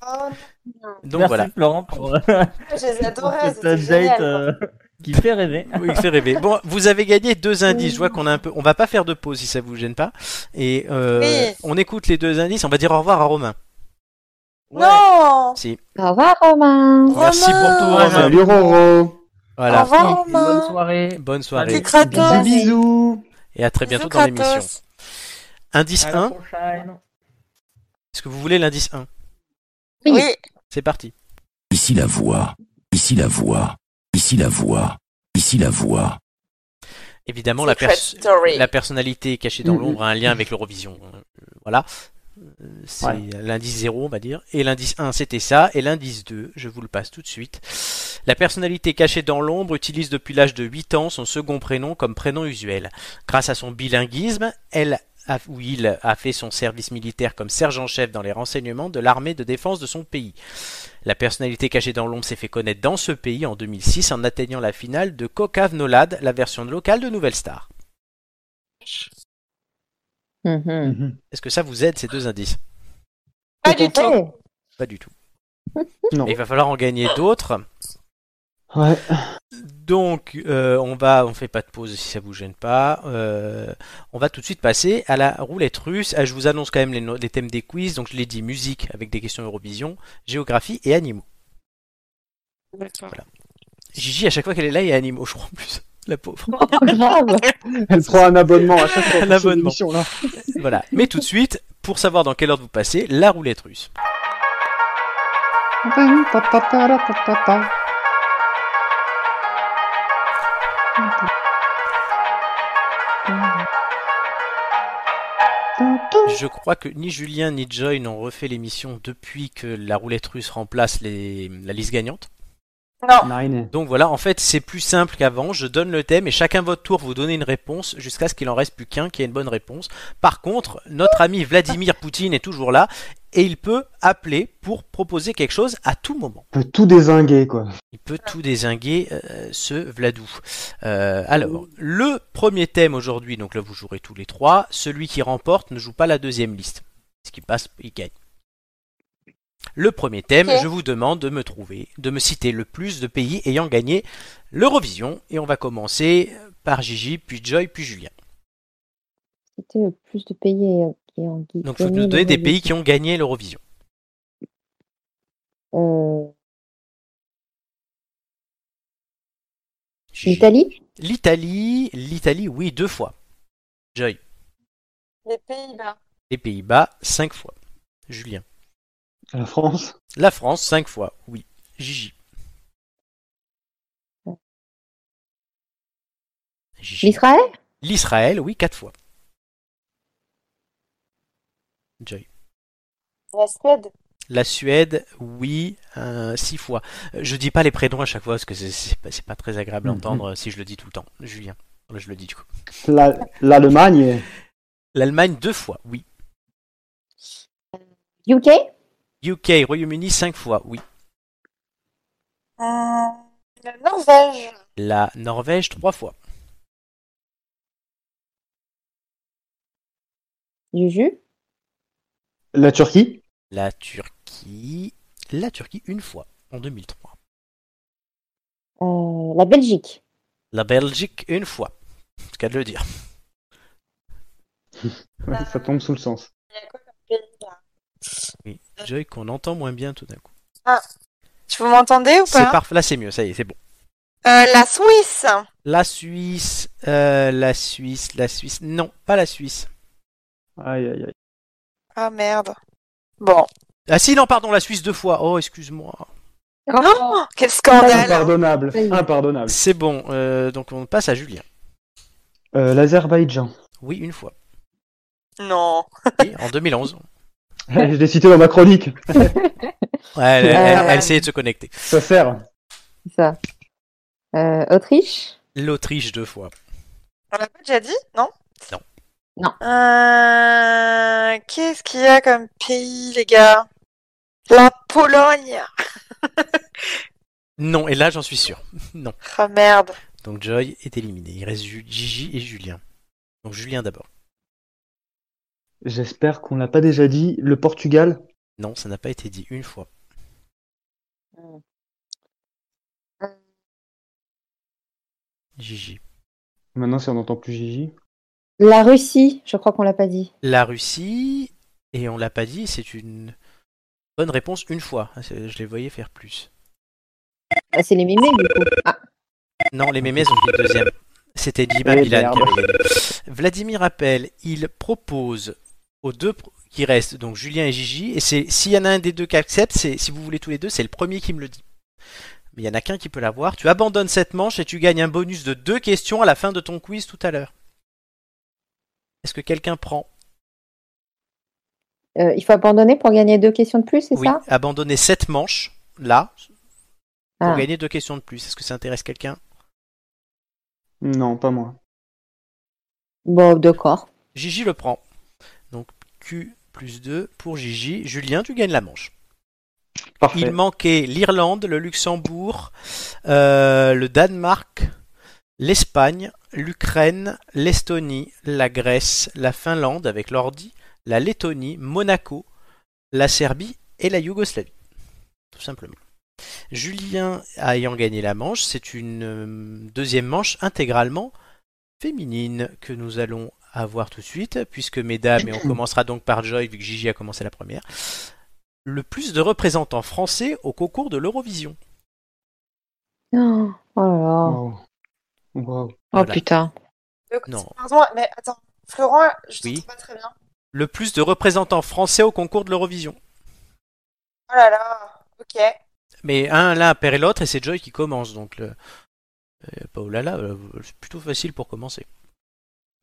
S3: Oh,
S1: Donc
S7: Merci
S1: voilà.
S7: Florent pour, euh,
S3: je les
S7: pour
S3: adorais.
S7: cet
S3: c'était
S7: update
S3: génial, quoi.
S7: euh, qui fait rêver.
S1: Oui, il fait rêver. Bon, vous avez gagné deux indices. Je vois qu'on a un peu. On va pas faire de pause si ça vous gêne pas. Et euh,
S3: Oui.
S1: on écoute les deux indices. On va dire au revoir à Romain.
S3: Non
S1: Si.
S4: Au revoir, Romain.
S1: Merci pour tout,
S3: Romain.
S1: Romain.
S2: Oh, Salut Roro.
S1: Voilà.
S3: Au revoir, Romain.
S7: Bonne soirée.
S1: Bonne soirée.
S3: Petit Kratos.
S2: Bisous, bisous.
S1: Et à très bientôt
S3: Bisous,
S1: dans l'émission.
S3: Kratos.
S1: Indice
S7: À la
S1: 1.
S7: prochaine.
S1: Est-ce que vous voulez l'indice 1
S4: Oui.
S3: Oui.
S1: C'est parti.
S10: Ici la voix. Ici la voix. Ici la voix. Ici la voix.
S1: Évidemment, la,
S3: Secret
S1: perso-
S3: story.
S1: la personnalité cachée dans
S2: Mhm.
S1: l'ombre a un lien avec l'Eurovision. Euh, Voilà. Euh, C'est
S2: Ouais.
S1: l'indice 0, on va dire. Et l'indice 1, c'était ça. Et l'indice 2, je vous le passe tout de suite. La personnalité cachée dans l'ombre utilise depuis l'âge de 8 ans son second prénom comme prénom usuel. Grâce à son bilinguisme, elle a- ou il a fait son service militaire comme sergent-chef dans les renseignements de l'armée de défense de son pays. La personnalité cachée dans l'ombre s'est fait connaître dans ce pays en 2006 en atteignant la finale de Cocav Nolad, la version locale de Nouvelle Star.
S4: Mhm.
S1: Est-ce que ça vous aide ces deux indices
S3: Pas du tout.
S4: Ouais.
S1: Pas du tout.
S2: Non.
S1: Mais il va falloir en gagner d'autres.
S2: Ouais.
S1: Donc, euh, on va, on fait pas de pause si ça vous gêne pas. Euh, on va tout de suite passer à la roulette russe. Ah, je vous annonce quand même les, no- les thèmes des quiz. Donc, je l'ai dit, musique avec des questions Eurovision, géographie et animaux. Voilà. Gigi, à chaque fois qu'elle est là, il y a animaux, je crois en plus. La pauvre.
S4: Oh, grave.
S2: Elle prend un abonnement à chaque
S1: Un
S2: fois. pour cette
S1: abonnement.
S2: émission, là.
S1: voilà. Mais tout de suite, pour savoir dans quelle ordre vous passez, la roulette russe. Je crois que ni Julien ni Joy n'ont refait l'émission depuis que la roulette russe remplace les- la liste gagnante.
S2: Marine.
S1: Donc voilà, en fait, c'est plus simple qu'avant. Je donne le thème et chacun votre tour vous donnez une réponse jusqu'à ce qu'il en reste plus qu'un qui ait une bonne réponse. Par contre, notre ami Vladimir Poutine est toujours là et il peut appeler pour proposer quelque chose à tout moment.
S2: Peut tout désinguer, quoi.
S1: Il peut tout désinguer, euh, ce Vladou. Euh, alors, le premier thème aujourd'hui, donc là vous jouerez tous les trois, celui qui remporte ne joue pas la deuxième liste. Ce qui passe, il gagne. Le premier thème,
S3: Ok.
S1: je vous demande de me trouver, de me citer le plus de pays ayant gagné l'Eurovision. Et on va commencer par Gigi, puis Joy, puis Julien.
S4: C'était le plus de pays et- et en Guinée.
S1: Donc il faut nous donner des pays qui ont gagné l'Eurovision.
S4: Euh,
S1: Gigi.
S4: L'Italie
S1: L'Italie, l'Italie, oui, deux fois. Joy,
S3: Les Pays-Bas.
S1: les Pays-Bas, cinq fois. Julien.
S2: La France.
S1: La France, 5 fois, oui. Gigi. Gigi.
S4: L'Israël
S1: L'Israël, oui, 4 fois. Joy.
S3: La Suède.
S1: La Suède, oui, 6 fois. Euh, Je dis pas les prénoms à chaque fois parce que c'est- c'est pas, c'est pas très agréable à
S2: Mhm.
S1: entendre euh, si je le dis tout le temps. Julien, Là, je le dis du coup.
S2: La- L'Allemagne.
S1: L'Allemagne, 2 fois, oui.
S4: UK
S1: UK, Royaume-Uni, 5 fois, oui.
S6: Euh,
S3: Hum, La Norvège.
S1: La Norvège, 3 fois.
S4: Juju
S2: La Turquie
S1: La Turquie. La Turquie une fois, en 2003.
S4: Euh, la Belgique.
S1: La Belgique une fois. C'est le cas de le dire.
S2: Ouais, ça tombe sous le sens.
S6: Il y a quoi comme pays là
S1: Oui.
S6: Euh.
S1: Joy qu'on entend moins bien tout d'un coup.
S6: Vous m'entendez ou
S1: C'est
S6: pas
S1: parfait. Là c'est mieux, ça y est, c'est bon.
S6: Euh, La Suisse.
S1: La Suisse, euh, la Suisse, la Suisse. Non, pas la Suisse.
S2: Aïe, aïe, aïe.
S6: Ah merde. Bon.
S1: Ah si, non, pardon, la Suisse deux fois. Oh, excuse-moi.
S6: Oh, quel
S2: Ah, bah
S6: scandale
S2: Impardonnable. Impardonnable.
S1: C'est bon, euh, donc on passe à Julien.
S2: Euh, L'Azerbaïdjan.
S1: Oui, une fois.
S6: Non.
S1: Oui, en 2011.
S2: Je l'ai cité dans ma chronique.
S1: Ouais, elle, elle- elle essayait de se connecter.
S2: Ça sert.
S4: C'est ça. Euh, Autriche
S1: L'Autriche deux fois.
S6: On l'a pas déjà dit, non
S1: Non.
S4: Non.
S6: Euh, Qu'est-ce qu'il y a comme pays, les gars La Pologne
S1: Non, et là j'en suis sûr. Non.
S6: Ah merde.
S1: Donc Joy est éliminé. Il reste Ju- Gigi et Julien. Donc Julien d'abord.
S2: J'espère qu'on l'a pas déjà dit. Le Portugal.
S1: Non, ça n'a pas été dit une fois. Gigi.
S2: Maintenant, si on n'entend plus Gigi.
S4: La Russie, je crois qu'on l'a pas dit.
S1: La Russie, et on l'a pas dit, c'est une bonne réponse une fois. Ah, C'est- Je les voyais faire plus.
S4: Ah, c'est les mémés, du coup. Ah,
S1: Non, les mémés ont fait deuxième. C'était Dima
S2: Eh
S1: Bilan qui
S2: merde.
S1: avait gagné. Vladimir appelle, il propose aux deux pro- qui restent, donc Julien et Gigi, et c'est s'il y en a un des deux qui accepte, c'est si vous voulez tous les deux, c'est le premier qui me le dit. Mais il y en a qu'un qui peut l'avoir. Tu abandonnes cette manche et tu gagnes un bonus de deux questions à la fin de ton quiz tout à l'heure. Est-ce que quelqu'un prend
S4: euh, il faut abandonner pour gagner deux questions de plus, c'est
S1: Oui,
S4: ça
S1: abandonner cette manche, là, pour
S4: Ah.
S1: gagner deux questions de plus. Est-ce que ça intéresse quelqu'un
S2: Non, pas moi.
S4: Bon, d'accord.
S1: Gigi le prend. Donc Q plus 2 pour Gigi. Julien, tu gagnes la manche.
S2: Parfait.
S1: Il manquait l'Irlande, le Luxembourg, euh, le Danemark, l'Espagne, l'Ukraine, l'Estonie, la Grèce, la Finlande avec l'ordi, la Lettonie, Monaco, la Serbie et la Yougoslavie. Tout simplement. Julien ayant gagné la manche, c'est une euh, deuxième manche intégralement féminine que nous allons avoir tout de suite, puisque mesdames, et on commencera donc par Joy, vu que Gigi a commencé la première, le plus de représentants français au concours de l'Eurovision.
S4: Oh, oh là là.
S2: Wow. Wow.
S1: Voilà.
S4: Oh putain.
S1: Non.
S6: Pardon, mais attends, Florent, je
S1: Oui.
S6: t'entends pas très bien.
S1: Le plus de représentants français au concours de l'Eurovision.
S6: Oh là là, ok.
S1: Mais un l'un perd l'autre et c'est Joy qui commence, donc le... euh, pas oh là là, euh, c'est plutôt facile pour commencer.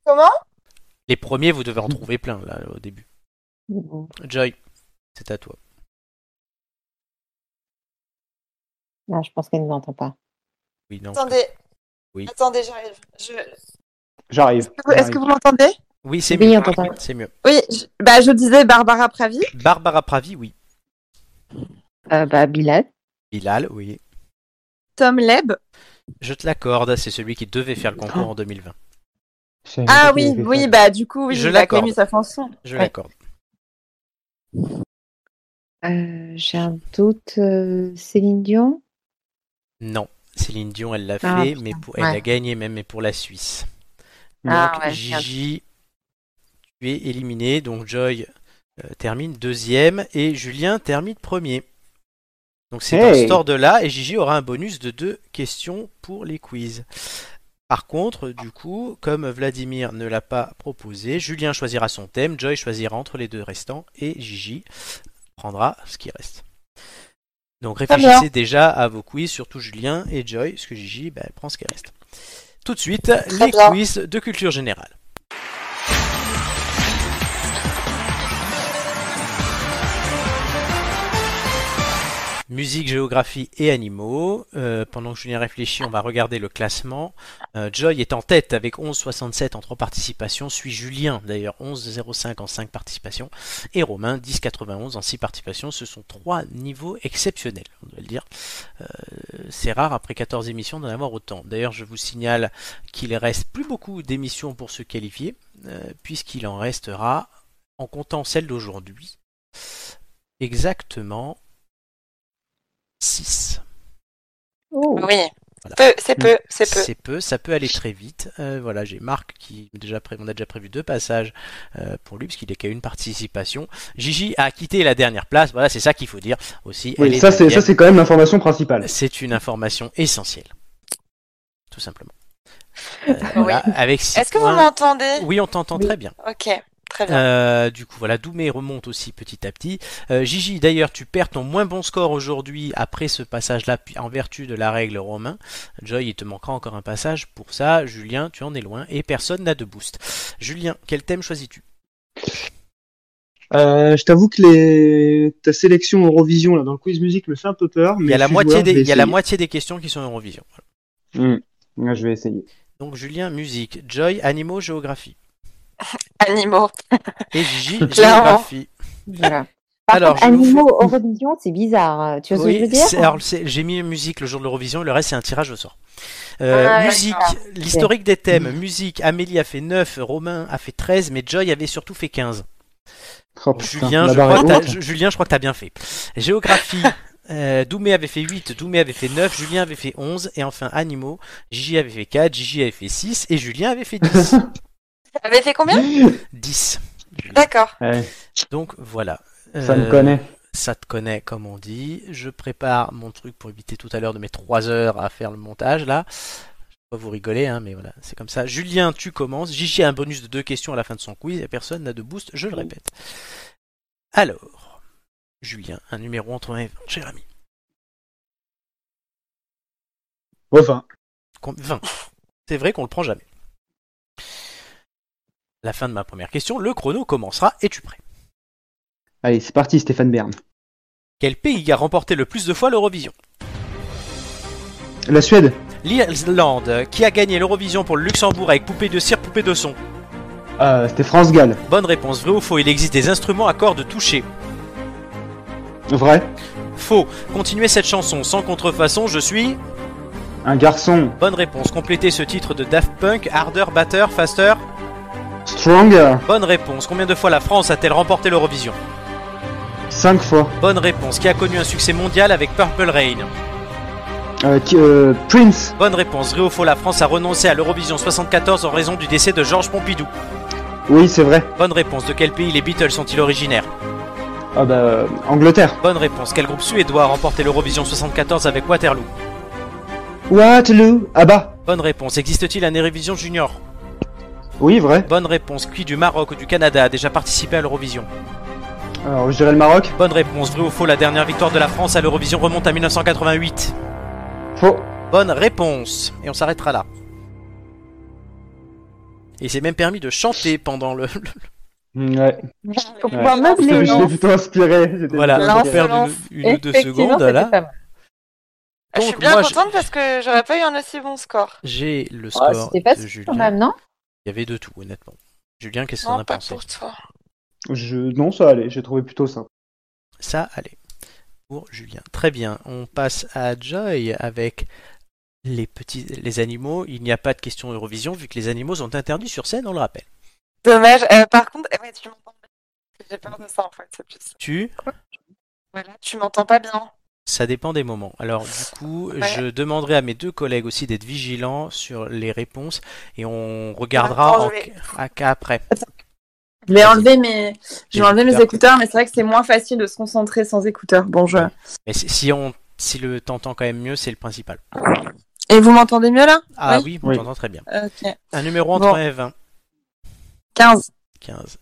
S6: Comment
S1: Les premiers, vous devez en trouver plein là au début. Joy, c'est à toi.
S4: Ah, je pense qu'elle ne m'entend pas.
S1: Oui, non.
S6: Attendez.
S1: Oui.
S6: Attendez, j'arrive. Je... Est-ce
S2: J'arrive.
S9: que vous- Est-ce
S2: J'arrive.
S9: que vous m'entendez
S1: Oui, c'est
S4: Oui,
S1: mieux.
S4: on t'entend.
S1: C'est mieux.
S9: Oui, je, bah, je disais Barbara Pravi.
S1: Barbara Pravi, oui.
S4: Euh, bah, Bilal.
S1: Bilal, oui.
S9: Tom Leb.
S1: Je te l'accorde, c'est celui qui devait faire le concours
S4: Ah.
S1: en 2020.
S2: Je savais
S9: Ah
S2: pas qu'il
S9: oui,
S2: avait fait
S9: oui,
S2: ça.
S9: bah du coup, oui,
S1: Je
S9: bah,
S1: l'accorde.
S9: Camille, sa chanson.
S1: Je
S9: Ouais.
S1: l'accorde.
S4: Euh, J'ai un doute. euh, Céline Dion
S1: Non, Céline Dion, elle l'a
S4: Ah,
S1: fait,
S4: putain,
S1: mais pour,
S4: ouais.
S1: elle a gagné même, mais pour la Suisse.
S4: Ah,
S1: donc
S4: ouais,
S1: Gigi, tu es éliminé. Donc Joy euh, termine deuxième et Julien termine premier. Donc c'est dans
S2: Hey.
S1: cet de là et Gigi aura un bonus de deux questions pour les quiz. Par contre, du coup, comme Vladimir ne l'a pas proposé, Julien choisira son thème, Joy choisira entre les deux restants et Gigi prendra ce qui reste. Donc réfléchissez déjà à vos quiz, surtout Julien et Joy, parce que Gigi ben, prend ce qui reste. Tout de suite, les
S6: bien.
S1: quiz de culture générale. Musique, géographie et animaux. Euh, pendant que Julien réfléchit, on va regarder le classement. Euh, Joy est en tête avec 11,67 en 3 participations. Suit Julien, d'ailleurs, 11,05 en 5 participations. Et Romain, 10,91 en 6 participations. Ce sont trois niveaux exceptionnels, on doit le dire. Euh, C'est rare après 14 émissions d'en avoir autant. D'ailleurs, je vous signale qu'il reste plus beaucoup d'émissions pour se qualifier, euh, puisqu'il en restera en comptant celle d'aujourd'hui, exactement 6.
S4: Oh,
S3: Oui. Peu, c'est peu, c'est peu.
S1: C'est peu, ça peut aller très vite. Euh, voilà, j'ai Marc qui déjà pré- on a déjà prévu deux passages euh, pour lui parce qu'il est qu'à une participation. Gigi a quitté la dernière place. Voilà, c'est ça qu'il faut dire aussi.
S2: Oui,
S1: Elle est
S2: ça, c'est, ça,
S1: deuxième.
S2: c'est quand même l'information principale.
S1: C'est une information essentielle, tout simplement. Euh, voilà, avec six
S3: Est-ce que vous
S1: points.
S3: m'entendez
S1: Oui, on t'entend
S4: Oui.
S1: très bien.
S3: Ok, très bien.
S1: Euh, du coup, voilà, Doumé remonte aussi petit à petit. Euh, Gigi, d'ailleurs, tu perds ton moins bon score aujourd'hui après ce passage-là, puis en vertu de la règle romain. Joy, il te manquera encore un passage. Pour ça, Julien, tu en es loin et personne n'a de boost. Julien, quel thème choisis-tu
S2: Euh, je t'avoue que les... ta sélection Eurovision là, dans le quiz musique me fait un peu peur. Mais
S1: Il y a la
S2: je suis
S1: moitié
S2: joueur,
S1: des,
S2: je vais
S1: il y a la
S2: essayer.
S1: moitié des questions qui sont Eurovision. Voilà.
S2: Hmm. Ouais, je vais essayer.
S1: Donc Julien, musique. Joy, animaux, géographie.
S3: Animaux.
S1: Et Gigi,
S3: Clairement.
S1: géographie.
S4: Voilà. Par
S1: Alors,
S4: contre,
S1: je vous
S4: animaux hors religion, c'est bizarre. hein. Tu vois ce que je
S1: Oui,
S4: veux dire
S1: c'est- alors, c'est- j'ai mis musique le jour de l'Eurovision, le reste c'est un tirage au sort. Euh,
S3: Ah,
S1: musique,
S3: d'accord.
S1: l'historique des thèmes, musique, Amélie a fait 9, Romain a fait 13, mais Joy avait surtout fait 15.
S2: Oh,
S1: Donc,
S2: putain,
S1: Julien,
S2: la
S1: je
S2: barre
S1: crois
S2: est
S1: que t'as-
S2: haute.
S1: Ju- Julien, je crois que t'as bien fait. Géographie, euh, Doumé avait fait 8, Doumé avait fait 9, Julien avait fait 11, et enfin animaux, Gigi avait fait 4, Gigi avait fait 6, et Julien avait fait 10.
S3: Vous avez fait combien
S1: 10.
S3: D'accord.
S2: Ouais,
S1: Donc voilà.
S2: ça me
S1: Euh,
S2: connaît.
S1: ça te connaît comme on dit. Je prépare mon truc pour éviter tout à l'heure de mes 3 heures à faire le montage là. Je vois vous rigoler, hein, mais voilà, c'est comme ça. Julien, tu commences. Gigi a un bonus de deux questions à la fin de son quiz et personne n'a de boost, je le répète. Alors, Julien, un numéro entre 1 et 20, cher ami.
S2: Enfin,
S1: Com- 20. C'est vrai qu'on le prend jamais. La fin de ma première question, le chrono commencera. Es-tu prêt
S2: allez, c'est parti, Stéphane Bern.
S1: Quel pays a remporté le plus de fois l'Eurovision
S2: La Suède,
S1: L'Irlande, qui a gagné l'Eurovision pour le Luxembourg avec poupée de cire, poupée de son
S2: euh, c'était France Gall.
S1: Bonne réponse, vrai ou faux, il existe des instruments à cordes touchées.
S2: Vrai.
S1: Faux. Continuez cette chanson sans contrefaçon, je suis.
S2: Un garçon.
S1: Bonne réponse. Complétez ce titre de Daft Punk, harder, batter, faster.
S2: Stronger.
S1: Bonne réponse. Combien de fois la France a-t-elle remporté l'Eurovision
S2: 5 fois.
S1: Bonne réponse. Qui a connu un succès mondial avec Purple Rain
S2: Euh, qui- euh, Prince.
S1: Bonne réponse. Vrai ou faux, la France a renoncé à l'Eurovision 74 en raison du décès de Georges Pompidou.
S2: Oui, c'est vrai.
S1: Bonne réponse. De quel pays les Beatles sont-ils originaires
S2: Ah bah, euh, Angleterre.
S1: Bonne réponse. Quel groupe suédois a remporté l'Eurovision 74 avec Waterloo
S2: Waterloo. Ah bah.
S1: Bonne réponse. Existe-t-il un Eurovision Junior
S2: Oui, vrai.
S1: Bonne réponse. Qui du Maroc ou du Canada a déjà participé à l'Eurovision
S2: Alors, je dirais le Maroc.
S1: Bonne réponse. Vrai ou faux, la dernière victoire de la France à l'Eurovision remonte à 1988
S2: Faux.
S1: Bonne réponse. Et on s'arrêtera là. Et il s'est même permis de chanter pendant le.
S2: Hmm, Ouais.
S4: On voit même
S2: Je
S4: les
S2: l'ai plutôt inspiré. j'étais
S1: voilà,
S2: plutôt
S1: pour
S4: Lance,
S2: inspiré.
S1: perdre
S4: lance.
S1: une, une ou deux
S4: Effectivement,
S1: secondes
S4: c'était
S1: là.
S4: pas mal.
S3: Ah,
S6: je suis
S1: Donc,
S6: bien
S1: moi,
S6: contente parce que j'aurais pas eu un aussi bon score.
S1: J'ai le
S4: Oh,
S1: score
S4: C'était pas
S1: de Julien.
S4: quand même, non
S1: Il y avait de tout, honnêtement. Julien, qu'est-ce que t'en
S6: Non,
S1: as
S6: pas
S1: pensé
S6: pour toi.
S2: Je... Non, ça allait, j'ai trouvé plutôt simple.
S1: Ça, allez. Pour Julien. Très bien. On passe à Joy avec les petits les animaux. Il n'y a pas de question Eurovision vu que les animaux sont interdits sur scène, on le rappelle.
S3: Dommage. Euh, par contre, ouais, tu m'entends bien. J'ai peur de ça en fait. C'est plus...
S1: Tu,
S6: Voilà.
S3: Tu m'entends pas bien.
S1: ça dépend des moments. Alors du coup,
S6: Ouais.
S1: je demanderai à mes deux collègues aussi d'être vigilants sur les réponses et on
S6: Attends,
S1: regardera en-
S6: je vais-
S1: à- qu'à après.
S9: Je vais
S1: Vas-y.
S9: enlever mes, je
S1: Les
S9: vais enlever mes
S1: écouteurs.
S9: écouteurs, mais c'est vrai que c'est moins facile de se concentrer sans écouteurs. Bon, je...
S1: Mais si- si on si le t'entends quand même mieux, c'est le principal.
S9: Et vous m'entendez mieux là
S1: Ah
S9: Oui.
S1: oui, on
S2: Oui.
S1: t'entend très bien.
S9: Ok.
S1: Un numéro entre
S9: Bon.
S1: 1 et 20.
S9: 15.
S1: 15.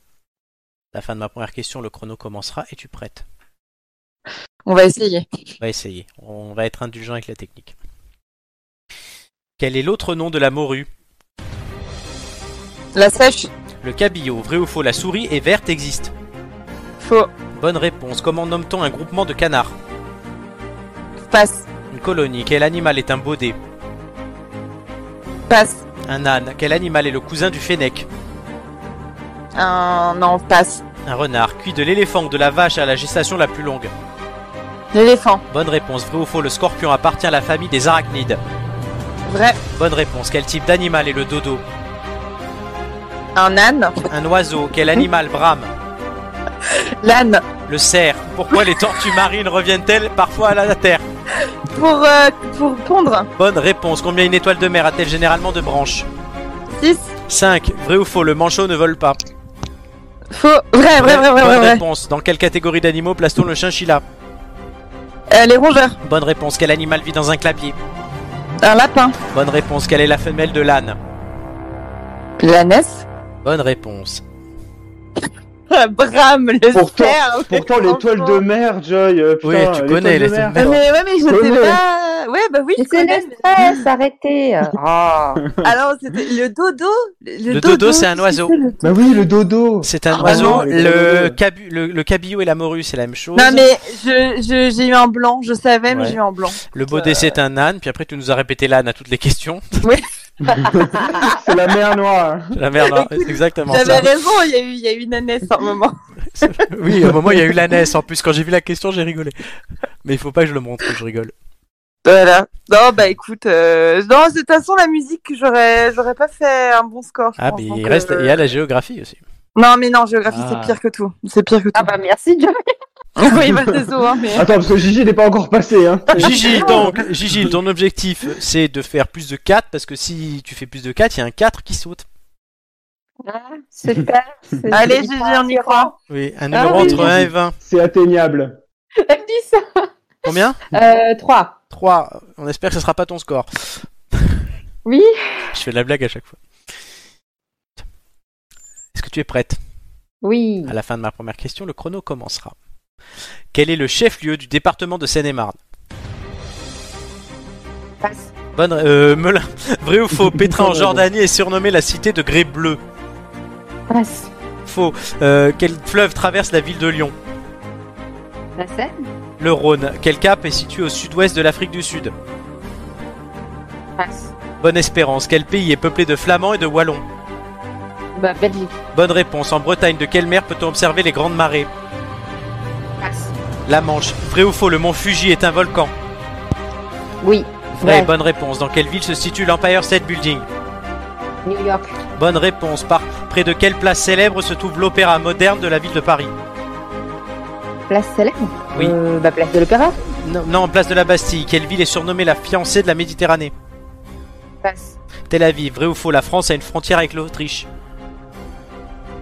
S1: La fin de ma première question, le chrono commencera. Es-tu prête
S9: On va essayer.
S1: On va essayer. On va être indulgent avec la technique. Quel est l'autre nom de la morue
S9: La sèche,
S1: Le cabillaud, vrai ou faux, la souris et verte existe.
S9: faux,
S1: Bonne réponse. Comment nomme-t-on un groupement de canards
S9: passe,
S1: Une colonie. Quel animal est un baudet
S9: passe.
S1: Un âne. Quel animal est le cousin du fennec
S9: Un... Non, passe.
S1: Un renard. Cuit de l'éléphant ou de la vache à la gestation la plus longue.
S9: L'éléphant,
S1: Bonne réponse. Vrai ou faux, le scorpion appartient à la famille des arachnides.
S9: vrai.
S1: Bonne réponse. Quel type d'animal est le dodo
S9: Un âne,
S1: Un oiseau. Quel animal brame
S9: L'âne.
S1: Le cerf. Pourquoi les tortues marines reviennent-elles parfois à la terre
S9: Pour, euh, pour pondre.
S1: Bonne réponse. Combien une étoile de mer a-t-elle généralement de branches
S9: 6.
S1: 5. Vrai ou faux, le manchot ne vole pas.
S9: Faux. Vrai, Eh, vrai, vrai, vrai,
S1: Bonne
S9: vrai. vrai.
S1: réponse. Dans quelle catégorie d'animaux place-t-on le chinchilla
S9: Euh, les rongeurs.
S1: Bonne réponse. Quel animal vit dans un clapier
S9: Un lapin.
S1: Bonne réponse. Quelle est la femelle de l'âne
S9: L'ânesse.
S1: Bonne réponse.
S9: Brame, le
S2: Pourtant-
S9: cerf.
S2: Pourtant, l'étoile de mer, Joy. euh, putain,
S1: Oui, tu
S2: l'étoile
S1: connais
S2: de
S1: les
S2: mer.
S9: Mais
S1: Alors.
S9: ouais, mais je
S2: Connais.
S9: sais pas. Ouais, bah oui, je
S4: Mais C'est
S9: connais.
S4: le stress, arrêtez. Ah.
S9: Alors, c'était le dodo. Le,
S1: Le dodo, c'est un oiseau.
S2: Bah oui, le dodo.
S1: C'est un
S2: Ah,
S1: oiseau.
S2: non, les
S1: le,
S2: dodos.
S1: cabu- le, le cabillaud et la morue, c'est la même chose.
S9: Non, mais je- je- j'ai eu un blanc. Je savais, mais
S1: Ouais.
S9: j'ai eu un blanc.
S1: Le baudet, c'est un âne. Puis après, tu nous as répété l'âne à toutes les questions.
S2: C'est la mer noire.
S1: La merde, hein, c'est exactement
S9: J'avais
S1: ça.
S9: raison, il y a eu, il y a eu une ânesse à un moment.
S1: Oui, au moment, il y a eu l'ânesse. En plus, quand j'ai vu la question, j'ai rigolé. Mais il faut pas que je le montre, je rigole.
S9: Voilà. Non, bah écoute, euh... non, de toute façon, la musique, j'aurais, j'aurais pas fait un bon score. Je
S1: Ah,
S9: pense,
S1: mais
S9: donc,
S1: il reste.
S9: euh,
S1: Il y a la géographie aussi.
S9: Non, mais non, géographie,
S1: Ah.
S9: c'est pire que tout. C'est pire que tout.
S4: Ah bah merci, John.
S9: oui, bah désolé, hein, mais.
S2: Attends, parce que Gigi n'est pas encore passé. Hein.
S9: Ah,
S1: Gigi, donc, Gigi, ton objectif, c'est de faire plus de 4. Parce que si tu fais plus de 4, il y a un 4 qui saute.
S4: Ah, Super. c'est-
S9: Allez,
S4: c'est
S9: Gigi,
S4: hyper
S9: on y croit.
S1: Oui, un
S9: Ah
S1: numéro
S4: oui.
S1: entre 1 et 20.
S2: C'est atteignable.
S4: Elle dit ça.
S1: Combien
S4: Euh, 3.
S1: 3. On espère que ce sera pas ton score.
S4: Oui.
S1: Je fais de la blague à chaque fois. Est-ce que tu es prête
S4: Oui.
S1: À la fin de ma première question, le chrono commencera. Quel est le chef-lieu du département de Seine-et-Marne
S4: Passe.
S1: Bonne ré- euh, Melun. Vrai ou faux Pétrin en Jordanie est surnommée la cité de grès bleu.
S4: Passe.
S1: Faux. Euh, quel fleuve traverse la ville de Lyon
S4: La scène.
S1: Le Rhône. Quel cap est situé au sud-ouest de l'Afrique du Sud
S4: Passe.
S1: Bonne Espérance. Quel pays est peuplé de Flamands et de Wallons
S4: Bah, Belgique.
S1: Bonne réponse. En Bretagne, de quelle mer peut-on observer les grandes marées
S4: Passe.
S1: La Manche. Vrai ou faux Le mont Fuji est un volcan.
S4: Oui.
S1: Vrai.
S4: Vrai.
S1: Bonne réponse. Dans quelle ville se situe l'Empire State Building
S4: New York.
S1: Bonne réponse. Par près de quelle place célèbre se trouve l'opéra moderne de la ville de Paris
S4: Place célèbre.
S1: Oui.
S4: Euh, bah, place de l'Opéra.
S1: Non, non, place de la Bastille. Quelle ville est surnommée la fiancée de la Méditerranée
S4: Passe.
S1: Tel Aviv. Vrai ou faux La France a une frontière avec l'Autriche.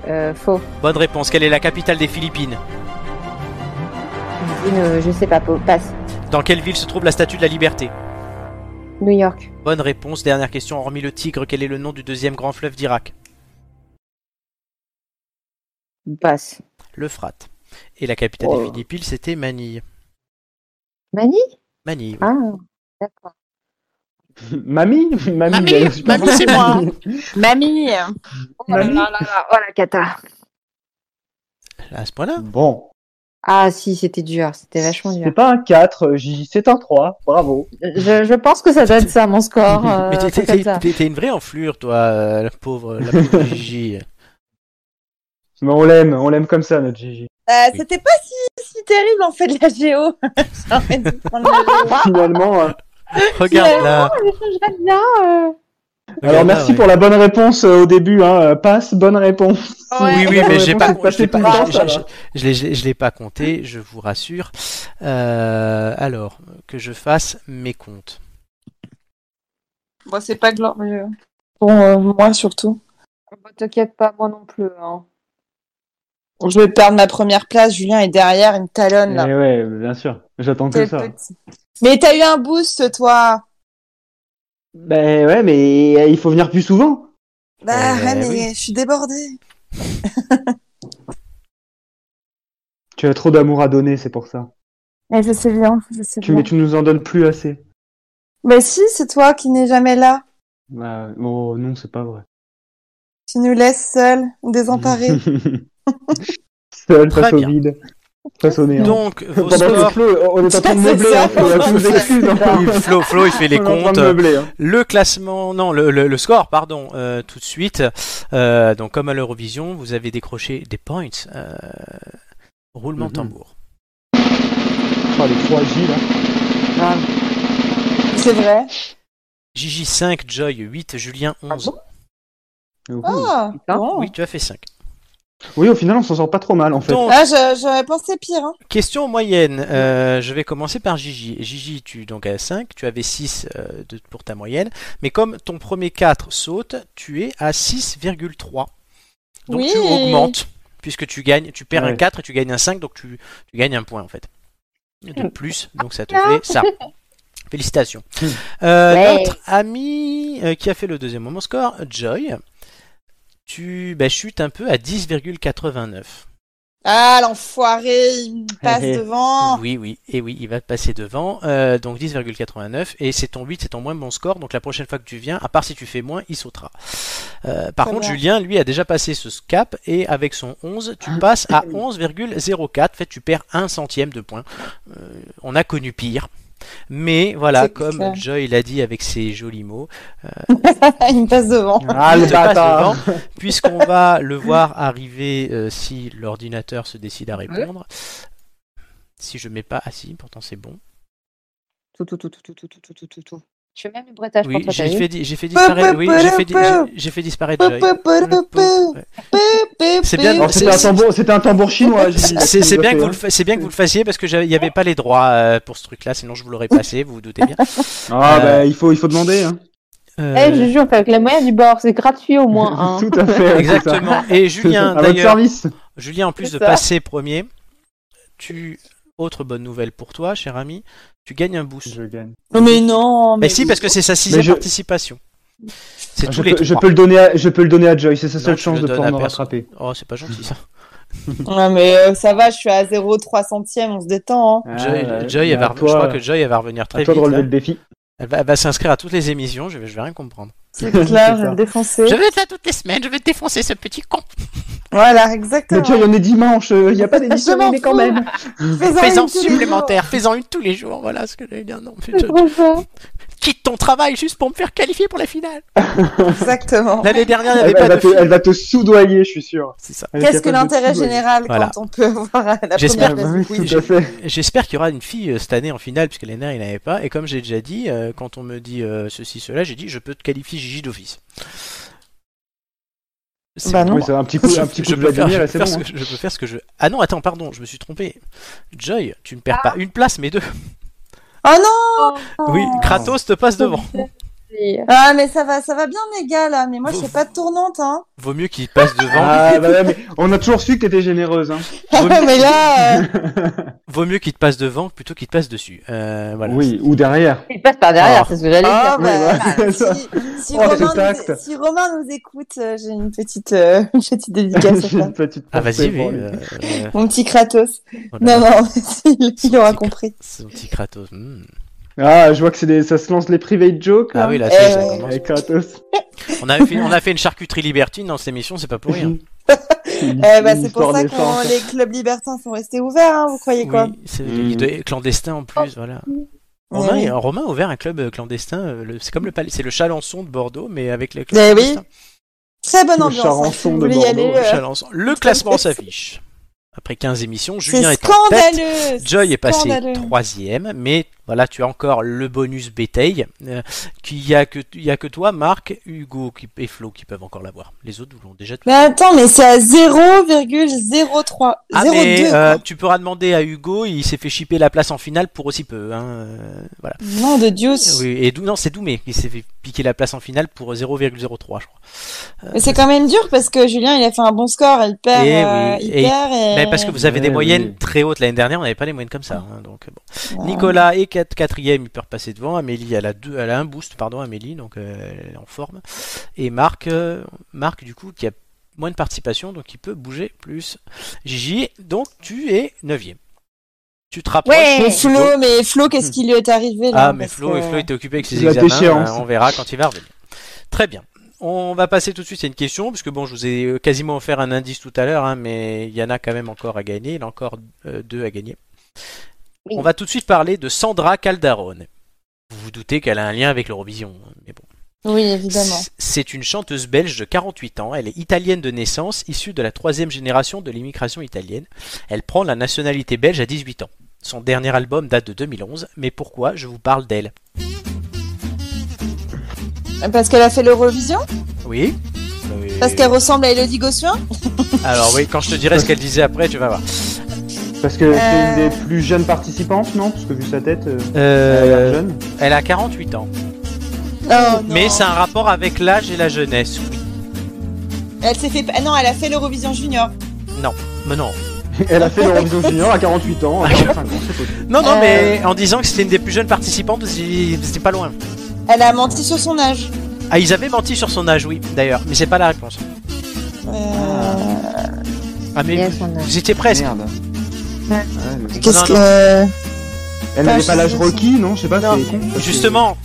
S4: Euh, faux.
S1: Bonne réponse. Quelle est la capitale des Philippines
S4: Je dis, euh, je sais pas. po- Passe.
S1: Dans quelle ville se trouve la Statue de la Liberté
S4: New York.
S1: Bonne réponse. Dernière question. Hormis le Tigre, quel est le nom du deuxième grand fleuve d'Irak
S4: Passe.
S1: L'Euphrate. Et la capitale
S4: Oh.
S1: des Philippines, c'était Manille.
S4: Mani
S1: Manille. oui.
S4: Ah. D'accord.
S2: Mamie Mamie, elle est super-
S1: mamie, c'est moi.
S9: Mamie.
S4: Oh là
S2: Mani
S4: là là là, oh la cata.
S1: À ce point-là
S2: Bon,
S4: Ah si, c'était dur, c'était vachement dur.
S2: c'est pas un 4, euh, Gigi, c'est un 3, bravo.
S4: Je, je pense que ça doit être ça, mon score. euh,
S1: Mais t'es-
S4: c'est
S1: t'es
S4: comme ça.
S1: t'es- t'es une vraie enflure, toi, euh, la pauvre, la pauvre Gigi.
S2: Mais on l'aime, on l'aime comme ça, notre Gigi.
S4: Bah,
S5: Euh, C'était pas si, si terrible en fait la géo. J'aurais dû prendre la géo.
S2: Finalement, hein.
S1: Regarde-la.
S4: Je changerais bien. euh.
S2: alors merci pour la bonne réponse euh, au début, hein. euh, passe, bonne réponse.
S1: Oui, oui,
S2: La
S1: mais
S2: réponse
S1: j'ai
S2: est
S1: pas,
S2: de passer
S1: j'ai pas-
S2: tout le temps, ça,
S1: j'ai- j'ai-
S2: là.
S1: je l'ai- je l'ai- je l'ai pas compté, je vous rassure. Euh, alors, que je fasse mes comptes.
S9: Bon, c'est pas glorieux. Bon, euh, moi surtout.
S4: Bah, T'inquiète pas, moi non plus. Hein.
S5: Je vais perdre ma première place. Julien est derrière, il me talonne là.
S2: Eh ouais, bien sûr, j'attends
S1: Eh,
S2: que
S9: Quel
S2: ça.
S9: petit.
S5: Mais t'as eu un boost, toi.
S2: Ben ouais, mais euh, il faut venir plus souvent.
S5: Bah
S1: Euh,
S5: ouais, mais
S1: oui.
S5: je suis débordée.
S2: Tu as trop d'amour à donner, c'est pour ça.
S5: Mais je sais bien, je sais
S2: Tu, mais tu nous en donnes plus assez.
S5: Mais si, c'est toi qui n'es jamais là.
S2: Bah, oh non, c'est pas vrai.
S5: Tu nous laisses seuls, désemparés.
S2: Seul
S1: Très
S2: face au
S1: bien.
S2: vide. Face au néant.
S1: Donc, vos
S2: Pendant que
S1: scores.
S2: Flo, on est en train de
S5: C'est
S2: meubler,
S5: ça.
S2: hein, Flo, tu nous excuses, hein.
S1: Oui, Flo, Flo, il fait les
S2: On est en train
S1: comptes.
S2: de meubler, hein.
S1: Le classement, non, le, le- le score, pardon, euh, tout de suite. Euh, donc, comme à l'Eurovision, vous avez décroché des points. euh, roulement de
S2: Mhm.
S1: tambour.
S2: Oh, les 3 J, là.
S5: c'est vrai.
S1: Gigi 5, Joy 8, Julien 11.
S4: bon
S2: Ouh.
S5: Ah,
S4: Ah,
S5: bon.
S1: Oui, tu as fait 5.
S2: Oui, au final, on s'en sort pas trop mal, en fait.
S1: Donc,
S5: Ah, je- j'aurais pensé pire. Hein.
S1: Question moyenne, euh, je vais commencer par Gigi. Gigi, tu donc à 5, tu avais 6 euh, de- pour ta moyenne, mais comme ton premier 4 saute, tu es à 6,3. Donc
S5: Oui.
S1: tu augmentes, puisque tu gagnes, tu perds un
S2: Ouais.
S1: 4 et tu gagnes un 5, donc tu, tu gagnes un point en fait. De plus, donc ça te fait ça. Félicitations. Euh,
S4: Ouais.
S1: Notre ami euh, qui a fait le deuxième moment score, Joy, tu bah, chutes un peu à 10,89.
S5: Ah, l'enfoiré, il me passe
S2: Eh, eh.
S5: devant.
S1: Oui, oui, et oui, il va te passer devant. Euh, donc 10,89. Et c'est ton 8, c'est ton moins bon score. Donc la prochaine fois que tu viens, à part si tu fais moins, il sautera. Euh, par
S5: Très
S1: contre,
S5: bien.
S1: Julien, lui, a déjà passé ce cap. Et avec son 11, tu passes à 11,04. En fait, tu perds un centième de point. Euh, on a connu pire. Mais voilà,
S5: C'est
S1: comme
S5: clair.
S1: Joy l'a dit avec ses jolis mots,
S5: il me passe devant.
S2: Ah,
S1: il
S2: le
S1: te passe
S2: bâtard
S1: devant, puisqu'on va le voir arriver euh, si l'ordinateur se décide à répondre. Si je mets pas, ah si, pourtant c'est bon.
S4: Tout, tout, tout, tout, tout, tout, tout, tout, tout, tout, tout. Je fais même le bretage
S1: Oui,
S4: contre ta
S1: j'ai
S4: vie.
S1: fait, di- j'ai fait disparaître. Oui, j'ai fait, di- j'ai- j'ai fait disparaître Joy. C'est bien-
S2: Alors, C'était un tambour, c'était un tambour chinois. Gigi,
S1: C'est c'est
S2: qu'il
S1: bien,
S2: nous
S1: que
S2: a
S1: vous le
S2: fait,
S1: fa- c'est bien que vous le fassiez parce que j'avais- il n'y avait pas les droits euh, pour ce truc-là, sinon je vous l'aurais passé, vous vous doutez bien.
S2: hein. Ah,
S1: Euh,
S2: bah, il faut, il faut demander. Hein.
S1: Euh,
S4: Eh, je jure qu'avec la moyenne du bord, c'est gratuit au moins. hein.
S2: Tout à fait. c'est ça.
S1: Exactement. Et Julien,
S2: à votre
S1: d'ailleurs,
S2: service.
S1: Julien, en plus
S4: C'est
S1: de
S4: ça.
S1: passer premier, tu autre bonne nouvelle pour toi, cher ami, tu gagnes un boost.
S2: Je gagne.
S5: Non, mais non.
S1: Mais
S5: Mais
S1: si, parce que c'est sa sixième
S2: Mais je-
S1: participation. C'est
S2: Je
S1: tous les
S2: peux, je
S1: trois.
S2: peux le donner à, je peux le donner à Joy. C'est sa
S1: Non,
S2: seule
S1: tu
S2: chance
S1: le
S2: de
S1: donnes
S2: pouvoir
S1: à
S2: me
S1: personne.
S2: rattraper.
S1: Oh, c'est pas gentil ça.
S5: Ouais, mais euh, ça va, je suis à 0,3 centième, on se détend. hein.
S1: Joy,
S2: Ah,
S1: Joy, elle
S2: à
S1: va, re-
S2: toi,
S1: je crois que Joy elle va revenir
S2: à
S1: très
S2: toi
S1: vite. hein.
S2: de relever
S1: là.
S2: le défi.
S1: Elle va, elle va s'inscrire à toutes les émissions, je vais, je vais rien comprendre.
S5: C'est
S2: ça.
S5: clair, je vais me défoncer.
S1: vais être là toutes les semaines, je vais défoncer ce petit con.
S5: Voilà,
S2: Mais
S5: exactement.
S2: Joy, on est dimanche. euh, Il n'y a pas d'émission,
S5: Je m'en
S2: mais quand
S5: fous.
S2: même.
S5: Fais-en une tous les
S1: fais-en une tous les jours, voilà ce que j'allais dire. Non,
S4: C'est trop fort.
S1: quitte ton travail juste pour me faire qualifier pour la finale.
S5: jours. Exactement.
S1: L'année dernière, il n'y
S2: Elle,
S1: avait pas
S2: elle va
S1: de
S2: te,
S1: finale.
S2: elle va te soudoyer, je suis sûr.
S1: C'est ça.
S2: Elle est
S5: Qu'est-ce que
S2: capable de
S5: l'intérêt
S2: soudoyer.
S5: général quand
S1: Voilà.
S5: on peut avoir à la
S1: J'espère-
S5: première
S2: Ah, bah
S5: place
S2: oui,
S5: du quiz
S2: tout à fait.
S1: J'espère qu'il y aura une fille euh, cette année en finale, puisque l'année dernière, il n'y en avait pas. Et comme j'ai déjà dit, euh, quand on me dit euh, ceci, cela, j'ai dit je peux te qualifier Gigi d'office. C'est
S5: Bah
S1: mon
S5: non.
S2: Oui,
S1: droit.
S2: c'est un petit coup,
S1: Je-
S2: un petit
S1: je
S2: coup de
S1: peux faire-
S2: Vladimir
S1: je
S2: et
S1: peux
S2: c'est
S1: faire
S2: bon. hein.
S1: ce que- je peux faire ce que je. Ah non, attends, pardon, je me suis trompé. Joy, tu ne perds pas une place, mais deux.
S2: Ah
S5: Oh non
S1: Oui, Kratos te passe devant.
S5: Ah, mais ça va, ça va bien, les gars, là. Mais moi, je
S1: Vous-
S5: fais pas de tournante, hein.
S1: Vaut mieux qu'il passe devant.
S2: Ah, bah, ouais, mais on a toujours su que t'étais généreuse. Hein.
S1: Vaut mieux,
S5: Ah, mais là, euh,
S1: vaut mieux qu'il te passe devant plutôt qu'il te passe dessus. Euh, voilà.
S2: Oui, ou derrière.
S4: Il passe par derrière,
S1: Ah.
S4: c'est ce que j'allais
S5: ah,
S4: dire.
S5: bah,
S2: voilà.
S5: si, si
S2: Oh,
S5: Romain
S2: c'est
S5: nous,
S2: tact.
S5: si Romain nous écoute, euh, j'ai une petite, euh, une petite dédicace à
S2: J'ai
S5: ça.
S2: une petite
S1: Ah vas-y,
S2: pensée
S1: oui.
S2: pour lui.
S1: euh, euh,
S5: Mon petit Kratos.
S1: voilà.
S5: Non, non, il, il aura compris.
S1: Son petit Kratos. hmm.
S2: Ah, je vois que c'est des... ça se lance les private jokes.
S1: Ah
S2: Là.
S1: oui, là,
S5: Eh
S1: ça, ça
S5: ouais.
S1: commence.
S2: Avec Kratos.
S1: On a fait, on a fait une charcuterie libertine dans cette émission, c'est pas pour rien.
S5: Eh bah, c'est pour ça que les clubs libertins sont restés ouverts, hein, vous croyez quoi
S1: Oui, c'est
S2: Mm.
S1: il doit- clandestin en plus, voilà. Romain,
S5: Eh oui.
S1: Romain a ouvert un club euh, clandestin. euh, le- C'est comme le palais, c'est le Chalençon de Bordeaux, mais avec les clubs
S5: Eh oui.
S1: clandestins.
S5: Très bonne
S2: Le
S5: ambiance. hein, si
S2: Charançon
S5: vous
S2: de
S5: voulez y
S2: Bordeaux,
S5: aller,
S1: Le
S5: euh,
S1: Chalençon. Le classement s'affiche. Après 15 émissions,
S5: c'est
S1: Julien est, en tête.
S5: scandaleux.
S1: Joy est passé
S5: scandaleux.
S1: troisième, mais voilà, tu as encore le bonus bétail. euh, qu'il y a que il y a que toi, Marc, Hugo qui- et Flo qui peuvent encore l'avoir. Les autres vous l'ont déjà tous.
S5: Mais attends, mais c'est à 0,03.
S1: Ah
S5: 0,2.
S1: mais
S5: quoi.
S1: euh, tu pourras demander à Hugo, il s'est fait chipper la place en finale pour aussi peu. Hein. euh, Voilà.
S5: Nom de Dieu.
S1: Oui, et Dou- non, c'est Doumé qui s'est fait piquer la place en finale pour 0,03 je crois.
S5: Mais c'est quand même dur parce que Julien, il a fait un bon score. Il perd.
S1: Eh
S5: euh,
S1: oui,
S5: il
S1: et-
S5: perd. Et...
S1: Mais parce que vous avez des
S2: Ouais,
S1: moyennes
S2: oui.
S1: très hautes l'année dernière, on n'avait pas des moyennes comme ça. hein, donc bon. Nicolas est quat- quatrième, il peut repasser devant. Amélie, elle a deux, elle a un boost, pardon, Amélie, donc euh, elle est en forme. Et Marc, euh, Marc du coup qui a moins de participation, donc il peut bouger plus. Gigi, donc tu es neuvième. Tu te rapproches.
S5: Mais
S4: Ouais.
S1: Hugo.
S5: Flo, mais Flo, qu'est-ce qui lui est arrivé là
S1: Hmm. Ah, mais
S5: parce
S1: Flo,
S5: que-
S1: et Flo était occupé avec ses
S2: La
S1: examens.
S2: déchéance.
S1: euh, on verra quand il va revenir. Très bien. On va passer tout de suite à une question, puisque bon, je vous ai euh, quasiment offert un indice tout à l'heure, hein, mais il y en a quand même encore à gagner. Il y en a encore euh, deux à gagner.
S4: Oui.
S1: On va tout de suite parler de Sandra Caldarone. Vous vous doutez qu'elle a un lien avec l'Eurovision. hein, Mais bon.
S5: Oui, évidemment.
S1: C- C'est une chanteuse belge de 48 ans. Elle est italienne de naissance, issue de la troisième génération de l'immigration italienne. Elle prend la nationalité belge à 18 ans. Son dernier album date de 2011, mais pourquoi je vous parle d'elle
S5: Parce qu'elle a fait l'Eurovision
S1: Oui. Oui.
S5: Parce qu'elle ressemble à Elodie Gossuin
S1: Euh, Alors oui, quand je te dirai ce qu'elle disait après, tu vas voir.
S2: Parce que c'est
S5: euh,
S2: une des plus jeunes participantes, non Parce que vu sa tête, euh, elle a l'air
S1: Euh,
S2: jeune.
S1: elle a 48 ans.
S5: Oh
S1: Mais c'est un rapport avec l'âge et la jeunesse. oui.
S5: Elle s'est fait. ah Non, elle a fait l'Eurovision Junior.
S1: Non, mais non.
S2: Elle a fait l'Eurovision Junior à 48 ans. à 45 ans, c'est possible.
S1: Non, non,
S5: Euh.
S1: mais en disant que c'était une des plus jeunes participantes, j'ai- c'était pas loin.
S5: Elle a menti sur son âge.
S1: Ah, ils avaient menti sur son âge, oui, d'ailleurs, mais c'est pas la réponse. Ah, mais
S4: Bien son âge.
S1: vous étiez presque.
S2: Merde. Ouais, mais-
S5: Qu'est-ce
S1: Non,
S5: que.
S2: Elle
S5: Ah,
S2: n'avait
S5: je
S2: pas l'âge
S5: sais.
S2: requis, non Je sais pas.
S1: Non,
S2: c'est con, parce que-
S1: Justement,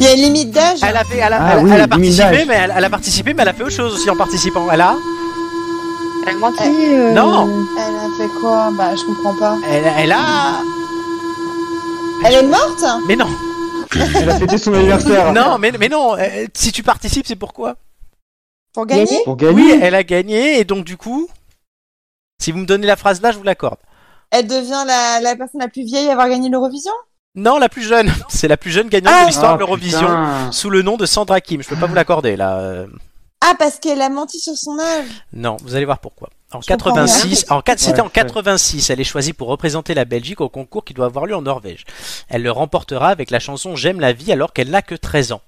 S5: Il y a une limite d'âge.
S1: elle, avait, elle, a,
S2: Ah
S1: elle-
S2: oui,
S1: elle a
S2: limite
S1: participé,
S2: d'âge.
S1: mais elle, elle a participé, mais elle a fait autre chose aussi en participant. Elle a,
S4: Elle a menti. euh,
S1: Non.
S5: Elle a fait quoi Bah, je comprends pas.
S1: elle, elle a,
S5: Elle est morte
S1: mais non,
S2: Elle a fêté son anniversaire.
S1: non, mais, mais non. euh, Si tu participes, c'est pourquoi
S5: Pour gagner
S2: Pour gagner.
S1: Oui, elle a gagné, et donc du coup, si vous me donnez la phrase là, je vous l'accorde.
S5: Elle devient la, la personne la plus vieille à avoir gagné l'Eurovision
S1: Non, la plus jeune. C'est la plus jeune gagnante
S5: Ah.
S1: de l'histoire de
S2: Ah,
S1: l'Eurovision,
S2: putain.
S1: sous le nom de Sandra Kim. Je peux pas vous l'accorder là. euh,
S5: Ah, parce qu'elle a menti sur son âge.
S1: Non, vous allez voir pourquoi. En
S5: comprends
S1: 86, en quatre- c'était
S2: Ouais,
S1: en
S2: ouais.
S1: 86, elle est choisie pour représenter la Belgique au concours qui doit avoir lieu en Norvège. Elle le remportera avec la chanson J'aime la vie alors qu'elle n'a que 13 ans.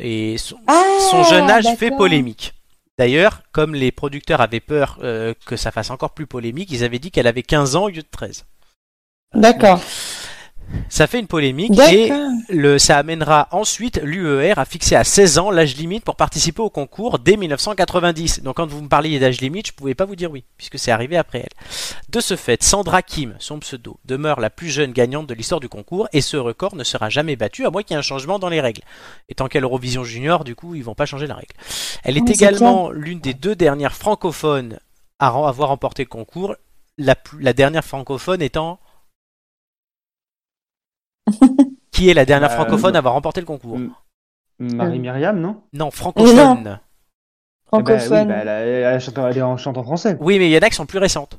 S1: Et son,
S5: Ah,
S1: son jeune âge fait
S5: d'accord.
S1: polémique. D'ailleurs, comme les producteurs avaient peur euh, que ça fasse encore plus polémique, ils avaient dit qu'elle avait 15 ans au lieu de 13.
S5: D'accord.
S1: Ça fait une polémique et
S5: D'accord.
S1: le, ça amènera ensuite l'UER à fixer à 16 ans l'âge limite pour participer au concours dès 1990. Donc quand vous me parliez d'âge limite, je ne pouvais pas vous dire oui, puisque c'est arrivé après elle. De ce fait, Sandra Kim, son pseudo, demeure la plus jeune gagnante de l'histoire du concours et ce record ne sera jamais battu à moins qu'il y ait un changement dans les règles. Et tant qu'elle est Eurovision Junior, du coup, ils vont pas changer la règle. Elle est
S5: Ouais, Ah, c'est
S1: également l'une des deux dernières francophones à ren- avoir remporté le concours, la, plus- la dernière francophone étant... Qui est la dernière
S2: Euh,
S1: francophone à avoir remporté le concours
S2: Marie Myriam, non
S1: non, francophone.
S5: Mais
S2: Eh ben, oui,
S5: Francophone.
S2: bah, elle, a- elle chante, elle est en chante en français.
S1: Oui, mais il y en a qui sont plus récentes.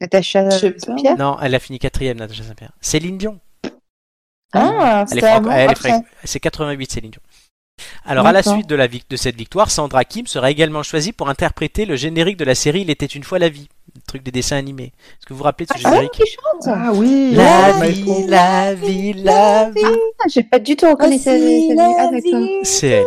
S4: Natacha
S5: Je sais pas.
S4: Saint-Pierre.
S1: Non, elle a fini quatrième, Natacha Saint-Pierre. Céline Dion. Elle
S5: Ah,
S1: est
S5: c'était
S1: franco-
S5: avant,
S1: elle est
S5: après.
S1: franco- C'est 88, Céline Dion. Alors, à la
S5: D'accord.
S1: suite de, la vic- de cette victoire, Sandra Kim sera également choisie pour interpréter le générique de la série Il était une fois la vie, le truc des dessins animés. Est-ce que vous vous rappelez de ce
S4: C'est elle
S1: générique
S4: qui chante.
S2: Ah oui
S1: La
S2: ouais,
S1: vie,
S2: Maestro.
S1: la vie, la vie.
S4: Ah, J'ai pas du tout reconnu
S5: Voici la
S4: Ah, d'accord.
S5: vie.
S1: C'est elle.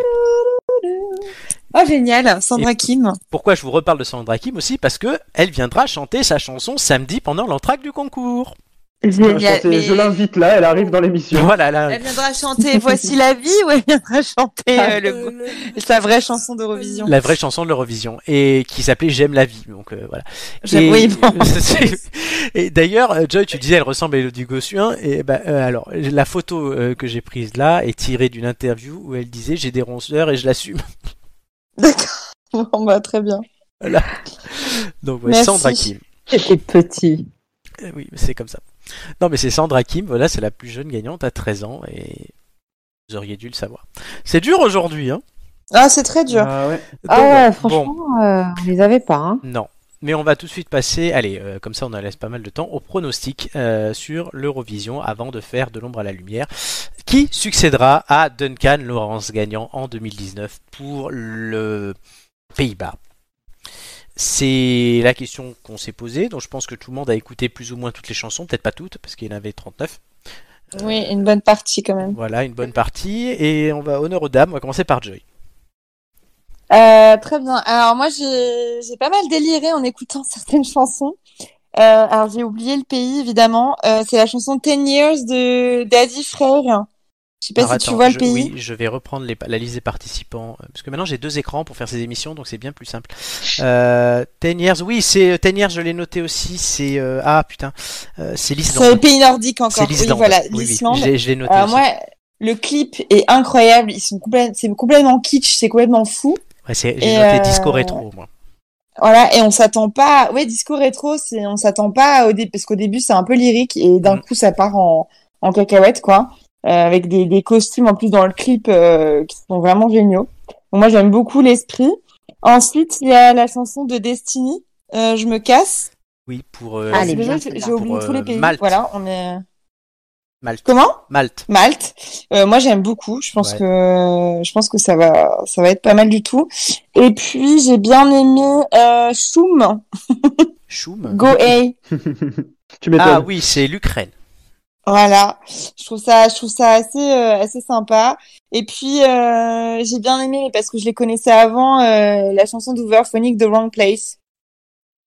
S5: Oh, génial, Sandra Kim.
S1: Pourquoi je vous reparle de Sandra Kim aussi Parce que elle viendra chanter sa chanson samedi pendant l'entracte du concours.
S5: Génial.
S2: C'est- Je l'invite là, elle arrive dans l'émission.
S1: Voilà, là.
S5: Elle viendra chanter Voici la vie ou elle viendra chanter euh, le- sa vraie chanson d'Eurovision
S1: La vraie chanson de l'Eurovision et qui s'appelait J'aime la vie. Donc euh, voilà.
S5: J'aime-
S1: Et-
S5: oui, bon.
S1: c'est- et d'ailleurs, euh, Joy, tu disais elle ressemble à Elodie Gossuin. Et ben euh, alors la photo euh, que j'ai prise là est tirée d'une interview où elle disait j'ai des ronceurs et je l'assume.
S5: D'accord. Bon, bah, très bien.
S1: Donc ouais,
S5: Merci.
S1: Sandra Kim.
S4: J'étais petit.
S1: Euh, oui, c'est comme ça. Non mais c'est Sandra Kim. Voilà, c'est la plus jeune gagnante à 13 ans et vous auriez dû le savoir. C'est dur aujourd'hui, hein.
S5: Ah, c'est très dur.
S2: Ah ouais.
S4: Ah
S1: Donc,
S4: ouais,
S1: bon.
S4: franchement, euh, on les avait pas. hein.
S1: Non. Mais on va tout de suite passer, allez, euh, comme ça on en laisse pas mal de temps, au pronostic euh, sur l'Eurovision avant de faire de l'ombre à la lumière, qui succédera à Duncan Lawrence gagnant en 2019 pour le Pays-Bas. C'est la question qu'on s'est posée, donc je pense que tout le monde a écouté plus ou moins toutes les chansons, peut-être pas toutes, parce qu'il y en avait 39.
S5: Oui, une bonne partie quand même.
S1: Voilà, une bonne partie, et on va honneur aux dames, on va commencer par Joy.
S5: Euh, très bien. Alors moi, j'ai j'ai pas mal déliré en écoutant certaines chansons. Euh, alors j'ai oublié le pays, évidemment. Euh, c'est la chanson Ten Years de Daddy Frère. Je sais pas
S1: Alors,
S5: Bah, si tu
S1: attends,
S5: vois
S1: je-
S5: le pays.
S1: Oui, je vais reprendre les pa- la liste des participants. euh, Parce que maintenant j'ai deux écrans pour faire ces émissions, donc c'est bien plus simple. Euh, Ten Years, oui, c'est euh, Ten Years, je l'ai noté aussi. C'est. euh, ah putain, euh, c'est
S5: C'est le
S1: l'Islande.
S5: pays nordique encore.
S1: C'est
S5: Oui,
S1: l'Islande.
S5: voilà,
S1: Oui, oui,
S5: l'Islande. Euh,
S1: je l'ai- je l'ai noté.
S5: Alors
S1: aussi.
S5: moi, le clip est incroyable. Ils sont complètement, c'est complètement kitsch, c'est complètement fou.
S1: Ouais, c'est-
S5: et,
S1: j'ai noté
S5: euh,
S1: Disco Rétro, moi.
S5: Voilà, et on s'attend pas. Ouais, disco rétro, c'est on s'attend pas au début parce qu'au début c'est un peu lyrique et d'un
S1: Mm.
S5: coup ça part en en cacahuète quoi, Euh, avec des des costumes en plus dans le clip euh, qui sont vraiment géniaux. Donc moi j'aime beaucoup l'esprit. Ensuite il y a la chanson de Destiny, euh, je me casse.
S1: Oui, pour. euh,
S4: Ah, elle est
S5: Désolée,
S4: bien,
S5: j'ai
S4: celle-là.
S5: j'ai oublié
S1: Pour,
S5: tous
S1: euh,
S5: les pays.
S1: Malte.
S5: Voilà, on est.
S1: Malte.
S5: Comment
S1: Malte.
S5: Malte. Euh, moi, j'aime beaucoup. Je pense
S1: Ouais.
S5: que je pense que ça va ça va être pas mal du tout. Et puis j'ai bien aimé euh, Shoom
S1: Choum.
S5: Gohei.
S2: tu m'étonnes.
S1: Ah oui, c'est l'Ukraine.
S5: Voilà. Je trouve ça je trouve ça assez euh, assez sympa. Et puis euh, j'ai bien aimé mais parce que je les connaissais avant euh, la chanson d'Overphonic The Wrong Place.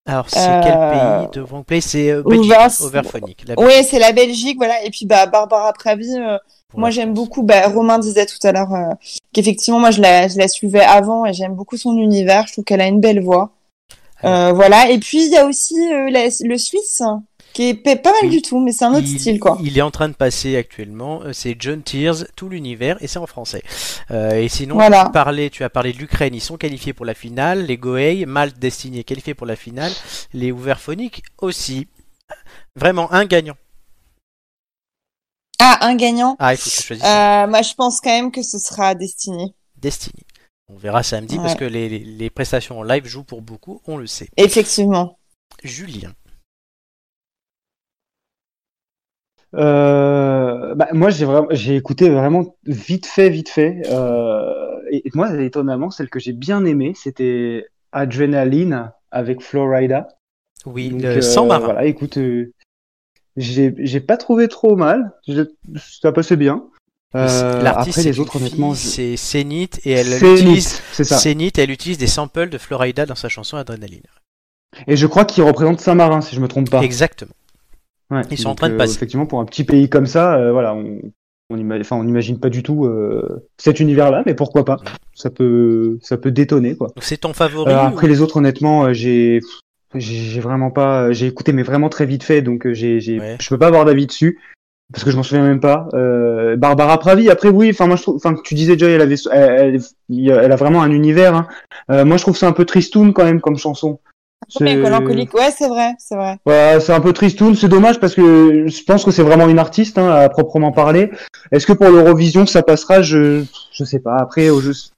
S1: Alors, c'est
S5: Euh,
S1: quel pays de Wrong Play C'est euh, Belgique,
S5: Overs-
S1: Overphonic. la Belgique,
S5: Oui, c'est la Belgique voilà et puis bah Barbara Pravi euh,
S1: pour
S5: Moi,
S1: la
S5: j'aime
S1: France.
S5: beaucoup. Bah, Romain disait tout à l'heure euh, qu'effectivement, moi, je la, je la suivais avant et j'aime beaucoup son univers. Je trouve qu'elle a une belle voix. Euh, voilà. Et puis, il y a aussi euh, la- le Suisse, hein, qui est pa- pas mal
S1: Oui.
S5: du tout, mais c'est un autre
S1: il,
S5: style, quoi.
S1: il est en train de passer actuellement, euh, c'est John Tears, tout l'univers, et c'est en français. Euh, et sinon,
S5: Voilà.
S1: tu, parlais, tu as parlé de l'Ukraine, ils sont qualifiés pour la finale, les Gohei, Malte Destiné qualifiés pour la finale, les Ouverphoniques aussi. Vraiment, un gagnant.
S5: Ah, un gagnant.
S1: Ah, il faut que tu choisisses un.
S5: Euh, moi, je pense quand même que ce sera Destiné.
S1: Destiné. On verra samedi parce
S5: Ouais.
S1: que les, les- les prestations en live jouent pour beaucoup, on le sait.
S5: Effectivement.
S1: Julien.
S2: Euh, bah, moi, j'ai vraiment, j'ai écouté vraiment vite fait, vite fait. Euh, et et moi, étonnamment, celle que j'ai bien aimée, c'était Adrenaline avec Florida.
S1: Oui,
S2: Donc,
S1: le
S2: euh,
S1: sans marin.
S2: Voilà, écoute, euh, j'ai, j'ai pas trouvé trop mal. Je- ça passait bien. Euh,
S1: L'artiste,
S2: après
S1: c'est
S2: les
S1: une
S2: autres, honnêtement,
S1: fille,
S2: je-
S1: c'est Cénite et elle
S2: Cénite,
S1: utilise
S2: c'est ça.
S1: Cénite, elle utilise des samples de Florida dans sa chanson Adrenaline.
S2: Et je crois qu'il représente Saint-Marin, si je me trompe pas.
S1: Exactement.
S2: Ouais,
S1: Ils sont en
S2: donc,
S1: train de
S2: euh,
S1: passer.
S2: effectivement, pour un petit pays comme ça, euh, voilà, on on ima- enfin, on n'imagine pas du tout euh, cet univers-là, mais pourquoi pas? Ça peut, ça peut détonner, quoi.
S1: Donc c'est ton favori
S2: Euh,
S1: ou-
S2: après les autres, honnêtement, euh, j'ai, j'ai j'ai vraiment pas, euh, j'ai écouté mais vraiment très vite fait, donc euh, j'ai, j'ai,
S1: Ouais.
S2: je peux pas avoir d'avis dessus parce que je m'en souviens même pas. Euh, Barbara Pravi, après oui, enfin moi je trouve, enfin tu disais Joy, elle avait, elle, elle- elle a vraiment un univers. hein. Euh, moi je trouve ça un peu tristoun quand même comme chanson.
S5: Mais
S2: C'est-
S5: Mélancolique. Ah Ouais, c'est vrai, c'est vrai.
S2: Ouais, c'est un peu tristoun, c'est dommage parce que je pense que c'est vraiment une artiste hein, à proprement parler. Est-ce que pour l'Eurovision ça passera Je je sais pas. Après, au jeu, c'est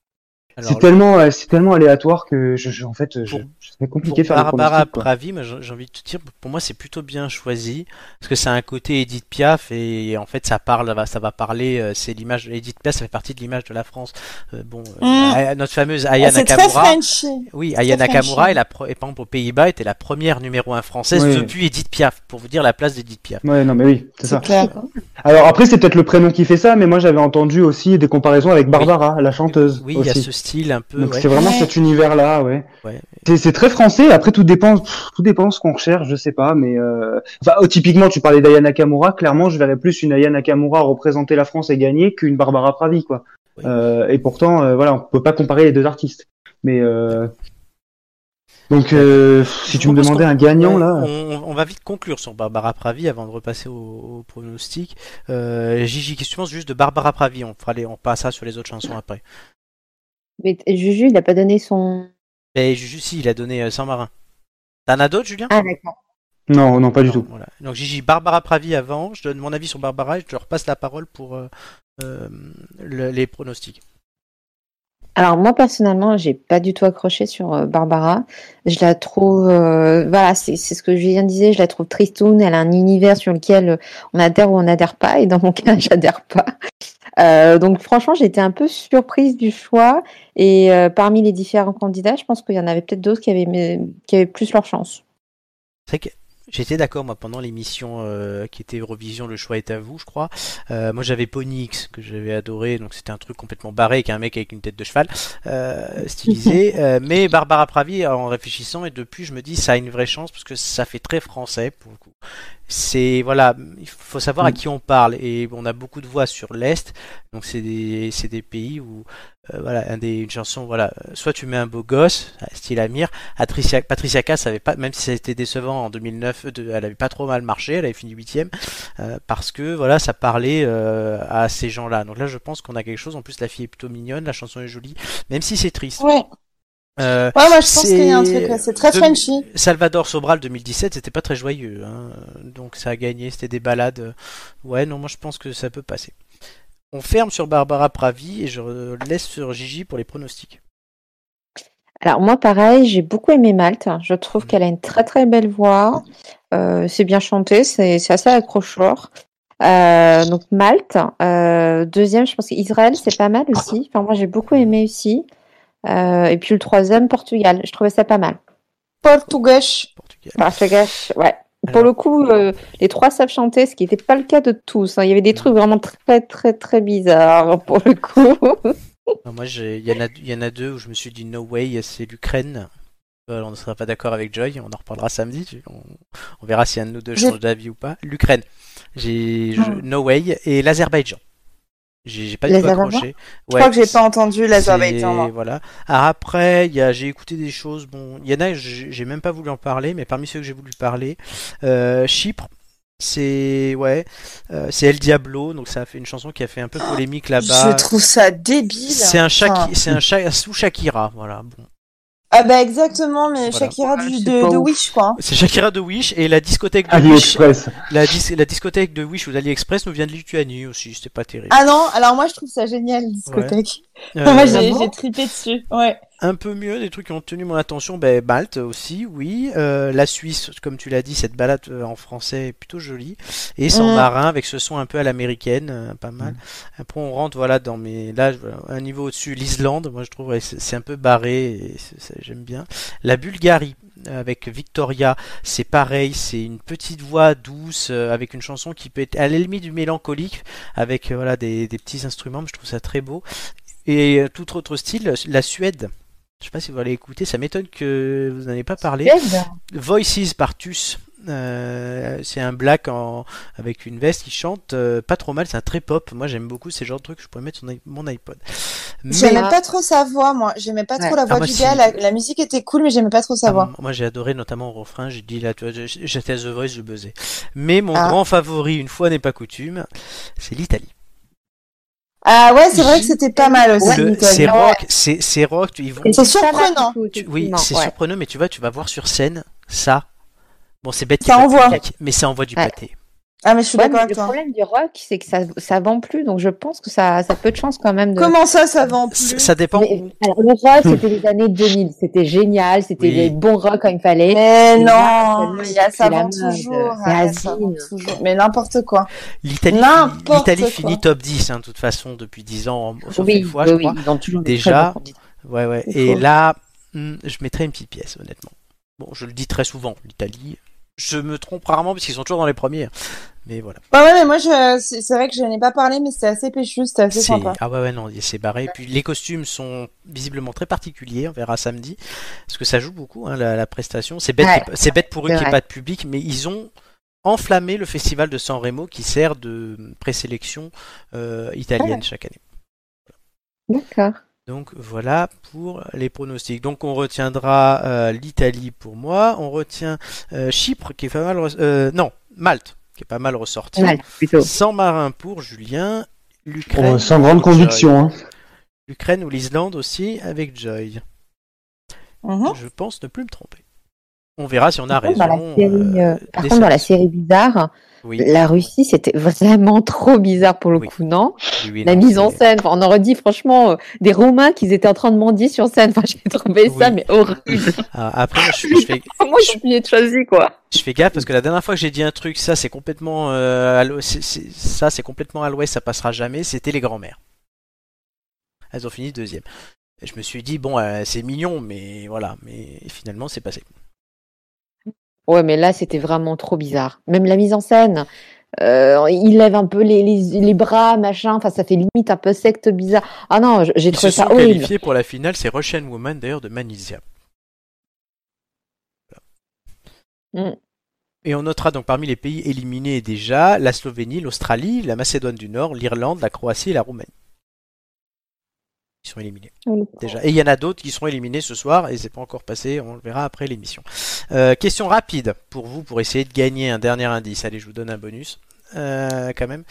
S1: Alors,
S2: tellement euh, c'est tellement aléatoire que je, je- en fait je,
S1: Pour-
S2: c'est
S1: pour
S2: compliqué de faire le
S1: Barbara
S2: pronostic, quoi.
S1: Pravi, moi, j'ai j'ai envie de te dire, pour moi c'est plutôt bien choisi parce que ça a un côté Edith Piaf et en fait ça parle, ça va- ça va parler, euh, c'est l'image Edith Piaf, ça fait partie de l'image de la France. Euh, bon, euh,
S5: Mm.
S1: Aya- notre fameuse
S5: Ah,
S1: Aya
S5: c'est très
S1: Nakamura.
S5: Frenchy.
S1: Oui, Aya
S5: très
S1: Nakamura
S5: Frenchy.
S1: est la pro- et par exemple aux Pays-Bas était la première numéro 1 française
S2: Oui.
S1: depuis Edith Piaf pour vous dire la place d'Edith Piaf.
S2: Ouais, non mais oui, c'est
S5: C'est
S2: ça.
S5: clair.
S2: Alors après c'est peut-être le prénom qui fait ça, mais moi j'avais entendu aussi des comparaisons avec Barbara, la chanteuse
S1: Oui, il y a
S2: aussi.
S1: ce style un peu.
S2: Donc
S1: ouais.
S2: c'est vraiment
S5: Ouais.
S2: cet univers-là, ouais.
S1: Ouais.
S2: C'est, c'est très français. Après, tout dépend, pff, tout dépend ce qu'on recherche, je sais pas. Mais euh... enfin, oh, typiquement, tu parlais d'Aya Nakamura. Clairement, je verrais plus une Aya Nakamura représenter la France et gagner qu'une Barbara Pravi, quoi.
S1: Oui.
S2: Euh, et pourtant, euh, voilà, on peut pas comparer les deux artistes. Mais euh... donc, euh, pff, si
S1: Je
S2: tu me
S1: propose
S2: demandais
S1: qu'on-
S2: un gagnant
S1: on,
S2: là,
S1: on- on va vite conclure sur Barbara Pravi avant de repasser au, au pronostic. Euh, Gigi, qu'est-ce que tu penses juste de Barbara Pravi On fera les- on passera sur les autres chansons après.
S4: Mais t- Juju, il n'a pas donné son.
S1: Et Gigi, si, il a donné euh, Saint Marin. T'en as d'autres, Julien
S4: Ah, d'accord.
S2: non, non, pas du
S1: Non,
S2: tout.
S1: voilà. Donc Gigi, Barbara Pravi avant. Je donne mon avis sur Barbara et je te repasse la parole pour euh, euh, le- les pronostics.
S4: Alors moi personnellement, j'ai pas du tout accroché sur euh, Barbara. Je la trouve, euh, voilà, c'est c'est ce que Julien disait, je la trouve tristoune. Elle a un univers sur lequel euh, on adhère ou on n'adhère pas, et dans mon cas, j'adhère pas. Euh, donc franchement, j'étais un peu surprise du choix. Et euh, parmi les différents candidats, je pense qu'il y en avait peut-être d'autres qui avaient mais- qui avaient plus leur chance.
S1: C'est vrai que j'étais d'accord, moi, pendant l'émission euh, qui était Eurovision, le choix est à vous, je crois. Euh, moi, j'avais Ponix, que j'avais adoré, donc c'était un truc complètement barré, avec un mec avec une tête de cheval, euh, stylisé. Euh, mais Barbara Pravi, en réfléchissant, et depuis, je me dis, ça a une vraie chance, parce que ça fait très français, pour le coup. C'est, voilà, il faut savoir à qui on parle, et on a beaucoup de voix sur l'Est, donc c'est des, c'est des pays où, euh, voilà, un des, une chanson, voilà, euh, soit tu mets un beau gosse, style Amir, Patricia, Patricia Cass avait pas, même si ça a été décevant en 2009, euh, de- elle avait pas trop mal marché, elle avait fini huitième, euh, parce que voilà, ça parlait euh, à ces gens-là. Donc là, je pense qu'on a quelque chose. En plus, la fille est plutôt mignonne, la chanson est jolie, même si c'est triste.
S5: Ouais.
S1: Euh,
S5: Ouais, moi, je pense
S1: C'est-
S5: qu'il y a un truc. ouais, C'est très
S1: de-
S5: Frenchy.
S1: Salvador Sobral 2017, c'était pas très joyeux, hein. donc ça a gagné, c'était des balades. Ouais, non, moi je pense que ça peut passer. On ferme sur Barbara Pravi et je re- laisse sur Gigi pour les pronostics.
S4: Alors moi pareil, j'ai beaucoup aimé Malte. Je trouve
S1: Mhm.
S4: qu'elle a une très très belle voix. Euh, c'est bien chanté, c'est c'est assez accrocheur. Euh, donc Malte. Euh, deuxième, je pense qu'Israël, c'est pas mal aussi. Enfin, moi, j'ai beaucoup
S1: Mmh.
S4: aimé aussi. Euh, et puis le troisième, Portugal. Je trouvais ça pas mal.
S5: Paul Tougèche.
S1: Portugal.
S4: Portugal, ouais. Pour
S1: Alors-
S4: le coup, euh, les trois savent chanter, ce qui n'était pas le cas de tous. hein. Il y
S1: Mmh.
S4: avait des trucs vraiment très, très, très bizarres pour le coup.
S1: Non, Bah, moi, j'ai- il y, en a- il y en a deux où je me suis dit no way, c'est l'Ukraine. Euh, on ne sera pas d'accord avec Joy, on en reparlera samedi. tu- On, on verra si un de nous deux
S5: J'ai-
S1: change d'avis ou pas. L'Ukraine, j'ai
S5: Ah.
S1: je- no way et l'Azerbaïdjan. J'ai j'ai pas du tout
S5: L'Azerbaïdjan
S1: accroché.
S5: Je crois que j'ai pas entendu l'Azerbaïdjan. moi.
S1: Voilà. Ah, Après, il y a- j'ai écouté des choses. Bon, il y en a, j'ai j'ai même pas voulu en parler, mais parmi ceux que j'ai voulu parler, euh, Chypre, c'est ouais, euh, c'est El Diablo, donc ça a fait une chanson qui a fait un peu polémique là-bas.
S5: Ah, Je trouve ça débile.
S1: C'est un chat,
S5: Enfin,
S1: c'est un chat sous Shakira, voilà. Bon.
S5: Ah bah exactement, mais
S1: Voilà.
S5: Shakira
S6: Ouais,
S5: du-
S6: c'est
S5: de,
S6: pas
S5: de
S6: ouf.
S5: Wish quoi.
S1: C'est Shakira de Wish et la discothèque
S2: Ah,
S1: de Wish,
S2: AliExpress.
S1: la, dis- la discothèque de Wish ou d'AliExpress nous vient de Lituanie aussi, c'était pas terrible.
S5: Ah non, alors moi je trouve ça génial, la discothèque.
S1: Euh,
S5: moi j'ai j'ai trippé dessus. Ouais.
S1: un peu mieux, des trucs qui ont tenu mon attention, ben, Malte aussi, oui. Euh, la Suisse, comme tu l'as dit, cette balade euh, en français est plutôt jolie. Et sans
S5: Mm.
S1: marin, avec ce son un peu à l'américaine, euh, pas mal. Après, on rentre, voilà, dans mes. Là, je- voilà, un niveau au-dessus, l'Islande, moi je trouve, ouais, c'est c'est un peu barré, et c'est- c'est- j'aime bien. La Bulgarie, euh, avec Victoria, c'est pareil, c'est une petite voix douce, euh, avec une chanson qui peut être à la limite du mélancolique, avec euh, voilà, des, des petits instruments, je trouve ça très beau. Et euh, tout autre style, la Suède. Je sais pas si vous allez écouter, ça m'étonne que vous n'en ayez pas parlé. Voices par Tus. Euh, c'est un black en- avec une veste qui chante euh, pas trop mal, c'est un très pop. Moi j'aime beaucoup ces genres de trucs, je pourrais mettre son i- mon iPod. Mais
S5: J'aimais pas trop sa voix, moi. J'aimais pas trop
S4: Ouais.
S5: la voix
S1: Ah, moi,
S5: du
S1: si.
S5: gars. La, la musique était cool, mais j'aimais pas trop sa
S1: ah,
S5: voix.
S1: moi j'ai adoré notamment au refrain, j'ai dit là, tu vois, j- j'étais à The Voice, je buzzais. Mais mon
S5: Ah.
S1: grand favori, une fois n'est pas coutume, c'est l'Italie.
S5: Ah ouais, c'est vrai que c'était pas mal aussi.
S1: Le-
S5: Nicole.
S1: C'est
S5: Ouais.
S1: rock, c'est c'est rock, tu- ils vont-
S5: C'est surprenant.
S1: Tu- oui, c'est surprenant, mais tu vois, tu vas voir sur scène ça. Bon, c'est bête,
S5: Ça
S1: qui est
S5: envoie.
S1: pathétique, mais ça envoie du
S4: Ouais.
S1: pâté.
S5: Ah mais je suis
S4: Ouais, mais
S5: d'accord avec
S4: le
S5: toi.
S4: problème du rock, c'est que ça, ça vend plus, donc je pense que ça, ça a peu de chance quand même de.
S5: Comment ça, ça vend
S1: Ça,
S5: plus
S1: ça dépend
S4: Mais-
S1: où.
S4: alors, le rock, c'était les années 2000, c'était génial, c'était
S1: Oui.
S4: les bons rock quand il fallait.
S5: Mais
S4: Et là,
S5: non,
S4: actuellement,
S5: il y a
S4: c'est
S5: ça
S4: la
S5: vend
S4: mode,
S5: toujours.
S4: c'est
S5: Ah, ça vend
S4: asile.
S5: toujours. Mais n'importe quoi.
S1: L'Italie,
S5: N'importe
S1: l'Italie
S5: quoi.
S1: finit top 10, hein, de toute façon, depuis 10 ans, en- sauf
S4: Oui,
S1: une fois,
S4: oui,
S1: je
S4: oui,
S1: crois.
S4: ils ont toujours des
S1: Déjà,
S4: très bons candidats.
S1: Ouais, ouais.
S4: C'est
S1: Et
S4: faux.
S1: là, hmm, je mettrais une petite pièce, honnêtement. Bon, je le dis très souvent, l'Italie. Je me trompe rarement parce qu'ils sont toujours dans les premiers. Mais voilà.
S5: Bah ouais, mais moi, je, c'est c'est vrai que je n'ai pas parlé, mais c'était assez péchu, c'était assez
S1: C'est...
S5: sympa.
S1: Ah ouais, ouais, non, c'est barré. Et puis les costumes sont visiblement très particuliers, on verra samedi. Parce que ça joue beaucoup, hein, la, la prestation. C'est bête,
S4: Ouais.
S1: qu'il- c'est bête pour eux
S4: C'est
S1: qu'il n'y ait pas
S4: vrai.
S1: de public, mais ils ont enflammé le festival de San Remo qui sert de présélection euh, italienne
S4: Ah.
S1: chaque année.
S4: D'accord.
S1: Donc voilà pour les pronostics. Donc on retiendra euh, l'Italie pour moi, on retient euh, Chypre qui est pas mal res- euh, non, Malte qui est pas mal ressorti.
S4: Mal, plutôt.
S1: Sans marin pour Julien, l'Ukraine
S2: Bon, Oh, sans grande
S1: pour Joy.
S2: conviction. Hein.
S1: L'Ukraine ou l'Islande aussi avec Joy.
S5: Mhm.
S1: Je pense ne plus me tromper. On verra si on a
S4: Mm-hmm. Par contre,
S1: raison.
S4: dans la série,
S1: euh,
S4: euh, par
S1: des
S4: contre, dans la
S1: samedis.
S4: série bizarre,
S1: Oui,
S4: la Russie, c'était vraiment trop bizarre pour le
S1: Oui.
S4: coup, non
S1: oui, oui,
S4: La
S1: non,
S4: mise en
S1: c'est-
S4: scène, enfin, on aurait dit franchement euh, des Roumains qui étaient en train de mendier sur scène. Enfin, j'ai trouvé ça
S1: Oui.
S4: mais horrible.
S1: Ah, après, moi, je, je fais,
S4: Moi, je suis de choisir quoi.
S1: Je fais gaffe parce que la dernière fois que j'ai dit un truc, ça c'est complètement euh, à l'ou- c'est- c'est- ça c'est complètement à l'ouest, ça passera jamais. C'était les grands-mères. Elles ont fini deuxième. Et je me suis dit bon, euh, c'est mignon, mais voilà, mais finalement c'est passé.
S4: Ouais, mais là, c'était vraiment trop bizarre. Même la mise en scène, euh, il lève un peu les, les, les bras, machin. Enfin, ça fait limite un peu secte bizarre. Ah non, j- j'ai
S1: Ils se
S4: trouvé
S1: sont
S4: ça horrible.
S1: qualifiés pour la finale, c'est Russian Woman d'ailleurs de Manisia. Voilà.
S4: Mm.
S1: Et on notera donc parmi les pays éliminés déjà la Slovénie, l'Australie, la Macédoine du Nord, l'Irlande, la Croatie et la Roumanie. Ils sont éliminés. déjà. Et il y en a d'autres qui seront éliminés ce soir et c'est pas encore passé, on le verra après l'émission. Euh, question rapide pour vous pour essayer de gagner un dernier indice. Allez, je vous donne un bonus euh, quand même.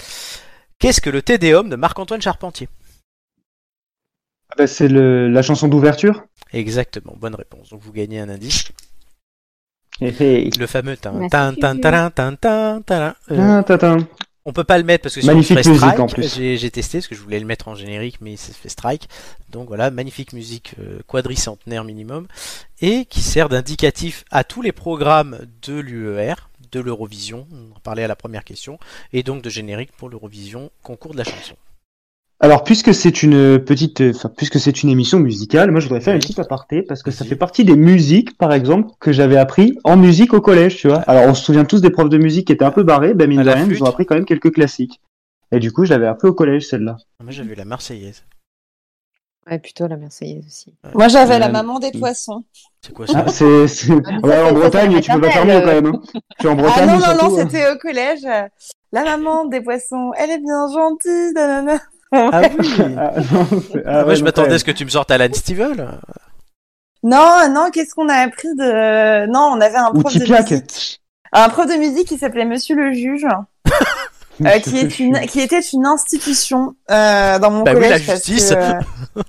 S1: Qu'est-ce que le Tédéum de Marc-Antoine Charpentier
S2: Ah bah, c'est le- la chanson d'ouverture.
S1: Exactement, bonne réponse. Donc vous gagnez un indice.
S2: Eh, eh.
S1: Le fameux tin
S4: Merci.
S1: tin tin tin tin tin tin. Euh,
S2: Ah, tatin.
S1: On peut pas le mettre parce que sinon
S2: Magnifique
S1: on ferait
S2: musique,
S1: strike.
S2: en plus.
S1: J'ai, j'ai testé parce que je voulais le mettre en générique mais ça se fait strike. Donc voilà, magnifique musique euh, quadricentenaire minimum et qui sert d'indicatif à tous les programmes de l'UER, de l'Eurovision, on en parlait à la première question, et donc de générique pour l'Eurovision concours de la chanson.
S2: Alors, puisque c'est une petite, euh, enfin, puisque c'est une émission musicale, moi, je voudrais faire une petite aparté parce que ça fait partie des musiques, par exemple, que j'avais appris en musique au collège, tu vois. Alors, on se souvient tous des profs de musique qui étaient un peu barrés, ben, mine
S1: À
S2: de
S1: la
S2: rien, ils
S1: flûte.
S2: ont appris quand même quelques classiques. Et du coup, je l'avais appris au collège, celle-là.
S1: Ah, Moi j'avais la Marseillaise.
S4: Ouais, plutôt la Marseillaise aussi.
S5: Moi, Ah, j'avais la
S2: Euh,
S5: maman des poissons.
S1: C'est quoi ça
S2: Ah, c'est, c'est-
S4: mais ça,
S2: Ouais,
S4: c'est- ça,
S2: en
S4: c'est
S2: Bretagne, tu peux pas faire mieux
S4: maternelle,
S2: quand même. hein. Tu es en
S5: Ah
S2: Bretagne,
S5: non, non,
S2: surtout,
S5: non,
S2: hein.
S5: c'était au collège. euh, La maman des poissons, elle est bien gentille. nanana.
S1: Ah oui
S2: Ah, non, c'est-
S1: Ah,
S2: ah
S1: Moi
S2: ouais,
S1: je
S2: non,
S1: m'attendais
S2: quand
S1: à ce que tu me sortes Alan Stivell.
S5: Non, non, qu'est-ce qu'on a appris de... Non, on avait un
S2: même. Ou
S5: prof de
S2: Tipiak.
S5: musique. Un prof de musique qui s'appelait Monsieur le Juge, euh, qui, est une, qui était une institution euh, dans mon
S1: Bah oui,
S5: collège.
S1: la
S5: parce
S1: justice.
S5: que-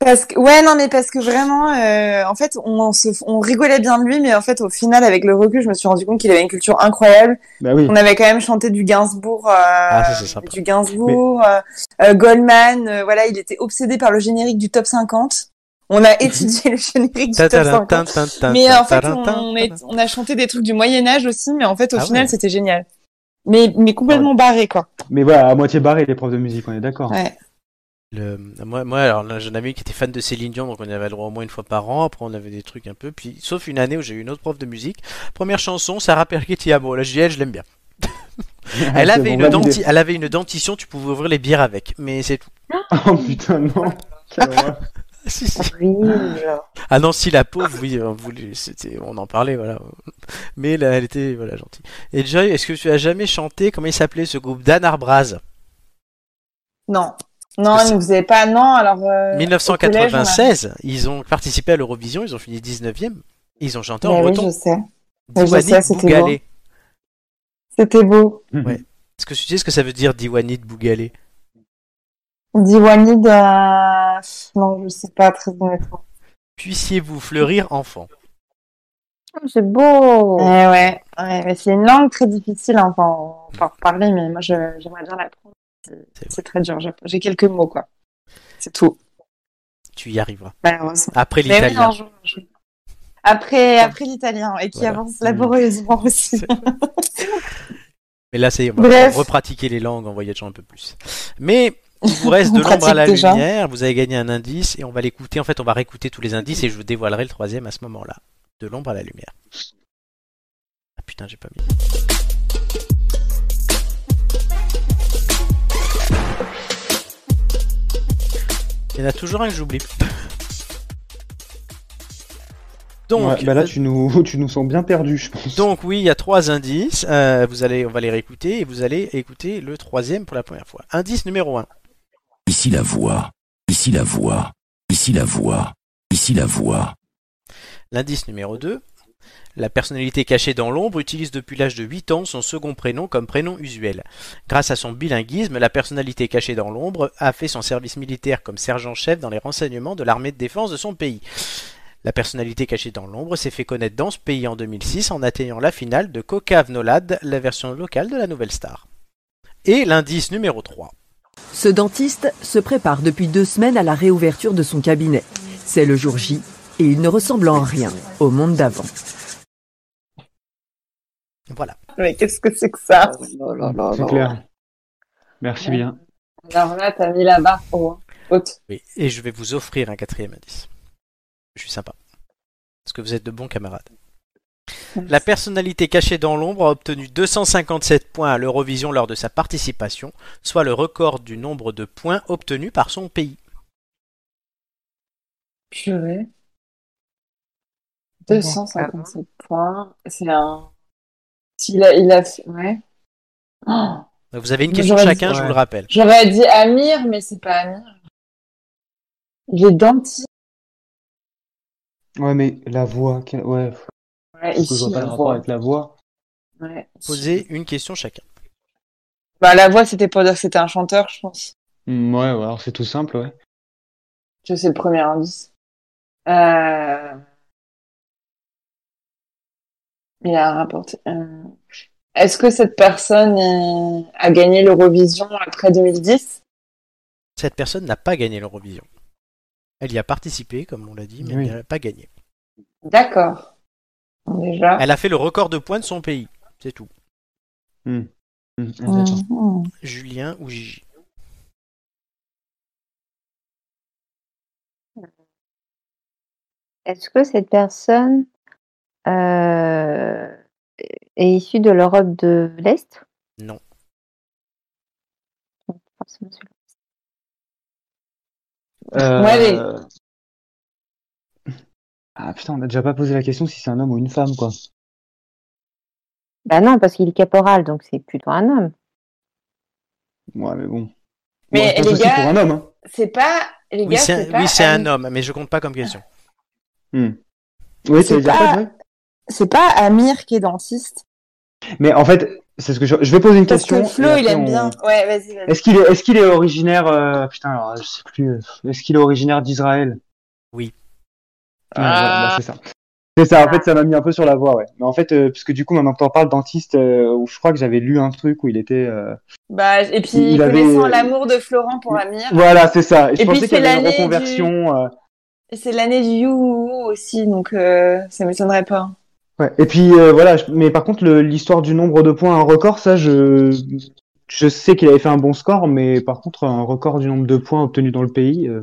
S5: parce que- ouais, non, mais parce que vraiment, euh, en fait, on, se, on rigolait bien de lui, mais en fait, au final, avec le recul, je me suis rendu compte qu'il avait une culture incroyable.
S2: Bah oui.
S5: On avait quand même chanté du Gainsbourg, euh,
S1: Ah, ça, c'est sympa.
S5: du Gainsbourg, euh, euh, Goldman. euh, voilà, il était obsédé par le générique du Top 50. On
S1: Mhm.
S5: a étudié le générique du Top 50. Mais en fait, on, est- on a chanté des trucs du Moyen Âge aussi, mais en fait, au
S1: Ah
S5: final,
S1: ouais.
S5: c'était génial. Mais, mais complètement barré, quoi.
S2: Mais voilà, à moitié barré, les profs de musique, on est d'accord.
S5: Ouais.
S1: Le- Moi, moi, alors là, j'en avais une qui était fan de Céline Dion, donc on y avait le droit au moins une fois par an. Après, on avait des trucs un peu. Puis, sauf une année où j'ai eu une autre prof de musique. Première chanson, Sarah Perquetiamo. Là, je dis, elle, je l'aime bien. Elle
S2: Ah, C'est
S1: avait, une
S2: bon, validé.
S1: denti- elle avait une dentition, tu pouvais ouvrir les bières avec. Mais c'est tout.
S2: Oh putain, non. Quelle horreur.
S1: Si, si.
S3: Horrible.
S1: Ah non, si la pauvre, oui, on, voulait- c'était- on en parlait, voilà. Mais là, elle était voilà, gentille. Et Joy, est-ce que tu as jamais chanté, comment il s'appelait ce groupe Dan Arbraz
S5: Euh, Non. Non,
S1: Parce-
S5: il ne faisait pas. Non, alors. euh, au collège,
S1: 1996, ils ont participé à l'Eurovision, ils ont fini 19e. Ils ont chanté
S5: on a-
S1: en
S5: Ouais, bah oui,
S1: breton.
S5: je sais. je
S1: Diwanit
S5: sais, c'était
S1: Bougalé.
S5: C'était beau.
S1: Est-ce que tu sais ce que ça veut dire Diwanit Bougalé
S5: Diwanid, euh... non, je sais pas très honnêtement.
S1: Puissiez-vous fleurir enfant
S4: Oh, C'est beau.
S5: Eh ouais, ouais, mais c'est une langue très difficile, hein. enfin, on peut en parler, mais moi, je- j'aimerais bien l'apprendre. C'est-
S1: C'est vrai.
S5: C'est très dur. J'ai- J'ai quelques mots, quoi. C'est tout,
S1: Tu y arriveras.
S5: malheureusement.
S1: Après
S5: Mais oui,
S1: l'italien.
S5: un jour, un jour. Après, après l'italien, et qui
S1: Voilà.
S5: avance laborieusement aussi.
S1: Mais là, c'est on va
S5: Bref.
S1: repratiquer les langues en voyageant un peu plus. Mais il vous reste de
S5: On
S1: l'ombre à la
S5: pratique déjà.
S1: lumière. Vous avez gagné un indice et on va l'écouter. En fait, on va réécouter tous les indices et je vous dévoilerai le troisième à ce moment-là. De l'ombre à la lumière. Ah putain, j'ai pas mis. Il y en a toujours un que j'oublie. Donc,
S2: Ouais, bah là, tu nous, tu nous sens bien perdus, je pense.
S1: donc oui, il y a trois indices. Euh, vous allez, on va les réécouter et vous allez écouter le troisième pour la première fois. Indice numéro 1.
S10: Ici la voix. Ici la voix. Ici la voix. Ici la voix.
S1: L'indice numéro 2. La personnalité cachée dans l'ombre utilise depuis l'âge de 8 ans son second prénom comme prénom usuel. Grâce à son bilinguisme, la personnalité cachée dans l'ombre a fait son service militaire comme sergent-chef dans les renseignements de l'armée de défense de son pays. La personnalité cachée dans l'ombre s'est fait connaître dans ce pays en 2006 en atteignant la finale de Cocave Nolad, la version locale de la nouvelle star. Et l'indice numéro 3.
S11: Ce dentiste se prépare depuis deux semaines à la réouverture de son cabinet. C'est le jour J et il ne ressemble en rien au monde d'avant.
S1: Voilà.
S5: Mais qu'est-ce que c'est que ça
S2: C'est clair. Merci bien.
S5: Alors là, t'as mis la barre Oh, haut. Haute.
S1: Oui, et je vais vous offrir un quatrième indice. Je suis sympa. Parce que vous êtes de bons camarades. La personnalité cachée dans l'ombre a obtenu 257 points à l'Eurovision lors de sa participation, soit le record du nombre de points obtenus par son pays.
S5: Purée.
S4: Ah
S5: 257 points. C'est un. S'il a, il a fait- Ouais. Oh,
S1: Vous avez une
S5: Mais
S1: question
S5: j'aurais
S1: chacun,
S2: dit-
S1: je vous
S2: ouais.
S1: le rappelle.
S5: J'aurais dit Amir, mais c'est pas Amir. Il est dentiste.
S2: Ouais, mais la voix, quelle- ouais, faut
S5: Ouais,
S2: que
S5: ici,
S2: je vois pas le
S5: la
S2: rapport
S5: voix.
S2: avec la voix.
S5: Ouais.
S1: Posez une question chacun.
S5: Bah, la voix, c'était pour dire que c'était un chanteur, je pense.
S2: Hmm, ouais, ouais, alors c'est tout simple, ouais.
S5: Je sais le premier indice. Euh... Il a rapporté. euh, Est-ce que cette personne euh, a gagné l'Eurovision après 2010?
S1: Cette personne n'a pas gagné l'Eurovision. Elle y a participé, comme on l'a dit, mais
S2: Oui.
S1: elle n'a pas gagné.
S5: D'accord. Déjà.
S1: Elle a fait le record de points de son pays. C'est tout.
S2: Hmm. Hmm, intéressant.
S1: Julien ou Gigi
S4: Est-ce que cette personne euh, est issue de l'Europe de l'Est
S1: Non.
S4: Forcément, celui-là.
S2: Euh,
S4: Ouais,
S2: Ah putain, on a déjà pas posé la question si c'est un homme ou une femme, quoi.
S4: Bah non, parce qu'il est caporal, donc c'est plutôt un homme.
S2: Ouais, mais bon.
S4: Mais
S2: je pense
S4: les
S2: aussi
S4: gars-
S2: pour un homme. hein.
S5: C'est pas. Les
S1: Oui, c'est un, oui, c'est un homme, mais je compte pas comme question.
S2: Oui,
S5: C'est
S2: c'est dire
S5: pas-
S2: ça, ouais.
S5: C'est pas Amir qui est dentiste.
S2: Mais en fait, c'est ce que je... je vais poser une
S5: Parce
S2: question.
S5: que Flo,
S2: et
S5: il
S2: après,
S5: aime
S2: on-
S5: bien. Ouais, vas-y, vas-y.
S2: Est-ce qu'il est, est-ce qu'il est originaire, euh, putain, alors, je sais plus, euh, est-ce qu'il est originaire d'Israël?
S1: Oui.
S2: Ah, voilà, bah, c'est ça. C'est ça, en fait, ça m'a mis un peu sur la voie, ouais. Mais en fait, euh, parce que du coup, maintenant que t'en parles, dentiste, euh, où je crois que j'avais lu un truc où il était, euh,
S5: Bah, et puis,
S2: Il avait-
S5: connaissant l'amour de Florent pour Amir.
S2: voilà, c'est ça. Et, je
S5: Et puis,
S2: pensais qu'il
S5: c'est
S2: y avait une
S5: l'année du-
S2: reconversion, euh,
S5: C'est l'année du You aussi, donc euh, ça m'étonnerait pas.
S2: ouais. Et puis, euh, voilà, je- mais par contre, le- l'histoire du nombre de points, un record, ça, je, je sais qu'il avait fait un bon score, mais par contre, un record du nombre de points obtenus dans le pays, euh,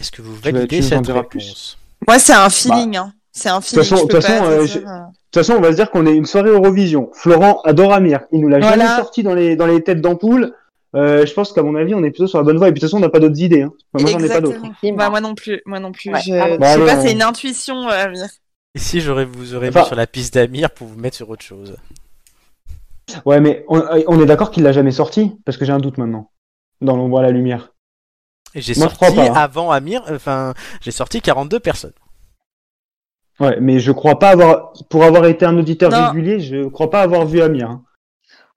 S1: Est-ce que vous
S2: tu vas- tu
S1: validez
S2: nous en
S1: cette
S2: diras
S1: réponse
S2: plus.
S5: Moi, c'est un feeling. hein. C'est un
S2: Bah, De toute façon,
S5: feeling. je
S2: de
S5: peux
S2: toute façon,
S5: pas
S2: euh,
S5: te
S2: je-
S5: dire,
S2: de
S5: euh.
S2: toute façon, on va se dire qu'on est une soirée Eurovision. Florent adore Amir. Il nous l'a jamais
S5: Voilà.
S2: sorti dans les, dans les têtes d'ampoule. Euh, je pense qu'à mon avis, on est plutôt sur la bonne voie. Et puis de toute façon, on n'a pas d'autres idées. Hein. Enfin, moi, j'en ai pas d'autres. bah,
S5: Exactement. Bah, moi non plus. Moi non plus.
S4: Ouais,
S5: je
S4: ah
S5: je
S2: bon.
S5: sais
S2: Bon,
S5: pas,
S2: alors.
S5: c'est une intuition, euh, Amir.
S1: Ici, j'aurais vous aurais
S2: Enfin-
S1: mis sur la piste d'Amir pour vous mettre sur autre chose.
S2: Ouais, mais on, euh, on est d'accord qu'il l'a jamais sorti Parce que j'ai un doute maintenant. Dans l'ombre à la lumière.
S1: Et J'ai
S2: Moi, je
S1: sorti
S2: crois pas, hein.
S1: avant Amir, enfin, j'ai sorti 42 personnes.
S2: Ouais, mais je crois pas avoir. Pour avoir été un auditeur
S5: Non.
S2: régulier, je crois pas avoir vu Amir. hein.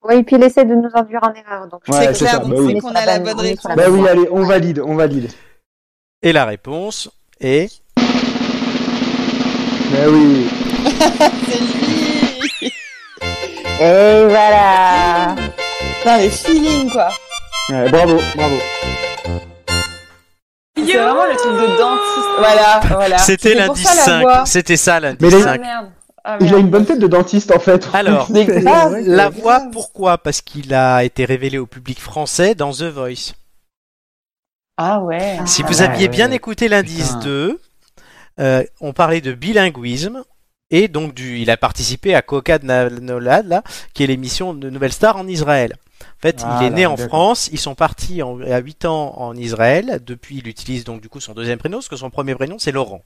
S4: Oui, et puis il essaie de nous induire en erreur. Donc
S2: Ouais, c'est ça, bah
S5: on
S2: oui.
S5: sait qu'on a la bonne
S4: On est
S5: réponse.
S4: sur la
S2: Bah oui, allez, on valide, on valide.
S1: Et la réponse est.
S2: Bah oui.
S5: C'est lui.
S4: Et voilà
S5: Putain, les feelings, quoi.
S2: Ouais, bravo, bravo.
S5: C'est vraiment le truc de dentiste. Voilà,
S2: Bah,
S5: voilà.
S1: C'était
S5: C'est pour
S1: l'indice
S5: ça, la voix.
S1: 5. C'était ça
S2: Mais
S1: l'indice
S2: les-
S1: 5.
S5: Merde. Ah,
S2: Il a
S5: merde.
S2: une bonne tête de dentiste en fait.
S1: Alors,
S2: C'est vrai
S1: Ah,
S2: que-
S1: la voix, pourquoi Parce qu'il a été révélé au public français dans The Voice.
S5: Ah ouais.
S1: Si
S7: Ah
S1: vous
S7: ouais,
S1: aviez
S7: ouais,
S1: bien
S7: ouais.
S1: écouté l'indice
S7: Putain.
S1: 2, euh, on parlait de bilinguisme. Et donc, du, il a participé à Coca de Na- Nolad, là, qui est l'émission de Nouvelle Star en Israël. En fait, il
S7: Ah,
S2: Voilà,
S1: est né en
S2: d'accord.
S1: France, ils sont partis en- à 8 ans en Israël. Depuis, il utilise donc du coup son deuxième prénom, parce que son premier prénom, c'est Laurent.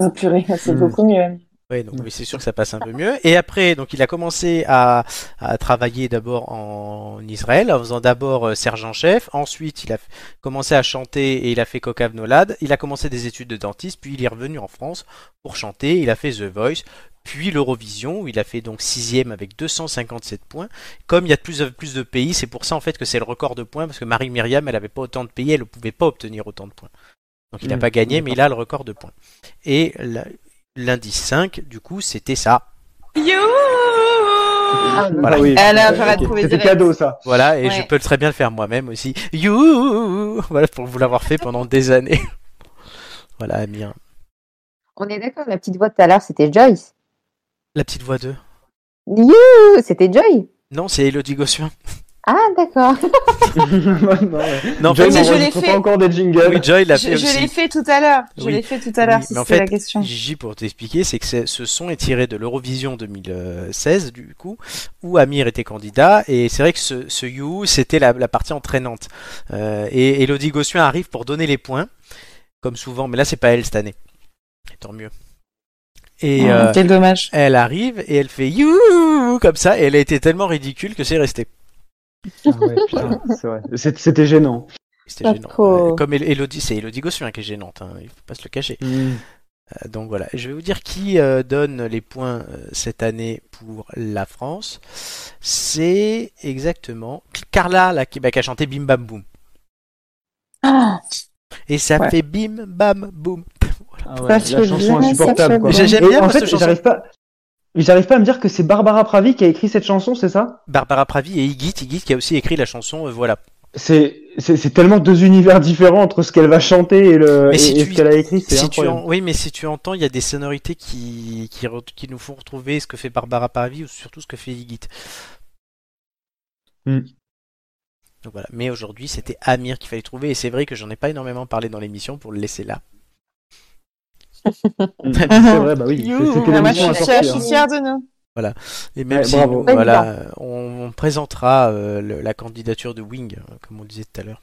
S5: Ah purée, c'est
S2: Hmm.
S5: beaucoup mieux.
S1: Oui,
S7: Mm.
S1: donc oui, c'est sûr que ça passe un peu mieux. Et après, donc il a commencé à, à travailler d'abord en Israël, en faisant d'abord euh, sergent-chef. Ensuite, il a f- commencé à chanter et il a fait Cocav Nolad. Il a commencé des études de dentiste, puis il est revenu en France pour chanter. Il a fait The Voice, puis l'Eurovision, où il a fait donc sixième avec 257 points. Comme il y a de plus, en plus de pays, c'est pour ça en fait que c'est le record de points, parce que Marie Myriam, elle n'avait pas autant de pays, elle ne pouvait pas obtenir autant de points. Donc il n'a
S2: Mm.
S1: pas gagné, mais il a le record de points. Et la- l'indice 5, du coup, c'était ça.
S5: You
S1: Voilà.
S2: Ah, bah oui.
S5: Elle a intérêt à
S2: Ok,
S5: trouver
S2: C'était
S5: direct.
S2: cadeau ça.
S1: Voilà, et
S5: Ouais.
S1: je peux très bien le faire moi-même aussi. You Voilà, pour vous l'avoir fait pendant des années. voilà, Amir.
S4: On est d'accord, la petite voix de tout à l'heure, c'était Joyce.
S1: La petite voix 2.
S4: You C'était Joy
S1: Non, c'est Elodie Gossuin.
S4: Ah, d'accord.
S2: non, ouais.
S1: Non, en
S2: Joy
S1: fait,
S5: mais je l'ai
S2: n'enregistre
S5: fait.
S2: pas encore des jingles.
S1: oui, Joy l'a
S5: Je,
S1: fait
S5: je l'ai
S1: aussi.
S5: fait tout à l'heure. Je
S1: Oui.
S5: l'ai fait tout à l'heure,
S1: Oui,
S5: si
S1: mais en
S5: c'était
S1: fait,
S5: la question.
S1: Gigi, pour t'expliquer, c'est que c'est- ce son est tiré de l'Eurovision 2016, du coup, où Amir était candidat, et c'est vrai que ce, ce You, c'était la, la partie entraînante. Euh, et Elodie Gossuin arrive pour donner les points, comme souvent, mais là, c'est pas elle cette année. Et tant mieux. Et, euh,
S5: Ah, Quel dommage.
S1: elle arrive et elle fait you comme ça et elle a été tellement ridicule que c'est resté.
S2: Ah ouais, putain, c'est vrai. C'est- C'était gênant.
S1: C'était gênant.
S4: D'accord.
S1: Euh, Comme El- Elodie, c'est Elodie Gossuin qui est gênante, hein, il faut pas se le cacher. Euh, donc voilà, je vais vous dire qui euh, donne les points euh, cette année pour la France. C'est exactement Carla là, qui, bah, qui a chanté Bim Bam Boum.
S5: Ah,
S1: Et ça
S5: Ouais.
S1: fait Bim Bam Boum.
S2: Ah
S5: Ça
S2: ouais,
S5: fait
S2: la chanson
S5: bien, ça fait
S2: insupportable quoi.
S1: bien. J'aime
S2: Et
S1: bien
S2: en
S1: parce
S2: fait,
S1: que chanson-
S2: j'arrive pas. J'arrive pas à me dire que c'est Barbara Pravi qui a écrit cette chanson, c'est ça
S1: Barbara Pravi et Iggy, Iggy qui a aussi écrit la chanson euh, Voilà.
S2: C'est c'est c'est tellement deux univers différents entre ce qu'elle va chanter et, le, et,
S1: Mais si
S2: et
S1: tu-
S2: ce qu'elle a écrit, c'est
S1: Si tu
S2: incroyable.
S1: en- Oui, mais si tu entends, il y a des sonorités qui, qui, re- qui nous font retrouver ce que fait Barbara Paravi ou surtout ce que fait Higit.
S2: Hmm.
S1: Donc voilà. Mais aujourd'hui, c'était Amir qu'il fallait trouver et c'est vrai que j'en ai pas énormément parlé dans l'émission pour le laisser là.
S2: c'est vrai, bah oui.
S1: You.
S2: C'était
S1: Ah, moi,
S2: l'émission à
S1: je suis-
S2: sortir.
S1: je suis fière
S5: de nous.
S1: Voilà. Et même
S2: Ouais,
S1: si
S2: bravo.
S1: nous, voilà, on, on présentera euh, le- la candidature de Wing, euh, comme on disait tout à l'heure,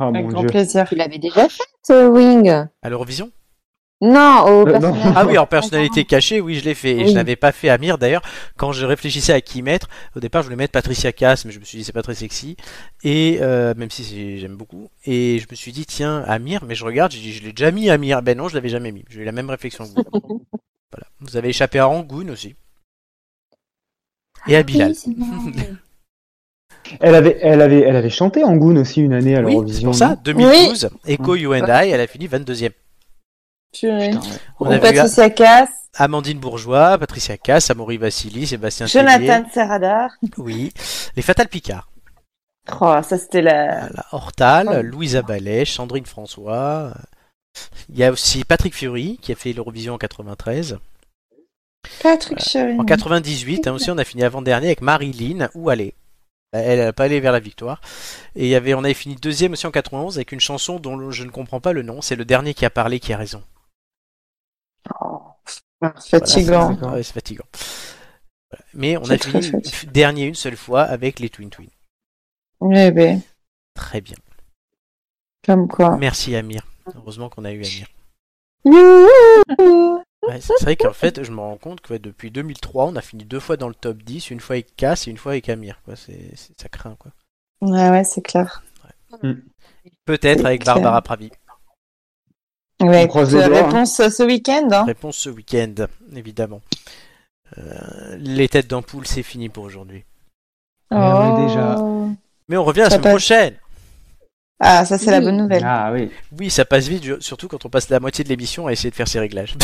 S2: Ah, mon Dieu.
S4: Tu l'avais déjà fait, ce Wing
S1: à l'Eurovision.
S4: Non, au
S1: Euh, non.
S4: personnage.
S1: Ah oui, en personnalité cachée, oui, je l'ai fait. Et
S4: Oui.
S1: je n'avais pas fait Amir d'ailleurs. Quand je réfléchissais à qui mettre, au départ, je voulais mettre Patricia Cass, mais je me suis dit c'est pas très sexy. Et euh, même si c'est- j'aime beaucoup. Et je me suis dit tiens Amir, mais je regarde, j'ai dit je l'ai déjà mis Amir. Ben non, je l'avais jamais mis. J'ai eu la même réflexion que vous. voilà. Vous avez échappé à Rangoon aussi. Et à Bilal.
S2: Elle avait, elle avait, elle avait chanté Angoon aussi une année à
S1: Oui, c'est
S2: l'Eurovision.
S1: pour ça,
S2: non
S1: 2012, Echo You and I, elle a fini 22e.
S5: Purée.
S1: On
S5: Ou
S1: avait eu
S5: Patricia Cass,
S1: Amandine Bourgeois, Patricia Cass, Amaury Vassili, Sébastien Tellier.
S5: Jonathan Serradar.
S1: Oui, les Fatal Picard.
S5: Oh, ça c'était la.
S1: Voilà, Hortal,
S5: Ah
S1: Louisa Ballet, Sandrine François. Il y a aussi Patrick Fury qui a fait l'Eurovision en
S5: Ah
S1: 93.
S5: Patrick Chéry.
S1: En 98, hein, aussi, on a fini avant-dernier avec Marilyn. Où aller Elle n'a pas allé vers la victoire. Et il y avait, on avait fini deuxième aussi en 91 avec une chanson dont je ne comprends pas le nom. C'est le dernier qui a parlé qui a raison.
S5: Oh, Fatigant.
S1: Voilà, c'est- ouais, c'est fatigant. Voilà. Mais on
S5: C'est
S1: a
S5: très
S1: fini dernier une seule fois avec les Twin Twin.
S5: Eh ben,
S1: Très bien.
S5: comme quoi.
S1: Merci Amir. Heureusement qu'on a eu Amir.
S5: Youhou
S1: Ouais, c'est c'est vrai qu'en fait, je me rends compte que ouais, depuis 2003, on a fini deux fois dans le top 10, une fois avec Cass et une fois avec Amir. Quoi. C'est, c'est- ça craint. Quoi.
S5: Ouais, ouais, c'est clair.
S2: Hmm.
S1: Peut-être avec
S5: clair.
S1: Barbara Pravi.
S5: Ouais,
S2: On croise les
S5: écoute,
S2: doigts, hein.
S5: réponse euh, ce week-end. Hein.
S1: Réponse ce week-end, évidemment. Euh, les têtes d'ampoule, c'est fini pour aujourd'hui.
S2: Ah ouais, déjà.
S5: Oh.
S1: Mais on revient la
S5: Ça
S1: semaine
S5: passe.
S1: prochaine.
S5: Ah, ça c'est la
S4: Oui.
S5: bonne nouvelle.
S2: Ah oui.
S1: Oui, ça passe vite, surtout quand on passe la moitié de l'émission à essayer de faire ses réglages.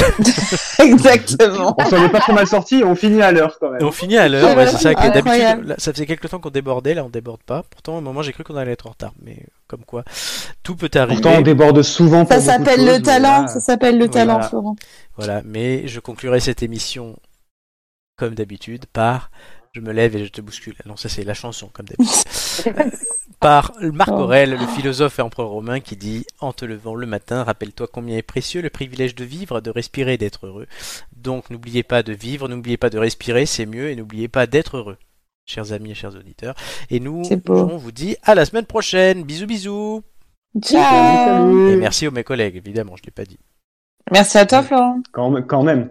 S5: Exactement.
S2: On s'en est pas trop mal sorti, on finit à l'heure quand même.
S1: Et on finit à l'heure, ouais, c'est ça que
S5: Incroyable.
S1: d'habitude, là, ça faisait quelques temps qu'on débordait, là on déborde pas. Pourtant, à un moment, j'ai cru qu'on allait être en retard, mais euh, comme quoi, tout peut arriver.
S2: Pourtant, on déborde souvent.
S5: Ça
S2: pour beaucoup de
S5: s'appelle le
S2: choses,
S5: talent,
S2: mais là,
S5: ça s'appelle le
S1: Voilà.
S5: talent, Florent.
S1: Voilà, mais je conclurai cette émission, comme d'habitude, par Je me lève et je te bouscule. Ah Non, ça c'est la chanson, comme d'habitude. Euh, par Marc
S5: Oh.
S1: Aurèle, le philosophe et empereur romain, qui dit En te levant le matin, rappelle-toi combien est précieux le privilège de vivre, de respirer et d'être heureux. Donc n'oubliez pas de vivre, n'oubliez pas de respirer, c'est mieux, et n'oubliez pas d'être heureux. Chers amis et chers auditeurs. Et nous,
S5: C'est beau.
S1: on vous dit à la semaine prochaine. Bisous, bisous.
S5: Ciao.
S1: Et
S2: salut.
S5: Mmh.
S1: merci aux mes collègues, évidemment, je ne l'ai pas dit.
S5: Merci à toi, Florent.
S2: Quand, quand même.